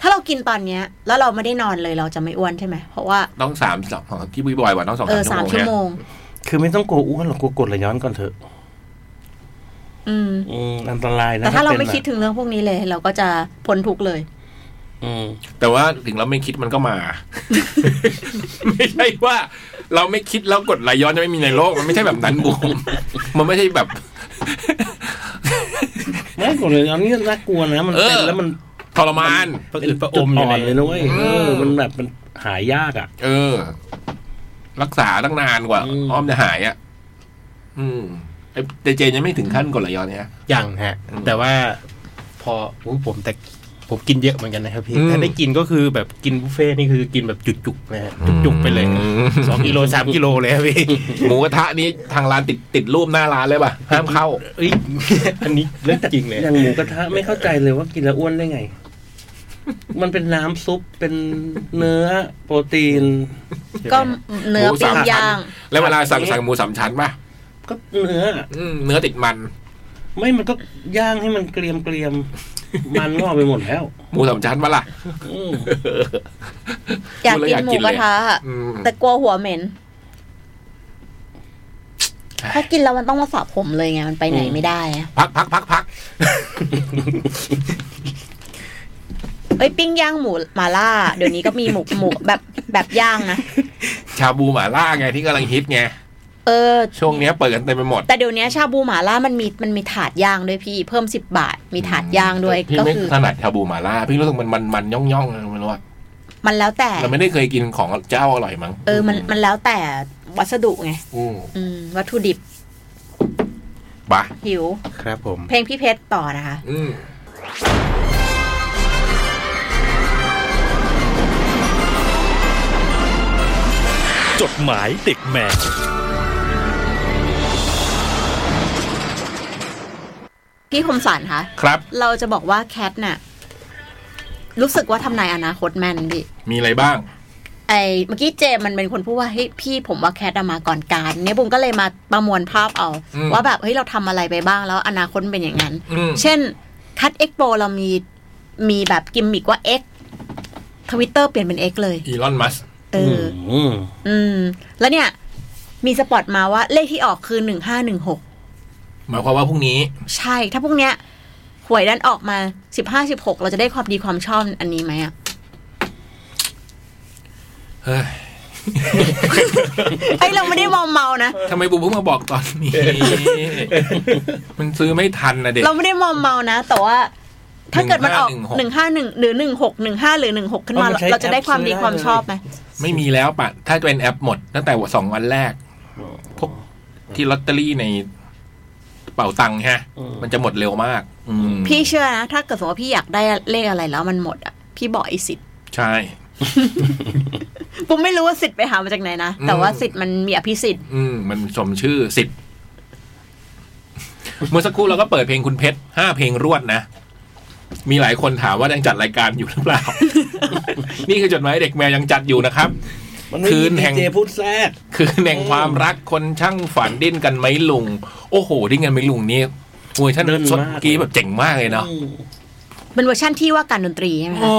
ถ้าเรากินตอนเนี้ย แล้วเราไม่ได้นอนเลยเราจะไม่อ้วนใช่ไหม เพราะว่า ต้องสามสองของที่พี่บอยว่าต้องสอง เออสา สาม มชั่ ชั่ ว ว โม โม ง ง คือไม่ต้องกลัวอ้วนหรอกกลัวกดระย้อนก่อนเถอะ อืม อืมอันตรายนะ แต่ถ้าเรา ป็น ไม่คิด อะ ถึงเรื่องพวกนี้เลย เราก็จะพ้นทุกข์เลย อืม เนี่ยแต่ว่าถึงเราไม่คิดมันก็มา ไม่ใช่ว่า เราไม่คิดแล้วกดไหลย้อนจะไม่มีในโลก มันไม่ใช่แบบนั้นบูม มันไม่ใช่แบบ ไม่กดเลยอันนี้น่ากลัวนะมัน เออ เป็นแล้วมัน ทรมาน ประอึดประอมอยู่ใน จุดเลยนะเว้ย อืม เออ มันแบบมันหายยากอ่ะ เออ รักษาตั้งนานกว่า อืม อ้อมจะหายอ่ะ อืมไอ้เจเจยังไม่ถึงขั้นกดไหลย้อนเนี่ย ยังฮะ อืม แต่ว่าพออุ๊ยผมแต่ผมกินเยอะเหมือนกันนะครับพี่ อืม ถ้าได้กินก็คือแบบกินบุฟเฟ่ต์นี่คือกินแบบจุกๆนะฮะจุกๆไปเลยสองกิโล สามกิโลเลยครับพี่ หมูกระทะนี้ทางร้านติดติดรูปหน้าร้าน เลยป่ะห้ามเข้า เอ้ย อันนี้เรื่องจริงเลย อย่างหมูกระทะไม่เข้าใจเลยว่ากินแล้วอ้วนได้ไง มันเป็นน้ำซุปเป็นเนื้อโปรตีน ก็เนื้อ หมู ปิ้ สาม ง ชั้น ย่าง แล้วเวลาสั่ง อันนี้ สั่งหมูสามชั้นป่ะ ก็เนื้อ อืมเนื้อติดมัน ไม่มันก็ย่างให้มันเกรียมเกรียมมันงอกไปหมดแล้ว หมูสามชั้นป่ะล่ะ อืม อยากกินพูดหมูก แล้วอยากกินเลระย ทะอะ อืม แต่กลัวหัวเหม็น เอ้ย เพราะกินแล้วมันต้องมาสระผมเลยไง มันไปไหนไม่ได้อะ พักพักพักพัก เอ้ยปิ้งย่างหมูหมาล่า เดี๋ยวนี้ก็มีหมู หมูแบบแบบย่างนะ ชาบูหม่าล่าไงที่กำลังฮิตไง เออ ช่วงเนี้ยเปิดกันเต็มไปหมด แต่เดี๋ยวนี้ชาบูหมาล่ามันมีมันมีถาดย่างด้วยพี่ เพิ่มสิบบาท มีถาดย่างด้วย พี่ ก็ ไม่ คือ ถนัดชาบูหม่าล่าพี่รู้สึกมันมันมันย่องย่องๆไม่รู้ว่า มันแล้วแต่ เราไม่ได้เคยกินของเจ้าอร่อยมั้ง เออมันมันแล้วแต่วัสดุไง อืม อืม วัตถุดิบ บะ หิว ครับผม เพลงพี่เพชรต่อนะคะ อืม จดหมายเด็กแมว พี่คมสันคะ ครับ เราจะบอกว่าแคทน่ะ รู้สึกว่าทำนายอนาคตแม่นพี่ มีอะไรบ้าง ไอเมื่อกี้เจมมันเป็นคนพูดว่าเฮ้ยพี่ผมว่าแคทอะมาก่อนการเนี่ยบุมก็เลยมาประมวลภาพเอา อืม ว่าแบบเฮ้ยเราทำอะไรไปบ้างแล้วอนาคตมันเป็นอย่างนั้น อืม เช่นคัดเอ็กโปเรามีมีแบบกิมมิกว่า X ทวิตเตอร์เปลี่ยนเป็น X เลย อีลอนมัส เออ อืม อืม แล้วเนี่ย มีสปอตมาว่าเลขที่ออกคือหนึ่งห้าหนึ่งหก หมายความว่าพรุ่งนี้ ใช่ ถ้าพวกเนี้ยหวยดันออกมาสิบห้าสิบหกเราจะได้ความดีความชอบอันนี้ไหมอะ เฮ้ย ไอยเราไม่ได้มอมเมานะ ทำไมบูมเพิ่งมาบอกตอน นี้ มันซื้อไม่ทันนะเด็ก เราไม่ได้มอมเมานะ แต่ว่า ถ้าเกิดมันออก 1516 หนึ่งห้าหนึ่งหรือหนึ่งหกหนึ่งห้าหรือหนึ่งหกขึ้นมาเราเราจะได้ความดีความชอบไหม ไม่มีแล้วปะ ถ้าจะเป็นแอปหมดตั้งแต่สองวันแรก พวกที่ลอตเตอรี่ในเป่าตังค์ฮะ มันจะหมดเร็วมาก อืม พี่เชื่อนะ ถ้าเกิดสมมติว่าพี่อยากได้เลขอะไรแล้วมันหมดอะพี่บอกไอสิทธิ์ ใช่ กูไม่รู้ว่าสิทธิ์ไปหามาจากไหนนะแต่ว่าสิทธิ์มันมีอภิสิทธิ์ อืมมันสมชื่อสิบเมื่อสักครู่เราก็เปิดเพลงคุณเพชรห้าเพลงรวดนะ มีหลาย คนถามว่ายังจัดรายการอยู่หรือเปล่า นี่คือจดหมายเด็กแมวยังจัดอยู่นะครับ มันไม่ คื มี น ดี แห่ง เจพูดแทรก คืนแห่งความรักคนช่างฝันดิ้นกันไหมลุง โอ้โห ดิ้นกันไหมลุงนี่เวอร์ชัน เดิน สด มาก เมื่อกี้แบบเจ๋งมากเลยเนาะ เป็นเวอร์ชั่นที่ว่าการดนตรีใช่ไหม โอ้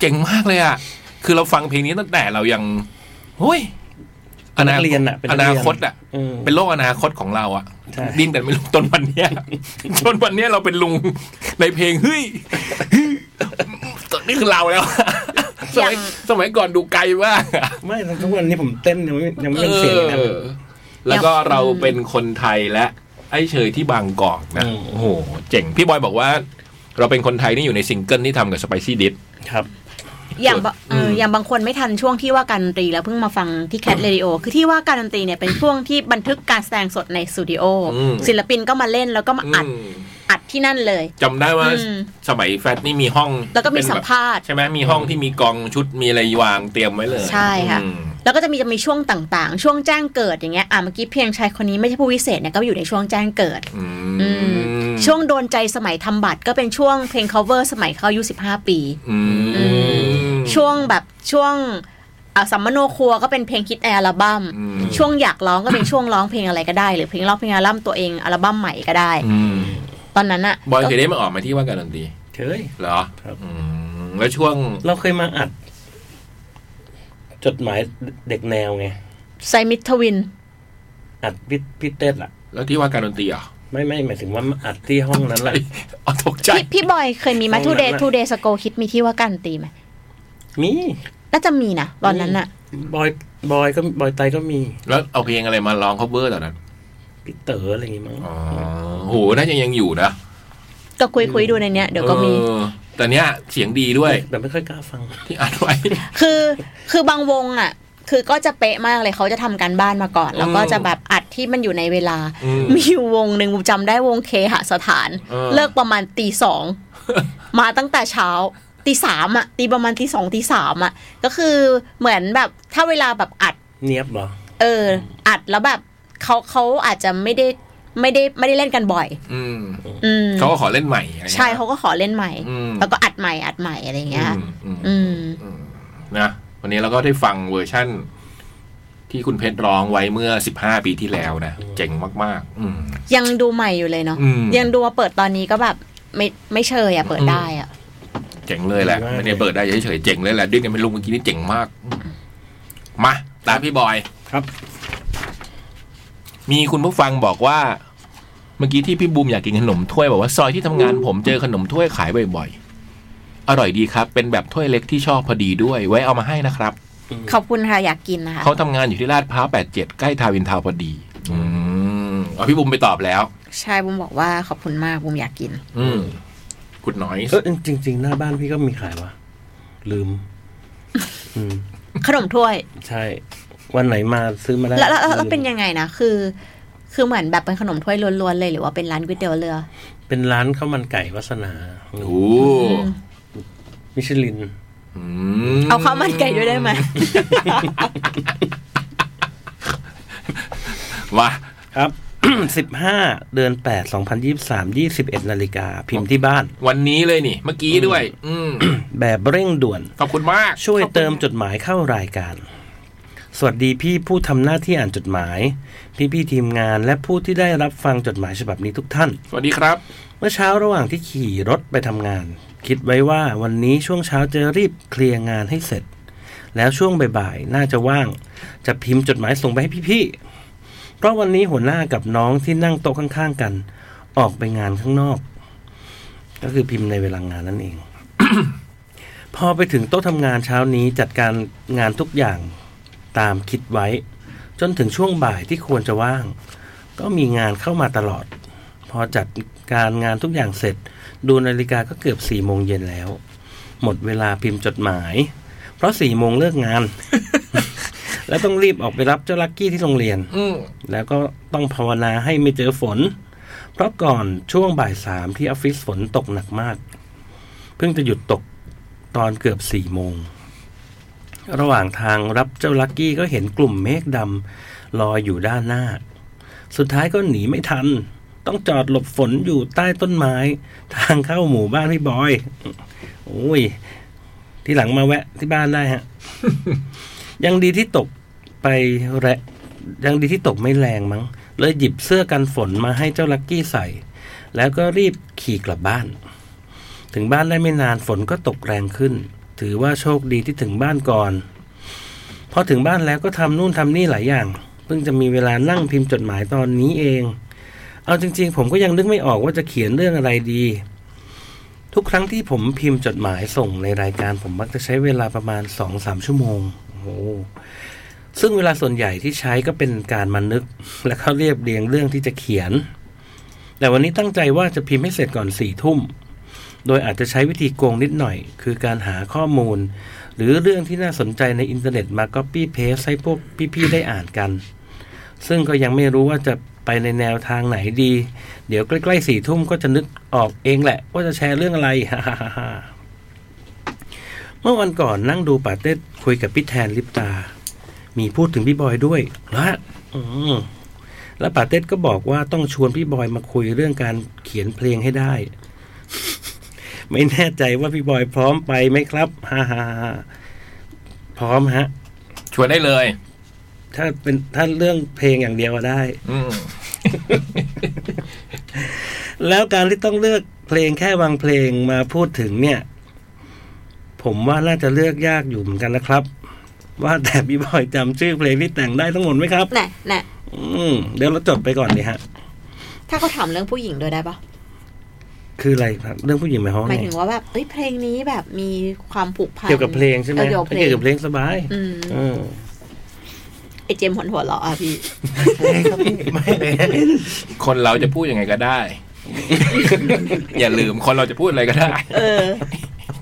เจ๋งมากเลยอ่ะ คือเราฟังเพลงนี้ตั้งแต่เรายังเฮ้ย เป็นนักเรียนอะเป็นอนัก เรียน นาคตอ่ะ เออ เป็นโลกอนาคตของเราอ่ะ ใช่ ดิ้นกันไม่ลุงจนวัน เนี้ย จนวันเนี้ยเราเป็นลุงในเพลงเฮ้ยตอนนี้คือเราแล้วสมัยสมัยก่อนดูไกลมากอะ ไม่ทุกวันนี้ผมเต้นยังไม่ยังไม่เป็นเสียงนะ ออแล้วก็เราเป็นคนไทยและ ไอ้เฉยที่บางกอกนะ อืม โอ้โหเจ๋ง พี่บอยบอกว่า เราเป็นคนไทยนี่อยู่ในซิงเกิลที่ทำกับสไปซี่ดิส ครับ อย่างบะเออ ม อย่างบางคนไม่ทันช่วงที่ว่าการดนตรีแล้วเพิ่งมาฟังที่แคทเรดิโอคือที่ว่าการดนตรีเนี่ยเป็นช่วงที่บันทึกการแสดงสดในสตูดิโออ ม ศิลปินก็มาเล่นแล้วก็มาอัดอัดที่นั่นเลย จำได้ว่า อืม สมัยแฟตนี่มีห้อง แล้วก็มี เป็น สัม แบบ ภาษณ์ ใช่ไหมมีห้องที่มีกองชุดมีอะไรวางเตรียมไว้เลย ใช่ค่ะ อืม แล้วก็จะมีจะมีช่วงต่างๆ ช่วงแจ้งเกิดอย่างเงี้ยอ่ะเมื่อกี้เพียงชายคนนี้ไม่ใช่ผู้วิเศษเนี่ยก็อยู่ในช่วงแจ้งเกิด อืม อืม ช่วงโดนใจสมัยทำบัตรก็เป็นช่วงเพลง cover สมัยเขาอายุ15 ปี อืม อื ช่วงแบบช่วงอ่ะสัมมโนครัวก็เป็นเพลงคิดในอัลบั้ม อืม ช่วงอยากร้องก็เป็นช่วงร้องเพลงอะไรก็ได้ หรือเพลงร้องเพลงอัลบั้มตัวเองอัลบั้มใหม่ก็ได้ อืม ตอนนั้นอะ บอยเคยได้มาออกไหมาที่ว่าการดนตรี เคย เหรอ ครับ อืมแล้วช่วง เราเคยมาอัด จดหมายเด็กแนวไง ไซมิททวิน อัดพี่พี่เต้นอะ แล้วที่ว่าการดนตรีเหรอ ไม่ไม่หมายถึงว่ามาอัดที่ห้องนั้นแหละ อ๋อตกใจ พี่พี่บอยเคยมีไหม ตรงนั้น ทูเดย์ น่ะ ทูเดย์สโกคิดมีที่ว่าการดนตรีไหม มี น่าจะมีนะตอนนั้นอะ บอยบอยก็บอยไตก็มี แล้วเอาเพลงอะไรมาร้อง cover ตอนนั้น พี่เต๋ออะไรอย่างงี้มั้ง อ๋อโห น่าจะยังอยู่นะ ก็คุยคุยๆดูในเนี้ยเดี๋ยวก็มี เออแต่เนี้ยเสียงดีด้วย แต่ไม่ค่อยกล้าฟัง ที่อัดไว้ คือคือบางวงอ่ะ คือก็จะเป๊ะมากเลยเขาจะทำการบ้านมาก่อน แล้วก็ อืม จะแบบอัดที่มันอยู่ในเวลา อืม มีอยู่วงหนึ่งบูมจำได้วงเคหสถาน เออ เลิกประมาณตีสอง มาตั้งแต่เช้าตีสามอ่ะตีประมาณตีสองตีสามอ่ะ ก็คือเหมือนแบบถ้าเวลาแบบอัด เนียบเหรอ เออ อัดแล้วแบบเขาเขาอาจจะไม่ได้ไม่ได้ไม่ได้เล่นกันบ่อย อืม อืม เขาก็ขอเล่นใหม่อะไรงี้ย ใช่เขาก็ขอเล่นใหม่ อืม แล้วก็อัดใหม่อัดใหม่อะไรอย่างเงี้ย อืม อืม นะวันนี้เราก็ได้ฟังเวอร์ชั่น ที่คุณเพชรร้องไว้เมื่อ 15 ปีที่แล้วนะ เจ๋งมาก ๆ อืม ยังดูใหม่อยู่เลยเนาะ อืม ยังดูมาเปิดตอนนี้ก็แบบไม่ไม่เชยอ่ะเปิดได้อ่ะ เจ๋งเลยแหละไม่ได้เปิดได้เฉยๆเจ๋งเลยแหละด้วยกันเป็นลุงเมื่อกี้นี่เจ๋งมากอืมมาตามพี่บอย ครับ มีคุณผู้ฟังบอกว่า เมื่อกี้ที่พี่บูมอยากกินขนมถ้วยบอกว่าซอยที่ทำงานผมเจอขนมถ้วยขายบ่อยๆ อร่อยดีครับ เป็นแบบถ้วยเล็กที่ชอบพอดีด้วย ไว้เอามาให้นะครับ ขอบคุณค่ะอยากกินนะคะ เขาทำงานอยู่ที่ลาดพร้าว87 ใกล้ทาวินทาวน์พอดี อืมเอาพี่บูมไปตอบแล้ว ใช่บุมบอกว่าขอบคุณมากบุมอยากกิน อืมกุดน้อย เออจริง ๆ หน้าบ้านพี่ก็มีขายวะลื ม อืม ขนมถ้วย ใช่ วันไหนมาซื้อมาได้ แล้วแล้วแล้วแล้วเป็น ลืม ยังไงนะคือ คือเหมือนแบบเป็นขนมถ้วยล้วนๆเลยหรือว่าเป็นร้านก๋วยเตี๋ยวเรือ เป็นร้านข้าวมันไก่วัสนา โอ้ มิชลิน อืม เอาข้าวมันไก่ด้วยได้ ไหม มา ครับ สิบห้าเดือนแปดสองพันยี่สามยี่สิบเอ็ดนาฬิกาพิมพ์ที่บ้าน วันนี้เลยนี่ เมื่อกี้ด้วย อืม แบบเร่งด่วน ขอบคุณมาก ช่วยเติมจดหมายเข้ารายการ สวัสดีพี่ผู้ทำหน้าที่อ่านจดหมาย พี่พี่ๆทีมงานและผู้ที่ได้รับฟังจดหมายฉบับนี้ทุกท่าน สวัสดีครับ เมื่อเช้าระหว่างที่ขี่รถไปทำงาน คิดไว้ว่าวันนี้ช่วงเช้าจะรีบเคลียร์งานให้เสร็จ แล้วช่วงบ่ายๆน่าจะว่าง จะพิมพ์จดหมายส่งไปให้พี่ๆเพราะวันนี้หัวหน้ากับน้องที่นั่งโต๊ะข้างๆกัน ออกไปงานข้างนอก ก็คือพิมพ์ในเวลางานนั่นเอง พอไปถึงโต๊ะทำงานเช้านี้จัดการงานทุกอย่างตามคิดไว้ จนถึงช่วงบ่ายที่ควรจะว่าง ก็มีงานเข้ามาตลอด พอจัดการงานทุกอย่างเสร็จ ดูนาฬิกาก็เกือบสี่โมงเย็นแล้ว หมดเวลาพิมพ์จดหมาย เพราะสี่โมงเลิกงาน แล้วต้องรีบออกไปรับเจ้าลักกี้ที่โรงเรียน อืม แล้วก็ต้องภาวนาให้ไม่เจอฝน เพราะก่อนช่วงบ่ายสามที่ออฟฟิศฝนตกหนักมาก เพิ่งจะหยุดตกตอนเกือบสี่โมง ระหว่างทางรับเจ้าลักกี้ก็เห็นกลุ่มเมฆดำลอยอยู่ด้านหน้า สุดท้ายก็หนีไม่ทัน ต้องจอดหลบฝนอยู่ใต้ต้นไม้ ทางเข้าหมู่บ้านพี่บอยโอ้ย ที่หลังมาแวะที่บ้านได้ฮะ ยังดีที่ตกไปแระยังดีที่ตกไม่แรงมั้ง เลยหยิบเสื้อกันฝนมาให้เจ้าลักกี้ใส่ แล้วก็รีบขี่กลับบ้าน ถึงบ้านได้ไม่นานฝนก็ตกแรงขึ้น ถือว่าโชคดีที่ถึงบ้านก่อน พอถึงบ้านแล้วก็ทำนู่นทำนี่หลายอย่าง เพิ่งจะมีเวลานั่งพิมพ์จดหมายตอนนี้เอง เอาจริง ๆ ผมก็ยังนึกไม่ออกว่าจะเขียนเรื่องอะไรดี ทุกครั้งที่ผมพิมพ์จดหมายส่งในรายการ ผมมักจะใช้เวลาประมาณสองสามชั่วโมงโอ้โหซึ่งเวลาส่วนใหญ่ที่ใช้ก็เป็นการมานึก และเขาเรียบเรียงเรื่องที่จะเขียน แต่วันนี้ตั้งใจว่าจะพิมพ์ให้เสร็จก่อนสี่ทุ่ม โดยอาจจะใช้วิธีโกงนิดหน่อย คือการหาข้อมูล หรือเรื่องที่น่าสนใจในอินเทอร์เน็ตมา Copy Paste ให้พวกพี่ๆได้อ่านกัน ซึ่งก็ยังไม่รู้ว่าจะไปในแนวทางไหนดี เดี๋ยวใกล้ๆสี่ทุ่มก็จะนึกออกเองแหละ ว่าจะแชร์เรื่องอะไร ฮ่าๆๆเมื่อวันก่อนนั่งดูปาเต้คุยกับพี่แทนลิปตา มีพูดถึงพี่บอยด้วยนะอืมแล้วปาเต้ก็บอกว่าต้องชวนพี่บอยมาคุยเรื่องการเขียนเพลงให้ได้ ไม่แน่ใจว่าพี่บอยพร้อมไปไหมครับ ฮ่าฮ่าฮ่าพร้อมฮะ ชวนได้เลย ถ้าเป็นถ้าเรื่องเพลงอย่างเดียวอะได้ อืม แล้วการที่ต้องเลือกเพลงแค่บางเพลงมาพูดถึงเนี่ย ผมว่าน่าจะเลือกยากอยู่เหมือนกันนะครับ ว่าแต่พี่บอยจำชื่อเพลงที่แต่งได้ทั้งหมดไหมครับ แน่แน่ อืมเดี๋ยวเราจดไปก่อนเลยฮะ ถ้าเขาถามเรื่องผู้หญิงด้วยได้ปะ คืออะไรครับ เรื่องผู้หญิงหมายความ ห ว่า มา ไง ยถึงว่าแบบเอ้ยเพลงนี้แบบมีความผูกพัน เกี่ยวกับเพลงใช่ไหม ออเกี่ยวกับเพลง เกี่ยวกับเพลงสบาย อืม เออ ไอเจมส์หัวหัวเราะอ่ะ พี่ ไม่เลย คนเราจะพูดยังไงก็ ได้ อย่าลืมคนเราจะพูดอะไรก็ได้ เออ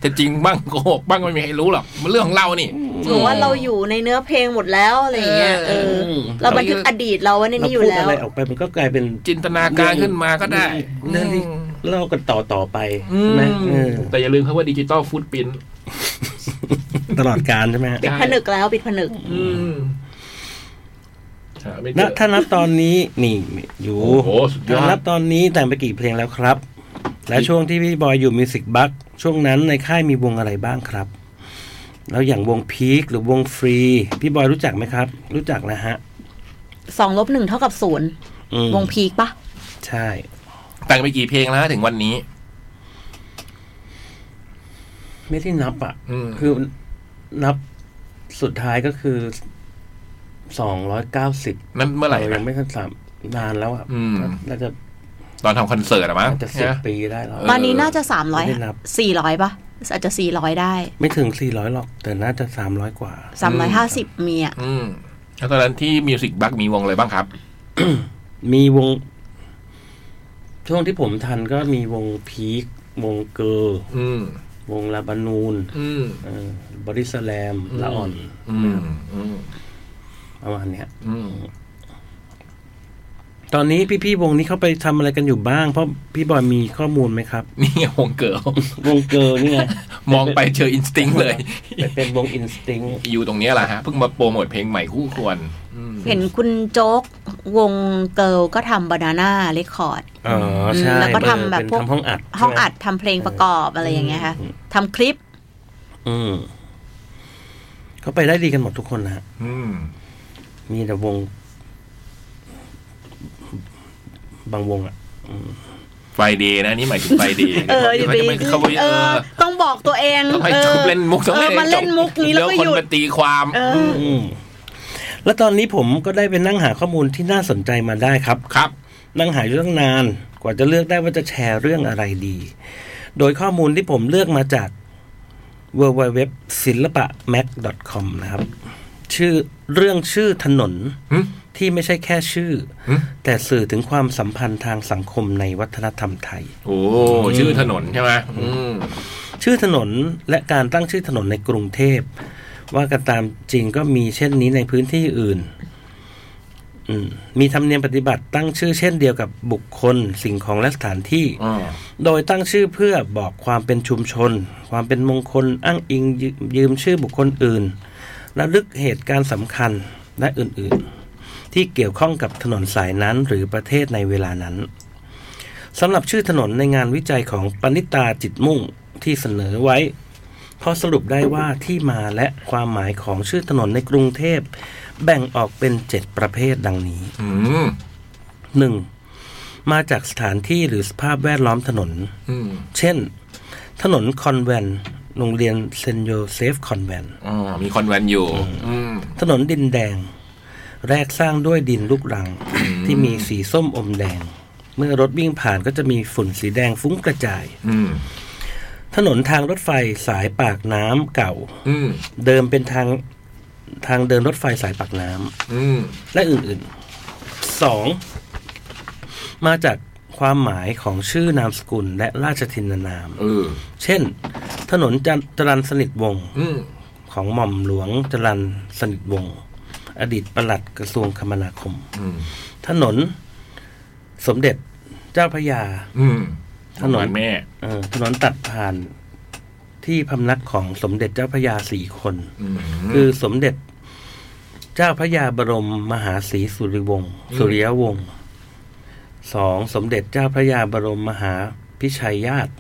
จะจริงบ้างโกหกบ้างไม่มีใครรู้หรอกมันเรื่องของเรานี่ หรือว่าเราอยู่ในเนื้อเพลงหมดแล้วอะไรอย่างเงี้ยเออ เราบันทึกอดีตเราไว้ใน เรา นี้อยู่ พูด แล้ อะ ว ไรออกไปมันก็กลายเป็น จินตนาการขึ้นมาก็ได้ เรื่องที่เล่ากันต่อต่อๆไป อืม ใช่ไหมเออ แต่อย่าลืมครับว่าดิจิตอลฟูดปิน ตลอดการใช่ไหมฮะ ปิดผนึกแล้วปิดผนึก อืมหาไม่เจ ณ อ ถ้านับตอนนี้นี่อยู่ โอ้โหสุดยอ นั ด บตอนนี้แต่งไปกี่เพลงแล้วครับ และช่วงที่พี่บอยอยู่มิวสิกบัคช่วงนั้นในค่ายมีวงอะไรบ้างครับ แล้วอย่างวงพีคหรือวงฟรี พี่บอยรู้จักไหมครับ รู้จักนะฮะ สองลบหนึ่งเท่ากับศูนย์ อืม วงพีกปะ ใช่ แต่งไปกี่เพลงแล้วฮะถึงวันนี้ ไม่ได้นับอ่ะ อืม คือนับสุดท้ายก็คือสองร้อยเก้าสิบ นั่นเมื่อไหร่ ยั นะ งไม่ทันสามนานแล้วอ่ะ อืม น่าจะ ตอนทำคอนเสิร์ตอะมั้ง น่าจะสิบ นะ ปีได้แล้ว เออ ตอนนี้น่าจะสามร้อย ไม่ได้นับ สี่ร้อยปะอาจจะสี่ร้อยได้ ไม่ถึงสี่ร้อยหรอก แต่น่าจะสามร้อยกว่า สามร้อยห้าสิบมีอ่ะ อืมแล้วตอนนั้นที่มิวสิกบัคมีวงอะไรบ้างครับ มีวง ช่วงที่ผมทันก็มีวงพีควงเกอร์ อืม วงลาบานูน อืม เออบริสแลมละอ่อน อืม อืม ประมาณเนี้ย อืม ตอนนี้พี่ๆวงนี้เขาไปทำอะไรกันอยู่บ้าง เพราะพี่บอยมีข้อมูลไหมครับ นี่ไงวงเกิร์ล วงเกอร์นี่ไง มองไปเจออินสติ้งเลย ไปเป็นวงอินสติ้ง อยู่ตรงเนี้ยแหละฮะ เพิ่งมาโปรโมทเพลงใหม่คู่ควร อืม เห็นคุณโจ๊กวงเกิลก็ทำบานาน่าเรคคอร์ด อ๋อใช่ แล้วก็ทำแบบ เป็น พวก ทำห้องอัด ห้องอัด ใช่ไ ทำเพลงประกอบอะไรอย่างเงี้ยค่ะทำคลิป มอืมเขาไปได้ดีกันหมดทุกคนนะฮะ อืม มีแต่วง บางวงอะ ไฟเดย์นะนี่หมายถึงไฟเดย์ เอออ เดี๋ ย่าว ไป เขาจะไม่เขาไม่ เอ เอ อ อ ต้องบอกตัวเอง ต้องให้ เอ จ อบ เล่นมุกต้อง เอ ให้ อมาเล่น จบ มุกนี้แล้วก็ เดี๋ ห คน ยุ มา ด ตีความ เออ อืมแล้วตอนนี้ผมก็ได้ไปนั่งหาข้อมูลที่น่าสนใจมาได้ครับ ครับ นั่งหาอยู่ตั้งนาน กว่าจะเลือกได้ว่าจะแชร์เรื่องอะไรดี โดยข้อมูลที่ผมเลือกมาจาก w w w ศิลปะ mac com นะครับ ชื่อเรื่องชื่อถนน หึ ที่ไม่ใช่แค่ชื่อ หึ แต่สื่อถึงความสัมพันธ์ทางสังคมในวัฒนธรรมไทย โอ้ชื่อถนนใช่ไหมอืม ชื่อถนนและการตั้งชื่อถนนในกรุงเทพ ว่ากันตามจริงก็มีเช่นนี้ในพื้นที่อื่น อืมมีธรรมเนียมปฏิบัติตั้งชื่อเช่นเดียวกับบุคคล สิ่งของและสถานที่ อ่า โดยตั้งชื่อเพื่อบอกความเป็นชุมชน ความเป็นมงคลอ้างอิงยยืมชื่อบุคคลอื่นระลึกเหตุการณ์สำคัญและอื่นๆ ที่เกี่ยวข้องกับถนนสายนั้นหรือประเทศในเวลานั้นสำหรับชื่อถนนในงานวิจัยของปณิตาจิตมุ่งที่เสนอไว้ พอสรุปได้ว่าที่มาและความหมายของชื่อถนนในกรุงเทพ แบ่งออกเป็น 7 ประเภทดังนี้ อืม 1. มาจากสถานที่หรือสภาพแวดล้อมถนน อืม เช่น ถนนคอนแวนต์โรงเรียนเซนโยเซฟคอนแวนต์ อ๋อมีคอนแวนต์อยู่ อืม ถนนดินแดง แรกสร้างด้วยดินลูกรัง ที่มีสีส้มอมแดง เมื่อรถวิ่งผ่านก็จะมีฝุ่นสีแดงฟุ้งกระจาย อืม ถนนทางรถไฟสายปากน้ำเก่า อืม เดิมเป็นทางทางเดินรถไฟสายปากน้ อืม ำและอื่นๆสองมาจากความหมายของชื่อนามสกุลและราชทินนาม เออ เช่น ถนนจันจรันสนิทวงศ์ อืม ของหม่อมหลวงจรันสนิทวงศ์อดีตปลัดกระทรวงคมนาคม อืม ถนนสมเด็จเจ้าพระยา อืม ถนน แม่ เออถนนตัดผ่านที่พำนักของสมเด็จเจ้าพระยาสี่คน อืม คือสมเด็จเจ้าพระยาบรมมหาศรีสุริวงศ์ อืม สุริยวงศ์สองสมเด็จเจ้าพระยาบรมมหาพิชัยญาติ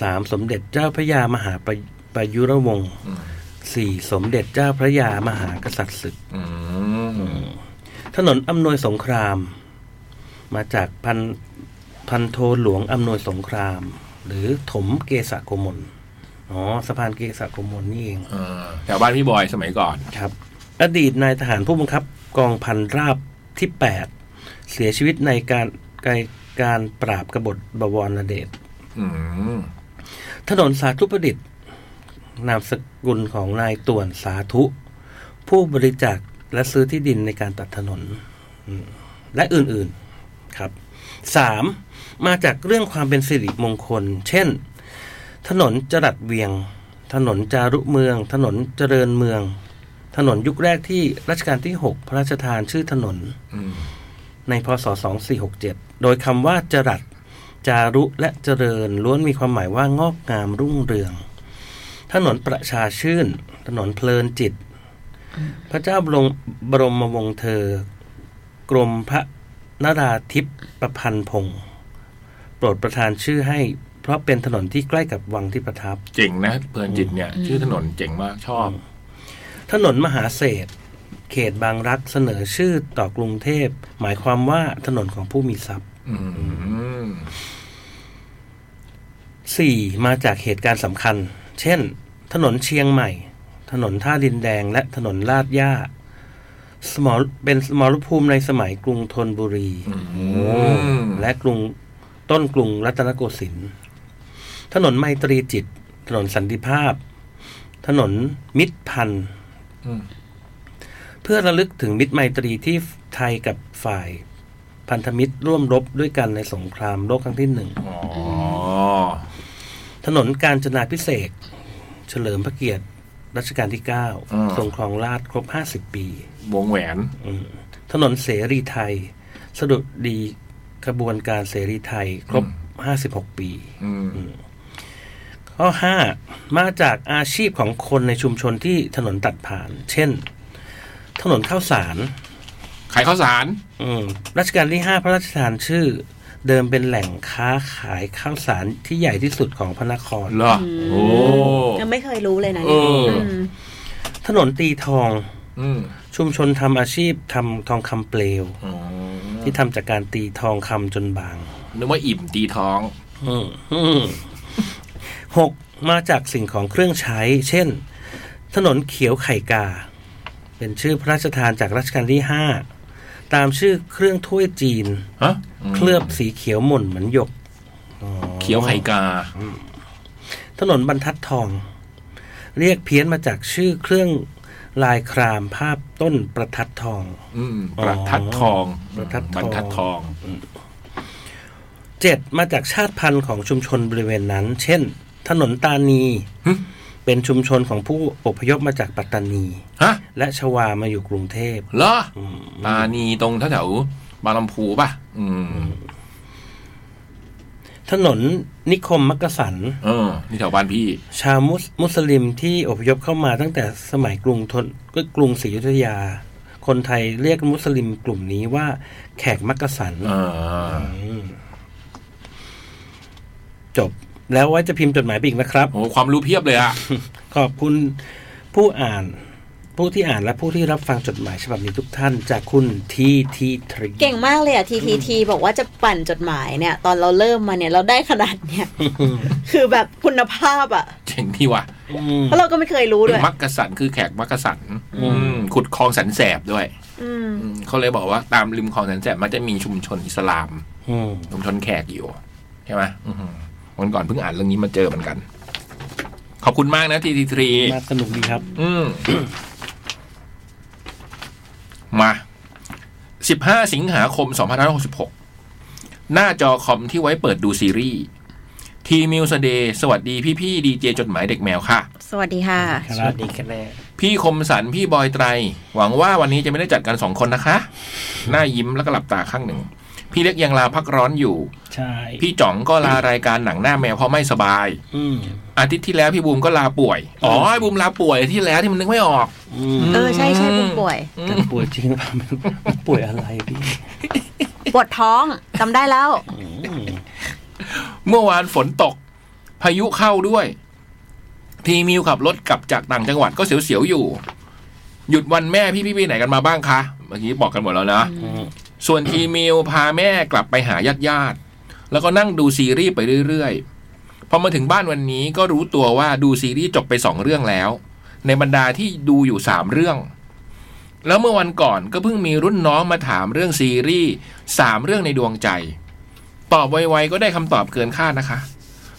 สามสมเด็จเจ้าพระยามหาปประยุรวงศ์สี่สมเด็จเจ้าพระยามหากษัตริย์ศึก อืม ถนนอำนวยสงคราม มาจากพันพันโทหลวงอำนวยสงคราม หรือถมเกษะโกมลอ๋อสะพานเกษะโกมลนี่เอง เออแถวบ้านพี่บอยสมัยก่อน ครับอดีตนายทหารผู้บังคับกองพันราบที่ 8 เสียชีวิตในการการการปราบกบฏบวรเดช อืม ถนนสาธุประดิษฐ์ นามสกุลของนายต่วนสาธุ ผู้บริจาคและซื้อที่ดินในการตัดถนนอืมและอื่นๆครับสามมาจากเรื่องความเป็นสิริมงคล เช่น ถนนจรัดเวียง ถนนจารุเมือง ถนนเจริญเมือง ถนนยุคแรกที่รัชกาลที่ 6 พระราชทานชื่อถนน อืม ในพศ 2467 โดยคำว่าจรัสจารุและเจริญล้วนมีความหมายว่างอกงามรุ่งเรือง ถนนประชาชื่น ถนนเพลินจิต พระเจ้าบรมบรมวงศ์เธอ กรมพระนราธิปประพันธ์พงศ์โปรดประทานชื่อให้ เพราะเป็นถนนที่ใกล้กับวังที่ประทับ เจ๋งนะเพลินจิตเนี่ย ชื่อถนนเจ๋งมากชอบ ถนนมหาเศรษฐ์เขตบางรักเสนอชื่อต่อกรุงเทพ หมายความว่าถนนของผู้มีทรัพย์ อืม 4. มาจากเหตุการณ์สำคัญ เช่น ถนนเชียงใหม่ ถนนท่าดินแดงและถนนลาดย่าสมอเป็นสมรภูมิในสมัยกรุงธนบุรี ม และกรุงต้นกรุงรัตนโกสินทร์ถนนไมตรีจิต ถนนสันติภาพ ถนนมิตรพันธ์ อืม เพื่อระลึกถึงมิตรไมตรีที่ไทยกับฝ่ายพันธมิตรร่วมรบด้วยกันในสงครามโลกครั้งที่หนึ่ง อ๋อ ถนนกาญจนาพิเศษกเฉลิมพระเกียรติรัชกาลที่ อ่า 9 ทรงครองราชย์ครบ 50 ปี วงแหวน อืมถนนเสรีไทย สะดุดดีขบวนการเสรีไทยครบ 56 ปี อืม ข้อ 5 มาจากอาชีพของคนในชุมชนที่ถนนตัดผ่าน เช่น ถนนข้าวสาร ขายข้าวสาร อืมรัชกาลที่ 5 พระราชทานชื่อ เดิมเป็นแหล่งค้าขายข้าวสารที่ใหญ่ที่สุดของพระนคร เหรอ โอ้ ยังไม่เคยรู้เลยนะ เอ เนี่ย อ ม ถนนตีทอง อืม ชุมชนทำอาชีพทำทองคำเปลว อ๋อ ที่ทำจากการตีทองคำจนบาง นึกว่าอิ่มตีท้อง อืมอืมหกมาจากสิ่งของเครื่องใช้ เช่น ถนนเขียวไข่กา เป็นชื่อพระราชทานจากรัชกาลที่ 5 ตามชื่อเครื่องถ้วยจีน ฮะ เคลือบสีเขียวหม่นเหมือนหยก เขียวไข่กา ถนนบรรทัดทอง เรียกเพี้ยนมาจากชื่อเครื่องลายครามภาพต้นประทัดทอง อืม ประทัดทอง ประทัดทบองรรทัดทอง เจ็ดมาจากชาติพันธุ์ของชุมชนบริเวณนั้น เช่น ถนนตานี หึ เป็นชุมชนของผู้อพยพมาจากปัตตานี ฮะ และชวามาอยู่กรุงเทพ เหรอตานีตรงแถวๆบางลำพูป่ะ อืม ถนนนิคมมักกะสัน เออ นี่แถวบ้านพี่ ชาวมุสมุสลิมที่อพยพเข้ามาตั้งแต่สมัยกรุงทนก็กรุงศรีอยุธยา คนไทยเรียกมุสลิมกลุ่มนี้ว่าแขกมักกะสัน เออ จบแล้วไว้จะพิมพ์จดหมายไปอีกนะครับ โอ้ความรู้เพียบเลยอะ ขอบคุณผู้อ่าน ผู้ที่อ่านและผู้ที่รับฟังจดหมายฉบับนี้ทุกท่านจากคุณทีทีทรี เก่งมากเลยอ่ะ TTT บอกว่าจะปั่นจดหมายเนี่ย ตอนเราเริ่มมาเนี่ยเราได้ขนาดเนี่ย คือแบบคุณภาพอ่ะ เจ๋งที่ว่ะ เพราะเราก็ไม่เคยรู้ด้วย มักกะสันคือแขกมักกะสันอืมขุดคลองสันแสบด้วย อืม อืมเขาเลยบอกว่าตามริมคลองสันแสบมันจะมีชุมชนอิสลาม อืม ชุมชนแขกอยู่ใช่ไหมอื้อหือวันก่อนเพิ่งอ่านเรื่องนี้มาเจอเหมือนกัน ขอบคุณมากนะทีทีทรี น่าสนุกดีครับ อืม มาสิบห้าสิงหาคมสองพันห้าร้อยหกสิบหกหน้าจอคอมที่ไว้เปิดดูซีรีส์ทีมิวสเดย์สวัสดีพี่พี่ดีเจจดหมายเด็กแมวค่ะ สวัสดีค่ะ ค ส รั วั บ สดีกันแน่ พี่คมสันพี่บอยไตร หวังว่าวันนี้จะไม่ได้จัดกันสองคนนะคะ หน้ายิ้มแล้วก็หลับตาข้างหนึ่ง พี่เล็กยังลาพักร้อนอยู่ ใช่ พี่จ๋องก็ลารายการหนังหน้าแมวเพราะไม่สบาย อืม อาทิตย์ที่แล้วพี่บูมก็ลาป่วย อ๋อไอ้บูมลาป่วยอาทิตย์ที่แล้วที่มันนึกไม่ออก อืม เออ ใช่ใช่ผู้ป่วย แต่ป่วยจริงหรือเปล่าไม่รู้ป่วยอะไรพี่ ปวดท้องจำได้แล้ว อืม เมื่อวานฝนตก พายุเข้าด้วย ทีมิวขับรถกลับจากต่างจังหวัดก็เสียวๆอยู่ หยุดวันแม่พี่พี่ๆไปไหนกันมาบ้างคะเมื่อกี้บอกกันหมดแล้วนะ อืม ส่วนทีมิวพาแม่กลับไปหาญาติญาติๆแล้วก็นั่งดูซีรีส์ไปเรื่อยๆ พอมาถึงบ้านวันนี้ก็รู้ตัวว่าดูซีรีส์จบไปสองเรื่องแล้ว ในบรรดาที่ดูอยู่สามเรื่อง แล้วเมื่อวันก่อนก็เพิ่งมีรุ่นน้องมาถามเรื่องซีรีส์สามเรื่องในดวงใจ ตอบไวๆก็ได้คำตอบเกินคาดนะคะ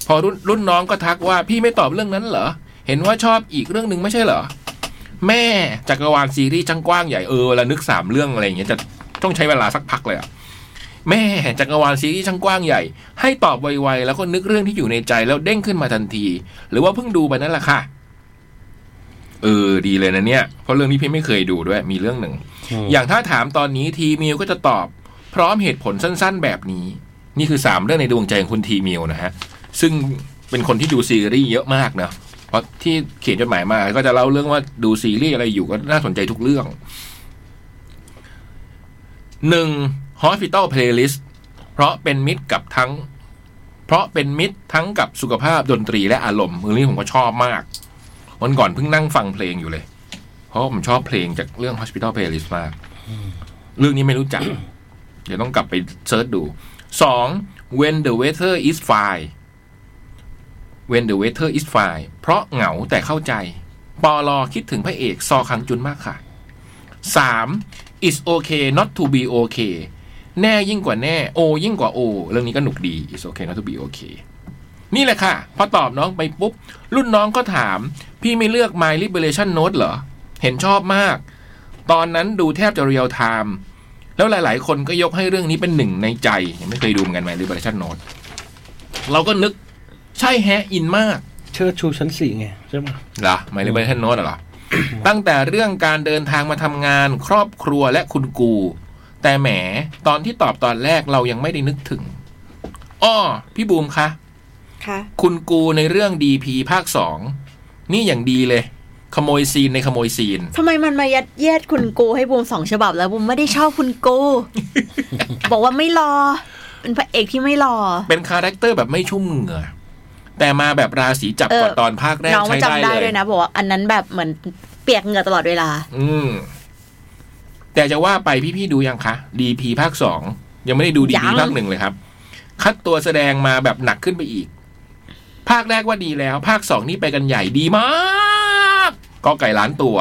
พอรุ่นรุ่นน้องก็ทักว่าพี่ไม่ตอบเรื่องนั้นเหรอ เห็นว่าชอบอีกเรื่องหนึ่งไม่ใช่เหรอ แม่จักรวาลซีรีส์ช่างกว้างใหญ่เออเวลานึกสามเรื่องอะไรอย่างเงี้ยจะ ต้องใช้เวลาสักพักเลยอะแม่จักรวาลซีรีส์ช่างกว้างใหญ่ ให้ตอบไวๆ แล้วก็นึกเรื่องที่อยู่ในใจแล้วเด้งขึ้นมาทันที หรือว่าเพิ่งดูไปนั่นแหละค่ะ เออ ดีเลยนะเนี่ย เพราะเรื่องนี้พี่ไม่เคยดูด้วย มีเรื่องหนึ่ง อย่างถ้าถามตอนนี้ทีมิวก็จะตอบ พร้อมเหตุผลสั้นๆแบบนี้ นี่คือสามเรื่องในดวงใจของคุณทีมิวนะฮะ ซึ่งเป็นคนที่ดูซีรีส์เยอะมากเนาะเพราะที่เขียนจดหมายมา ก็จะเล่าเรื่องว่าดูซีรีส์อะไรอยู่ก็น่าสนใจทุกเรื่อง หนึ่ง Hospital Playlist เพราะเป็นมิตรกับทั้ง เพราะเป็นมิตรทั้งกับสุขภาพดนตรีและอารมณ์มือนี้ผมก็ชอบมาก วันก่อนเพิ่งนั่งฟังเพลงอยู่เลย เพราะผมชอบเพลงจากเรื่อง Hospital Playlist มาก เรื่องนี้ไม่รู้จัก เดี๋ยวต้องกลับไปเซิร์ชดูสอง When the weather is fine When the weather is fine เพราะเหงาแต่เข้าใจ ปอลอคิดถึงพระเอกซอคังจุนมากค่ะ 3. is okay not to be okay แน่ยิ่งกว่าแน่ โอ ยิ่งกว่าโอ เรื่องนี้ก็หนุกดี is okay not to be okay นี่แหละค่ะ พอตอบน้องไปปุ๊บ รุ่นน้องก็ถาม พี่ไม่เลือก my liberation note เหรอ เห็นชอบมาก ตอนนั้นดูแทบจะเรียลไทม์ แล้วหลายๆ คนก็ยกให้เรื่องนี้เป็นหนึ่งในใจ ยังไม่เคยดูเหมือนกัน my liberation note เราก็นึก ใช่แฮะอินมาก เชิดชูชั้นสี่ไงใช่ไหม เหรอหมายเลขบัญชีโน้ตเหรอ ตั้งแต่เรื่องการเดินทางมาทำงานครอบครัวและคุณกู แต่แหมตอนที่ตอบตอนแรกเรายังไม่ได้นึกถึง อ้อ พี่บูมคะ ค่ะ คุณกูในเรื่องดีพีภาคสอง นี่อย่างดีเลย ขโมยซีนในขโมยซีน ทำไมมันมายัดเยียดคุณกูให้บูมสองฉบับแล้วบูมไม่ได้ชอบคุณกู บอกว่าไม่รอ เป็นพระเอกที่ไม่รอ เป็นคาแรคเตอร์แบบไม่ชุ่มเหงื่อ แต่มาแบบราศีจับกว่า เออ ตอนภาคแรก น้องมัน ใช้ได้ จำได้ เล ด้วย ยนะ บอกว่าอันนั้นแบบเหมือนเปียกเหงื่อตลอดเวลา อืม แต่จะว่าไปพี่ ๆ ดูยังคะดีพีภาคสองยังไม่ได้ดูดี ยั พี ง ภาคหนึ่งเลยครับ คัดตัวแสดงมาแบบหนักขึ้นไปอีก ภาคแรกว่าดีแล้ว ภาคสองนี่ไปกันใหญ่ดีมากก็ไก่ล้านตัว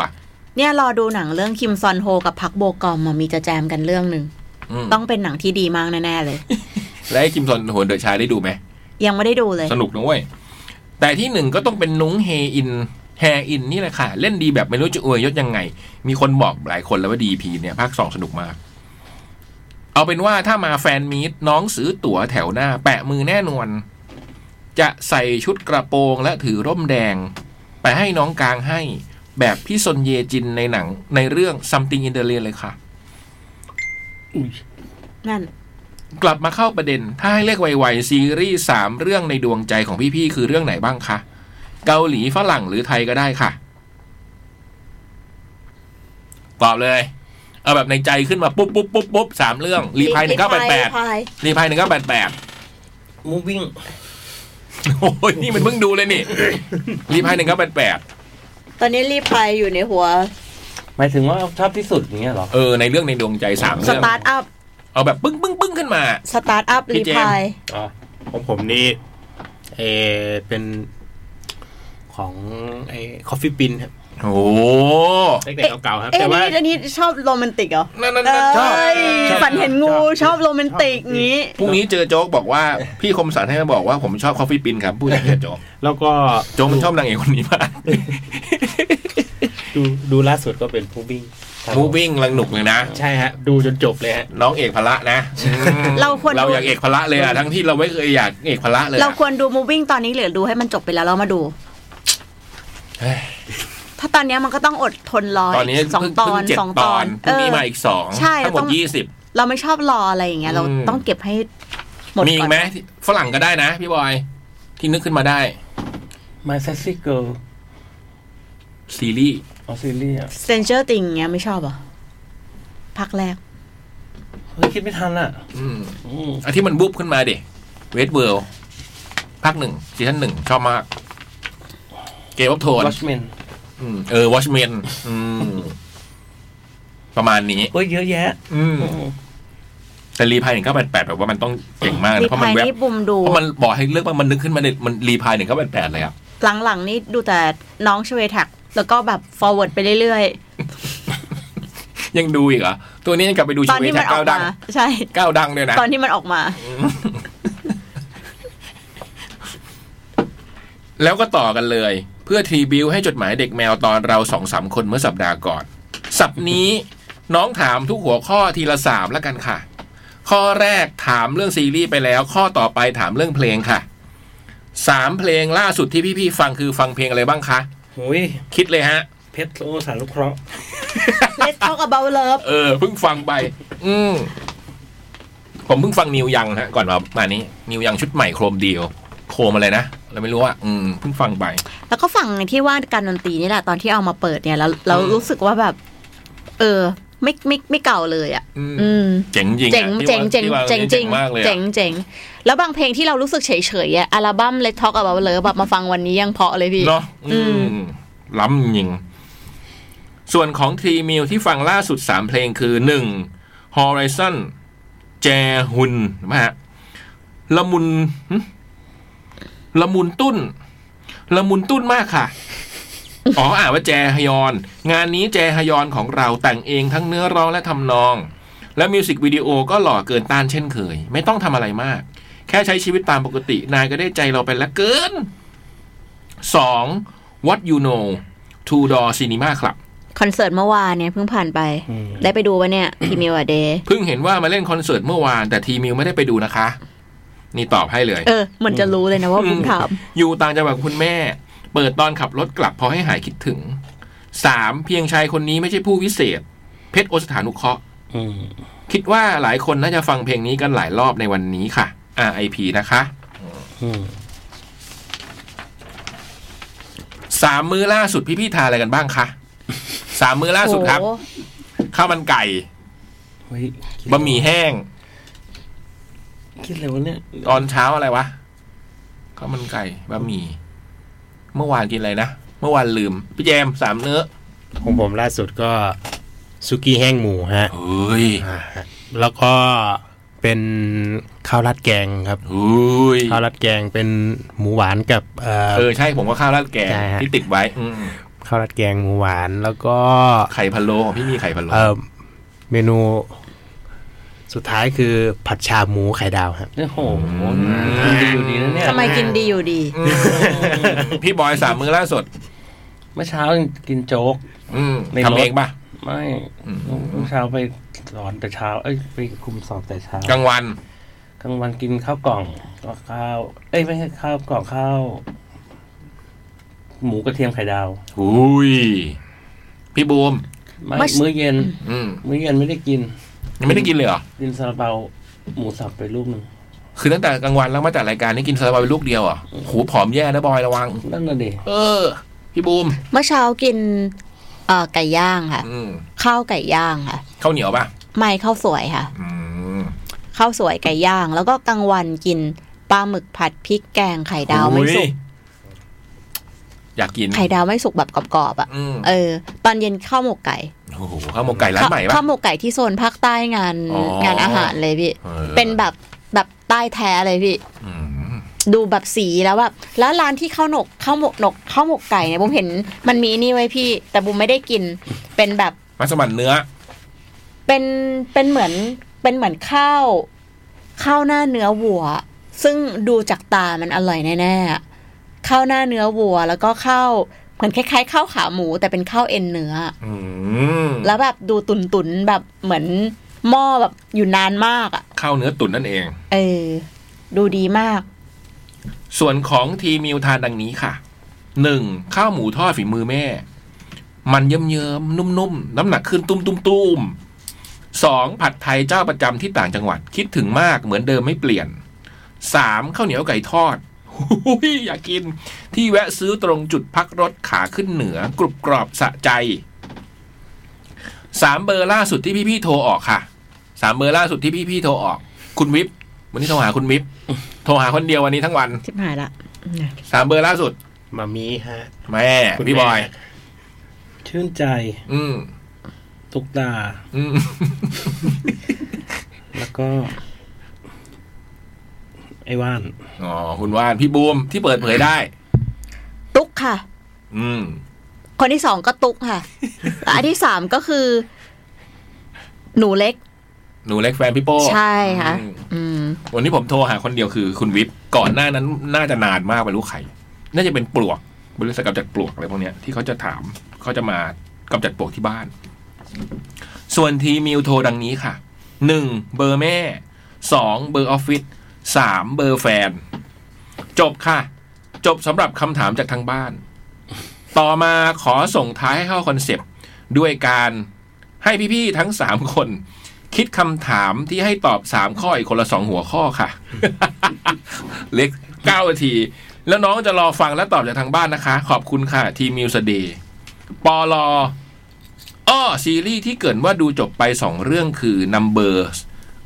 เนี่ยรอดูหนังเรื่องคิมซอนโฮกับพักโบกอมมามีจะแจมกันเรื่องหนึ่ง อืม ต้องเป็นหนังที่ดีมากแน่ๆเลย และไอ้คิมซอนโหนเดอะชายได้ดูไหม ยังไม่ได้ดูเลย สนุกนะเว้ย แต่ที่หนึ่งก็ต้องเป็นนุ้งเฮอิน แฮอินนี่แหละค่ะ เล่นดีแบบไม่รู้จะอวยยศยังไง มีคนบอกหลายคนแล้วว่าดีพีเนี่ย ภาคสองสนุกมาก เอาเป็นว่าถ้ามาแฟนมีตน้องซื้อตั๋วแถวหน้า แปะมือแน่นวน จะใส่ชุดกระโปรงและถือร่มแดง ไปให้น้องกลางให้แบบพี่ซนเยจินในหนังในเรื่อง something in the rain เลยค่ะ อุ๊ย นั่น กลับมาเข้าประเด็น ถ้าให้เลือกไวๆซีรีส์สามเรื่องในดวงใจของพี่ๆ คือเรื่องไหนบ้างคะ เกาหลีฝรั่งหรือไทยก็ได้ค่ะ ตอบเลย เอาแบบในใจขึ้นมาปุ๊บปุ๊บปุ๊บปุ๊บสามเรื่อง รีพายหนึ่งเก้าแปดแปดรีพายหนึ่งเก้าแปดแปด มูวิ่ง โอ้ยนี่มันเพิ่งดูเลยนี่ รีพายหนึ่งเก้าแปดแปด ตอนนี้รีพายอยู่ในหัว หมายถึงว่าชอบที่สุดอย่างเงี้ยเหรอ เออในเรื่องในดวงใจสาม ส เรื่อง ตาร์ทอัพ เอาแบบปึ้งปึ้งปึ้งขึ้นมา สตาร์ทอัพ พี่ รี เจมส์ พาย อ๋อของผมนี่เออเป็นของไอ้คอฟฟี่ปินครับ โอ้โห เด็กๆเก่าๆครับ เอ๊ะ แต่ว่า นี่อันนี้ชอบโรแมนติกเหรอ นั่นๆๆชอบ เอ้ย ชอบ ฝันเห็นงู ชอบ ชอบโรแมนติกงี้ พรุ่งนี้เจอโจ๊กบอกว่าพี่คมสันให้มาบอกว่าผมชอบคอฟฟี่ปินครับพูดอย่างเงี้ยโจ๊ก แล้วก็ โจ๊กมันชอบนางเอกคนนี้มาก ดูดูล่าสุดก็เป็นพูบิ้งครับ มูวิ่งลังหนุกเลยนะ ใช่ฮะ ดูจนจบเลยฮะ น้องเอกพละนะ เราควร เราอยากเอกพละเลยอะทั้งที่เราไม่เคยอยากเอกพละเลยอะ เราควรดู moving ตอนนี้หรือดูให้มันจบไปแล้วเรามาดู ถ้าตอนเนี้ยมันก็ต้องอดทนรอ ตอนนี้ กสอง เพิ่ง ตอน เพิ่งเจ็ด สอง ต ต อ อน น พรุ่งนี้ เออ มาอีกสอง ใช่ ทั้งหม ต้ ด อง ยี่สิบ เราไม่ชอบรออะไรอย่างเงี้ย เรา อืม ต้องเก็บให้หมด มีอี ก่ ก อน ไหมฝรั่งก็ได้นะ พี่บอย ที่นึกขึ้นมาได้ มาเซ็กซี่เกิล ซีรีส์ ออสเตรเลีย สเตนเจอร์ติงเงี้ยไม่ชอบเหรอพักแรก เฮ้ยคิดไม่ทันอ่ะ อืม อืม อันที่มันบุบขึ้นมาดิเวทเวิลด์ภาคหนึ่งซีซั่นหนึ่งชอบมาก เกมวับโทน วอชแมน เออวอชเมนประมาณนี้ เฮ้ยเยอะแยะ อืมแต่รีพายหนึ่งเก้าแปดแปดแบบว่ามันต้องเก่งมากนะ รี เพราะ พา มัน ย แวบ นี่บุมดู เพราะมันบอกให้เลือกว่ามันนึกขึ้นมาเลยมันรีพายหนึ่งเก้าแปดแปดเลยอ่ะ หลังๆนี่ดูแต่น้องชเวทัก แล้วก็แบบ forward ไปเรื่อย ยังดูอีกเหรอตัวนี้ยังกลับไปดู ๆ ตอ ชี น วิ ที่ ต มันออ เก้าก ดั มา ง ใช่ เก้าดังเลยนะ ตอนที่มันออกมา แล้วก็ต่อกันเลย เพื่อทรีบิวให้จดหมายเด็กแมวตอนเราสองสามคนเมื่อสัปดาห์ก่อน สัปนี้ น้องถามทุกหัวข้อทีละสามแล้วกันค่ะ ข้อแรกถามเรื่องซีรีส์ไปแล้ว ข้อต่อไปถามเรื่องเพลงค่ะสามเพลงล่าสุดที่พี่ๆฟังคือฟังเพลงอะไรบ้างคะ โอ้ย คิดเลยฮะ เพชรโอสารุเคราะห์ Let's talk about love เออเพิ่งฟังไป อืมผมเพิ่งฟังนิวยังฮะก่อนมามานี้ นิวยังชุดใหม่โครมเดียว โครมอะไรนะเราไม่รู้ว่าอืมเพิ่งฟังไป แล้วก็ฝั่งที่ว่าการดนตรีนี่แหละตอนที่เอามาเปิดเนี่ยแล้วเรารู้สึกว่าแบบ เออ ไม่ไม่ไม่เก่าเลยอ่ะ อืม อืม เจ๋งจริง เจ๋ง อะที่ เจ๋ง ว่า เจ๋ง ที่ว่า เจ๋งจริง มากเลยอะ เจ๋งเจ๋งแล้วบางเพลงที่เรารู้สึกเฉยเฉยๆอะอัลบั้ม Let's Talk About Love แบบมาฟังวันนี้ยังเพราะเลยพี่ เนาะอืมล้ำจริง ส่วนของทรีมิวที่ฟังล่าสุดสามเพลงคือหนึ่ง Horizon แจฮุนนะฮะละมุนหึละมุนตุ้น ละมุนตุ้นมากค่ะ อ๋ออ่านว่าแจฮยอน งานนี้แจฮยอนของเราแต่งเองทั้งเนื้อร้องและทำนอง และมิวสิกวิดีโอก็หล่อเกินต้านเช่นเคย ไม่ต้องทำอะไรมาก แค่ใช้ชีวิตตามปกติ นายก็ได้ใจเราไปละเกิน 2. What You Know Two Door Cinema Club คอนเสิร์ตเมื่อวานเนี่ยเพิ่งผ่านไป อืม ได้ไปดูวะเนี่ย ทีมิวอะเดย์ เพิ่งเห็นว่ามาเล่นคอนเสิร์ตเมื่อวานแต่ทีมิวไม่ได้ไปดูนะคะ นี่ตอบให้เลย เออเหมือนจะรู้เลยนะว่า อืม บุ้มถาม อยู่ต่างจังหวัดกับคุณแม่ เปิดตอนขับรถกลับพอให้หายคิดถึง 3. เพียงชายคนนี้ไม่ใช่ผู้วิเศษ เพชรโอสถานุเคราะห์ อืม คิดว่าหลายคนน่าจะฟังเพลงนี้กันหลายรอบในวันนี้ค่ะ RIP นะคะ อืม สามมื้อล่าสุดพี่พี่ๆทานอะไรกันบ้างคะสามมื้อล่าสุดครับ โอ้ ข้าวมันไก่ เฮ้ยคิด บะหมี่แห้ง คิดเลยวะเนี่ย ตอนเช้าอะไรวะข้าวมันไก่บะหมี่ เมื่อวานกินอะไรนะ เมื่อวานลืม พี่แจมสามเนื้อ ของผมล่าสุดก็ซุกี้แห้งหมูฮะ เฮ้ย อ่าฮะแล้วก็เป็นข้าวราดแกงครับ เฮ้ย ข้าวราดแกงเป็นหมูหวานกับเอ่อ เออใช่ผมก็ข้าวราดแกง ใช่ฮะ ที่ติดไว้อืม ข้าวราดแกงหมูหวานแล้วก็ ไข่พะโล้ของพี่มีไข่พะโล้ เอ่อเมนูสุดท้ายคือผัดชาหมูไข่ดาวครับ โอ้โหกินดีอยู่ดีนะเนี่ย ทำไมกินดีอยู่ดี อืมพี่บอยสามมื้อล่าสุด เมื่อเช้ากินโจ๊ก อืม ในรถ ทำเองป่ะ ไม่ อืม เมื่อเช้าไปสอนแต่เช้า เอ้ยไปคุมสอบแต่เช้าก ลางวัน กลางวันกินข้าวกล่องกับข้าว เอ้ยไม่ใช่ข้าวกล่องข้าว หมูกระเทียมไข่ดาว อุ้ย พี่บูม ไม่ เมื่อ มื้อเย็น อืม มื้อเย็นไม่ได้กิน ยังไม่ได้กินเลยเหรอ กินซาลาเปาหมูสับไปลูกหนึ่ง คือตั้งแต่กลางวันแล้วมาจัดรายการนี่กินซาลาเปาเป็นลูกเดียวเหรอ่ะโหผอมแย่นะบอยระวัง นั่นน่ะดิ เออ พี่บูม เมื่อเช้ากินเอ่อไก่ย่างค่ะ อืม ข้าวไก่ย่างค่ะ ข้าวเหนียวป่ะ ไม่ข้าวสวยค่ะ อืม ข้าวสวยไก่ย่าง แล้วก็กลางวันกินปลาหมึกผัดพริกแกงไข่ดาวไม่สุก อยากกิน ไข่ดาวไม่สุกแบบกรอบๆอ่ะ อืม เออ ตอนเย็นข้าวหมกไก่ โอ้โหข้าวหมกไก่ร้านใหม่ปะ ข้าวหมกไก่ที่โซนภาคใต้งาน อ๋อ งานอาหารเลยพี่ ออ เป็นแบบแบบใต้แท้เลยพี่ อืม ดูแบบสีแล้วแบบแล้วร้านที่ข้าวหนกข้าวหมกหนกข้าวหมกไก่เนี่ยบุมเห็นมันมีนี่ไว้พี่ แต่บุมไม่ได้กิน เป็นแบบ มัสมั่นเนื้อ เป็นเป็นเหมือนเป็นเหมือนข้าวข้าวหน้าเนื้อวัว ซึ่งดูจากตามันอร่อยแน่ๆอะข้าวหน้าเนื้อวัว แล้วก็ข้าวเหมือนคล้ายๆข้าวขาหมู แต่เป็นข้าวเอ็นเนื้อ อืม แล้วแบบดูตุนๆแบบเหมือนหม้อแบบอยู่นานมากอะ่ะ ข้าวเนื้อตุ๋นนั่นเอง เออ ดูดีมาก ส่วนของทีมิวทานดังนี้ค่ะ หนึ่งข้าวหมูทอดฝีมือแม่ มันเยิ้มเยิ้มๆนุ่มๆ น้ำหนักขึ้นตุ้มตุ้มตุ้มสองผัดไทยเจ้าประจำที่ต่างจังหวัด คิดถึงมากเหมือนเดิมไม่เปลี่ยนสามข้าวเหนียวไก่ทอด หุยอยากกิน ที่แวะซื้อตรงจุดพักรถขาขึ้นเหนือกรุบกรอบสะใจสามเบอร์ล่าสุดที่พี่ๆโทรออกค่ะสามเบอร์ล่าสุดที่พี่ๆโทรออก คุณวิบวันนี้โทรหาคุณวิบโทรหาคนเดียววันนี้ทั้งวัน ทิบหายละ สามเบอร์ล่าสุด มามีฮะ แม่ คุณ พี่บอย แม่ ชื่นใจ อืม ทุกตา อืม แล้วก็ ไอ้ว่าน อ๋อคุณว่าน พี่บูมที่เปิดเผยได้ ตุ๊กค่ะ อืม คนที่สองก็ตุ๊ก ค่ะ และอันที่สามก็คือ หนูเล็ก หนูเล็กแฟนพี่โป้ ใช่ค่ะ อืม อืม วันนี้ผมโทรหาคนเดียวคือคุณวิทย์ก่อนหน้านั้นน่าจะนานมากไปรู้ใคร น่าจะเป็นปลวก บริษัทกำจัดปลวกอะไรพวกเนี้ยที่เขาจะถามเขาจะมากำจัดปลวกที่บ้าน ส่วนทีมิวโทรดังนี้ค่ะหนึ่งเบอร์แม่สองเบอร์ออฟฟิศสามเบอร์แฟน จบค่ะ จบสำหรับคำถามจากทางบ้าน ต่อมาขอส่งท้ายให้เข้าคอนเซปต์ด้วยการให้พี่ๆทั้งสามคน คิดคำถามที่ให้ตอบสามข้ออีกคนละสองหัวข้อค่ะ เล็กเก้านาที แล้วน้องจะรอฟังและตอบจากทางบ้านนะคะ ขอบคุณค่ะ ทีมิวสเดย์ปอลออ้อซีรีส์ที่เกรินว่าดูจบไปสองเรื่องคือนัมเบอร์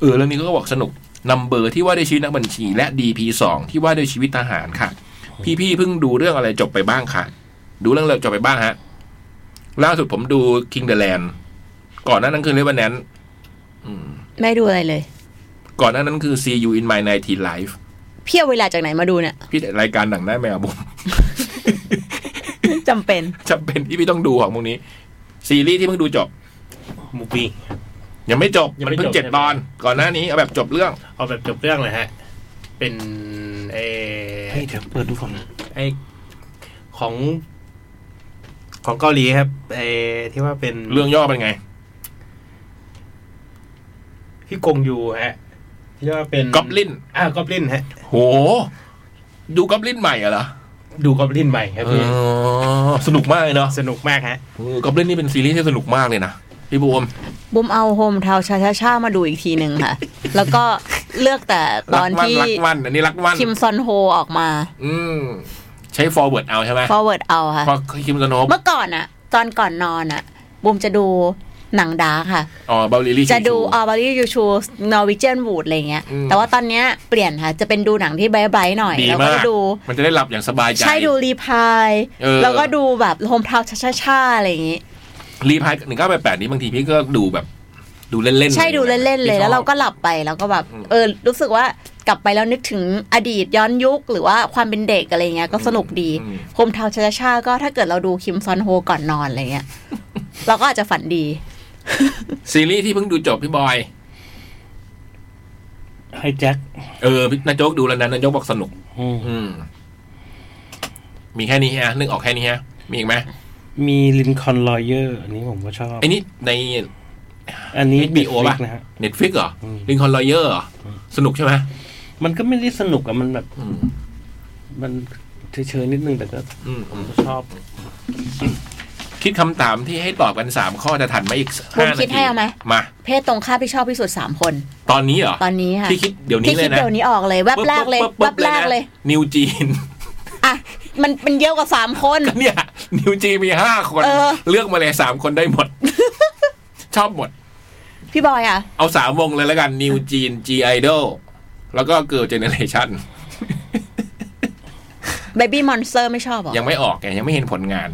เออเรื่องนี้ก็บอกสนุกนัมเบอร์ที่ว่าด้วยชีวิตนักบัญชี และ DP2 ที่ว่าด้วยชีวิตทหารค่ะ พี่ๆเพิ่งดูเรื่องอะไรจบไปบ้างค่ะ ดูเรื่องอะไรจบไปบ้างฮะ ล่าสุดผมดู King the Land ก่อนหน้านั้นคือ Revenant อืม ไม่ดูอะไรเลย ก่อนหน้านั้นคือ See You in My 19 Life เพี่ยวเวลาจากไหนมาดูเนี่ย พี่แต่รายการหนังหน้าแมวบุ๋ม จำเป็น จำเป็นที่พี่ต้องดูของพวกนี้ ซีรีส์ที่เพิ่งดูจบ มูฟี่ ยังไม่จบ ยัง มั ไม่ นเพิ่ง จบ เจ็ด ใช่ไหม ตอน ก่อนหน้านี้เอาแบบจบเรื่อง เอาแบบจบเรื่องเลยฮะ เป็นเอ เฮ้ย เดี๋ยวเปิดดูก่อน ไอของ ของเกาหลีครับไอที่ว่าเป็น เรื่องย่อเป็นไง พี่กงยูฮะที่ว่าเป็น Goblin อ่าก๊อบลินฮะ โห ดูก๊อบลินใหม่อะเหรอ ดูก๊อบลินใหม่ครับ เอ พี่ อสนุกมากเลยเนาะ สนุกมากฮะ เออก๊อบลินนี่เป็นซีรีส์ที่สนุกมากเลยนะ พี่บูม บุมเอาโฮมทาวชาชาชามาดูอีกทีหนึ่ง ค่ะ แล้วก็เลือกแต่ต รั อน กวัน ที่ รักวัน อันนี้รักวัน คิมซอนโฮออกมา อืม ใช้ forward เอาใช่ไหม forward เอาค่ะ พอคิมซโนบ เมื่อก่อนอะตอนก่อนนอนอะบุมจะดูหนังดาร์กค่ะ อ๋อเบลลิลี่ จะดูออบารียูชูนอร์วิเจนวูดอะไรเงี้ย อืม แต่ว่าตอนเนี้ยเปลี่ยนค่ะ จะเป็นดูหนังที่ไบรท์ไบรท์หน่อย ดี แล้วก็ มาก จะดู มันจะได้หลับอย่างสบายใจ ใช่ดูรีพาย เออ แล้วก็ดูแบบโฮมทาวช้าๆๆอะไรอย่างงี้ รีพายหนึ่งเก้าแปดแปดนี้บางทีพี่ก็ดูแบบ ดูเล่นๆ ใช่ดูเล่นๆเลพี่ชยอบ แล้วเราก็หลับไปแล้วก็แบบเออรู้สึกว่ากลับไปแล้วนึกถึงอดีตย้อนยุคหรือว่าความเป็นเด็กอะไรเงี้ยก็สนุกดี อืม โฮมทาวช้าๆๆก็ถ้าเกิดเราดูคิมซอนโฮก่อนนอนอะไรเงี้ย เราก็อาจจะฝันดี ซีรีส์ที่เพิ่งดูจบพี่บอย ให้แจ็ค เออพี่นายโจ๊กดูแล้วนะนายโจ๊กบอกสนุก อืม อืม มีแค่นี้ฮะนึกออกแค่นี้ฮะ มีอีกไหม มีลินคอล์นลอยเยอร์ อันนี้ผมก็ชอบ ไอ้นี่ใน อันนี้ HBO ป่ะ Netflix นะฮะ เน็ตฟิกเหรอ อืม ลิงคอนลอยเยอร์เหรอ สนุกใช่ไหม มันก็ไม่ได้สนุกอะมันแบบ อืม มันเฉยๆนิดนึงแต่ก็ อืม ผ อื ม ม ก็ชอบ คิดคำถามที่ให้ตอบกันสามข้อจะทันไหมอีกห้า ผม นา คิด ที ให้เอาไหม มา เพศตรงข้ามที่ชอบที่สุดสามคน ตอนนี้เหรอ ตอนนี้ค่ะ ที่คิดเดี๋ยวนี้ ที่ เลยนะ คิดเดี๋ยวนี้ออกเลยแวบแรกเลย ปึ๊บ แว ปึ๊ บบ แรกเลย นิวจีน อ่ะ มันมันเยอะกว่าสามคน เนี่ย นิวจีนมีห้าคน เออ เลือกมาเลยสามคนได้หมด ชอบหมด พี่บอยอ่ะ เอาสามวงเลยแล้วกันนิวจีน G Idol แล้วก็เกิร์ลเจเนเรชัน เบบี้มอนสเตอร์ไม่ชอบเหรอ ยังไม่ออกไงยังไม่เห็นผลงาน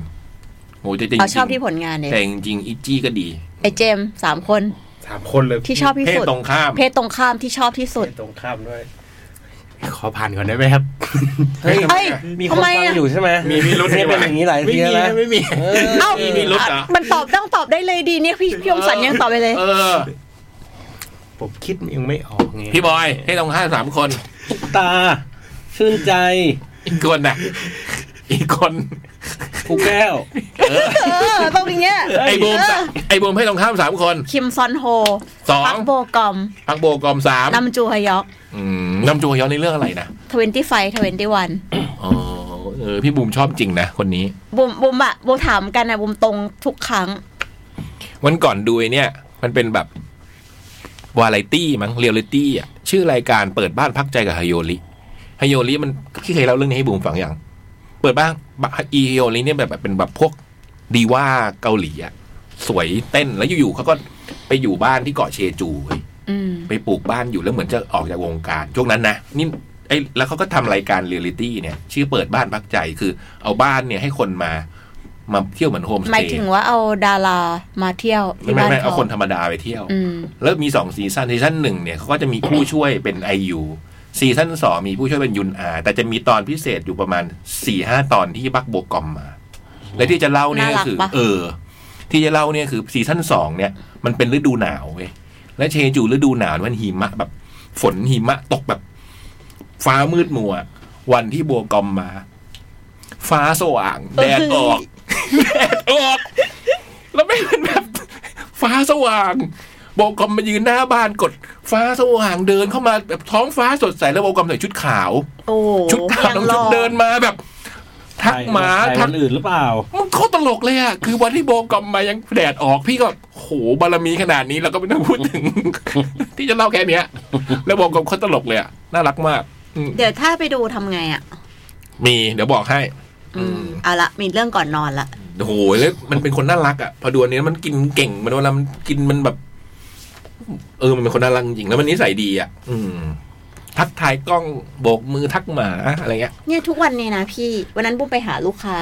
โหแต่จริง เอาชอบที่ผลงานเนี่ย แต่จริงๆอีจี้ก็ดี ไอเจมส์สามคน สามคนเลย ที่ชอบ ที่ เพศ สุด ตรงข้าม เพศตรงข้ามที่ชอบที่สุด เพศตรงข้ามด้วย ขอผ่านก่อนได้ไหมครับ เฮ้ย เอ้ย มีค ทำ น ไม ฟั อ่ะ งอยู่ใช่ไหม มีมีรุ่น เนี่ยเป็นอย่างนี้หลายทีแล้วนะ ไม่มี เออ เอ้า มีมีรุดเหรอ มันตอบต้องตอบได้เลยดีเนี่ยพี่พี่ยงสันยังตอบไปเลย เออ ผมคิดยังไม่ออกไง พี่บอยเพศตรงข้ามสามคน ตา ชื่นใจ อีกคนน่ะ อีกคน กูแก้ว เออต้องอย่างเงี้ย ไอ้บูมไอ้บูมเพศตรงข้ามสามคน คิมซอนโฮ สอง พักโบกอม พักโบกอมสาม นำจูฮยอก อืมนำจูฮยอนในเรื่องอะไรนะ ทเวนตี้ไฟทเวนตี้วัน อ๋อเออพี่บูมชอบจริงนะคนนี้ บุมบุมอะบุมถามกันอะบุมตรงทุกครั้ง วันก่อนดูไอ้เนี่ย มันเป็นแบบ วาไรตี้มั้งเรียลลิตี้อ่ะ ชื่อรายการเปิดบ้านพักใจกับไฮโยริไฮโยริมันพี่เคยเล่าเรื่องนี้ให้บูมฟังยังเปิดบ้านอีไฮโยริเนี่ยแบบเป็นแบบพวกดีว่าเกาหลีอ่ะ สวยเต้นแล้วอยู่ๆเขาก็ไปอยู่บ้านที่เกาะเชจูเว้ย อืม ไปปลูกบ้านอยู่แล้วเหมือนจะออกจากวงการ ช่วงนั้นนะนี่ไอ้แล้วเขาก็ทำรายการเรียลิตี้เนี่ย ชื่อเปิดบ้านพักใจคือเอาบ้านเนี่ยให้คนมา มาเที่ยวเหมือนโฮมส หมาย เต ถึง ย์ ว่าเอาดารามาเที่ยว ไม่ ที่ ไม่ บ้าน ไม่เอา เขา คนธรรมดาไปเที่ยว อืม แล้วมีสองซีซันซีซันหนึ่งเนี่ยเขาก็จะมีผู้ช่วยเป็นไอยูซีซันสองมีผู้ช่วยเป็นยุนอา แต่จะมีตอนพิเศษอยู่ประมาณสี่ห้าตอนที่บักโบกอมมา และที่จะเล่าเนี่ยก็ น่ารัก คือ ปะ เออ ที่จะเล่าเนี่ยคือซีซั่นสองเนี่ย มันเป็นฤดูหนาวเว้ยและเชจูฤดูหนาวมันหิมะแบบ ฝนหิมะตกแบบ ฟ้ามืดมัว วันที่โบกอมมา ฟ้าสว่าง แดดออกแดดออก แล้วไม่งเป็นแบบ ฟ้าสว่าง โบกอมมายืนหน้าบ้านกด ฟ้าสว่างเดินเข้ามาแบบท้องฟ้าสดใสแล้วโบกอมใส่ชุดขาว โอ้ ชุดขาว ยั น้อง ห ชุ ล่ ด อ เดินมาแบบ ทักหมา ใคร ทั ค ก นอื่นหรือเปล่า มันโคตรตลกเลยอะคือวันที่โบกอมมายังแดดออกพี่ก็โหบารมีขนาดนี้เราก็ไม่ต้องพูดถึง ที่จะเล่าแค่เนี้ย แล้วโบกอมโคตรตลกเลยอะน่ารักมากอืม เดี๋ยวถ้าไปดูทำไงอ่ะ มีเดี๋ยวบอกให้ อื อื ม มเอาละมีเรื่องก่อนนอนละ โหแล้วมันเป็นคนน่ารักอะพอดูอันนี้มันกินเก่งมันเวลามันกินมันแบบ เออมันเป็นคนน่ารักจริงแล้วมันนิสัยดีอะอืม ทักทายกล้องโบกมือทักหมาอะไรเงี้ย เนี่ยทุกวันเนี่ยนะพี่ วันนั้นบุ้มไปหาลูกค้า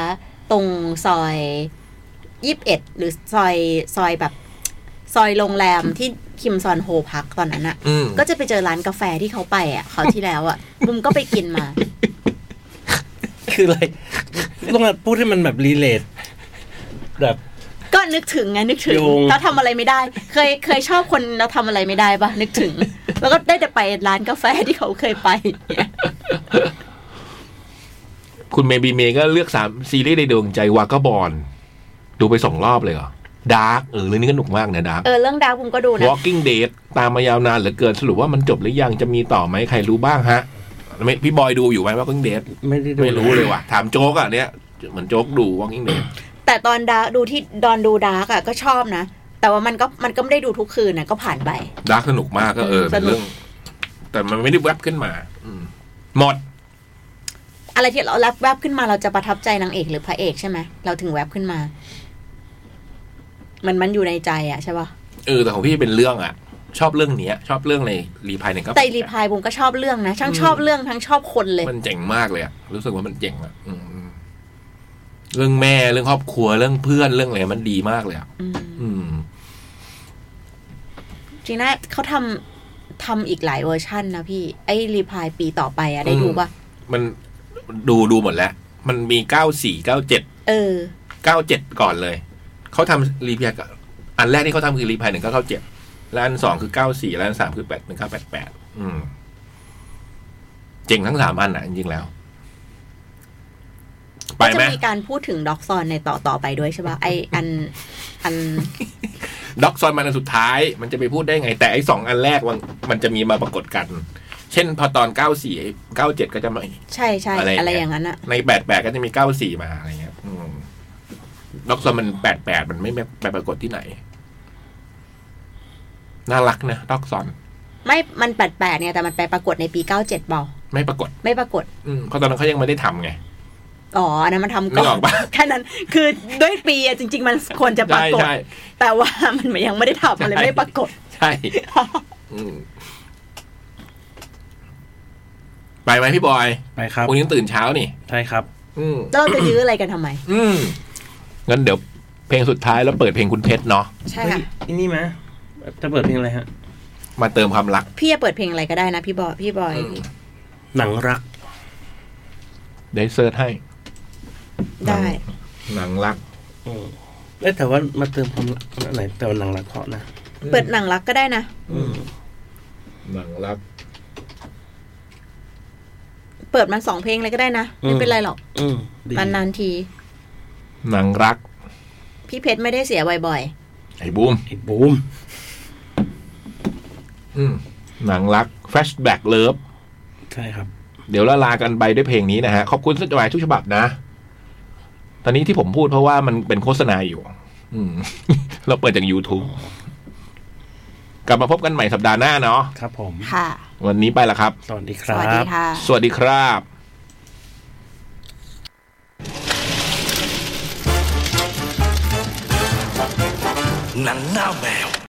ตรงซอยยี่สิบเอ็ดหรือซอยซอยแบบ ซอยโรงแรมที่คิมซอนโฮพักตอนนั้นอ่ะ อืม ก็จะไปเจอร้านกาแฟที่เขาไปอ่ะเขาวที่แล้วอ่ะ บุ้มก็ไปกินมา คืออะไรต้องมาพูดให้มันแบบรีเลทแบบ ก็นึกถึงไงนึกถึง โยง เราทำอะไรไม่ได้ เคยเคยชอบคนเราทำอะไรไม่ได้ปะนึกถึง แล้วก็ได้แต่ไปร้านกาแฟที่เขาเคยไป คุณเมบีเมก็เลือกสามซีรีส์ในดวงใจวากาบอลดูไปสองรอบเลยเหรอดาร์กเออเรื่องนี้ก็หนุกมากนะดาร์ก เออเรื่องดาวบุมก็ดูนะ Walking Dead ตามมายาวนานเหลือเกินสรุปว่ามันจบหรือยังจะมีต่อไหมใครรู้บ้างฮะไม่พี่บอยดูอยู่ไหม Walking Dead ไม่ได้ดู ไม่รู้เลยว่ะ ถามโจ๊กอ่ะเนี้ยเหมือนโจ๊กดู Walking Dead แต่ตอนดาร์กดูที่ดอนดูดาร์กอ่ะก็ชอบนะ แต่ว่ามันก็มันก็ไม่ได้ดูทุกคืนนะก็ผ่านไป ดาร์กสนุกมากก็เออ เป็น สนุก เรื่อง แต่มันไม่ได้แวบขึ้นมา อืมหมด อะไรที่เรารับแวบขึ้นมาเราจะประทับใจนางเอกหรือพระเอกใช่ไหมเราถึงแวบขึ้นมา มันมันอยู่ในใจอ่ะใช่ปะ เออแต่ของพี่เป็นเรื่องอ่ะ ชอบเรื่องเนี้ย ชอบเรื่องในรีพายเนี่ยก็ แต่รีพายบุมก็ชอบเรื่องนะทั้งชอบเรื่องทั้งชอบคนเลย มันเจ๋งมากเลยอ่ะรู้สึกว่ามันเจ๋งอ่ะอืมเรื่องแม่เรื่องครอบครัวเรื่องเพื่อนเรื่องอะไรมันดีมากเลยอ่ะ อืม อืม จีน่าเขาทำทำอีกหลายเวอร์ชั่นนะพี่ ไอ้รีพายปีต่อไปอะได้ดูปะ มันดูดูหมดแล้ว มันมีเก้าสี่เก้าเจ็ด เออ เก้าเจ็ดก่อนเลย เขาทำรีพายกับอันแรกที่เขาทำคือรีพายหนึ่งเก้าเก้าเจ็ดแล้วอันสองคือเก้าสี่แล้วอันสามคือแปดหนึ่งเก้าแปดแปดอืม เจ๋งทั้งสามอันอ่ะ จริงๆแล้ว ไป ก็ ไหม จะมีการพูดถึงด็อกซอนในต่อต่อไปด้วยใช่ปะไออันอัน ด็อกซอนมันอันสุดท้าย มันจะไปพูดได้ไง แต่ไอ้สองอันแรกมันมันจะมีมาปรากฏกัน เช่น พอตอนเก้าสี่เก้าเจ็ดก็จะมา ใช่ใช่ อะไรอย่างเงี้ย อะไรอย่างนั้นอะ ในแปดแปดก็จะมีเก้าสี่มาอะไรเงี้ยอืมด็อกซอนมันแปดแปดมันไม่ไปปรากฏที่ไหน น่ารักนะด็อกซอน ไม่มันแปดแปดเนี่ยแต่มันไปปรากฏในปีเก้าเจ็ดบอ ไม่ปรากฏ ไม่ปรากฏ อืมเพราะตอนนั้นเขายังไม่ได้ทำไง อ๋ออันนั้นมันทำก่ นึกออกปะ แค่นั้น คือด้วยปีอะจริง ๆ มันควรจะปรา ใช่ กฏ ใช่ แต่ว่ามันยังไม่ได้ทำมันเลย ใช่ ไม่ ปรากฏ ใช่อืม ไปไหมพี่บอย ไปครับ พรุ่งนี้ต้องตื่นเช้านี่ ใช่ครับ อืม เราจะยื้ออะไรกันทำไม อืมงั้นเดี๋ยวเพลงสุดท้ายแล้วเปิดเพลงคุณเพชรเนาะ ใช่ เฮ้ ค่ะ ยอันนี่ไหมจะเปิดเพลงอะไรฮะ มาเติมความรัก พี่จะเปิดเพลงอะไรก็ได้นะพี่บอยพี่บอย อืม หนังรัก ได้เซิร์ชให้ ได้ หนังรัก อืมเอ้ยแต่ว่ามาเติมความรักไหนแต่ว่าหนังรักเพราะนะ เปิดหนังรักก็ได้นะ อืม หนังรัก เปิดมันสองเพลงเลยก็ได้นะไม่เป็นไรหรอก อืมดี นานๆที หนังรัก พี่เพชรไม่ได้เสียบ่อย ไอ้บูม ไอ้บูม อืมหนังรัก Flashback Love ใช่ครับ เดี๋ยวละลากันไปด้วยเพลงนี้นะฮะ ขอบคุณสจายทุกฉบับนะ ตอนนี้ที่ผมพูดเพราะว่ามันเป็นโฆษณาอยู่ อืม เราเปิดจาก YouTube กลับมาพบกันใหม่สัปดาห์หน้าเนาะ ครับผม ๆ ค่ะ วันนี้ไปละครับ สวัสดีค ส รับ วัสดีค่ะ สวัสดีครับ หนังหน้าแมว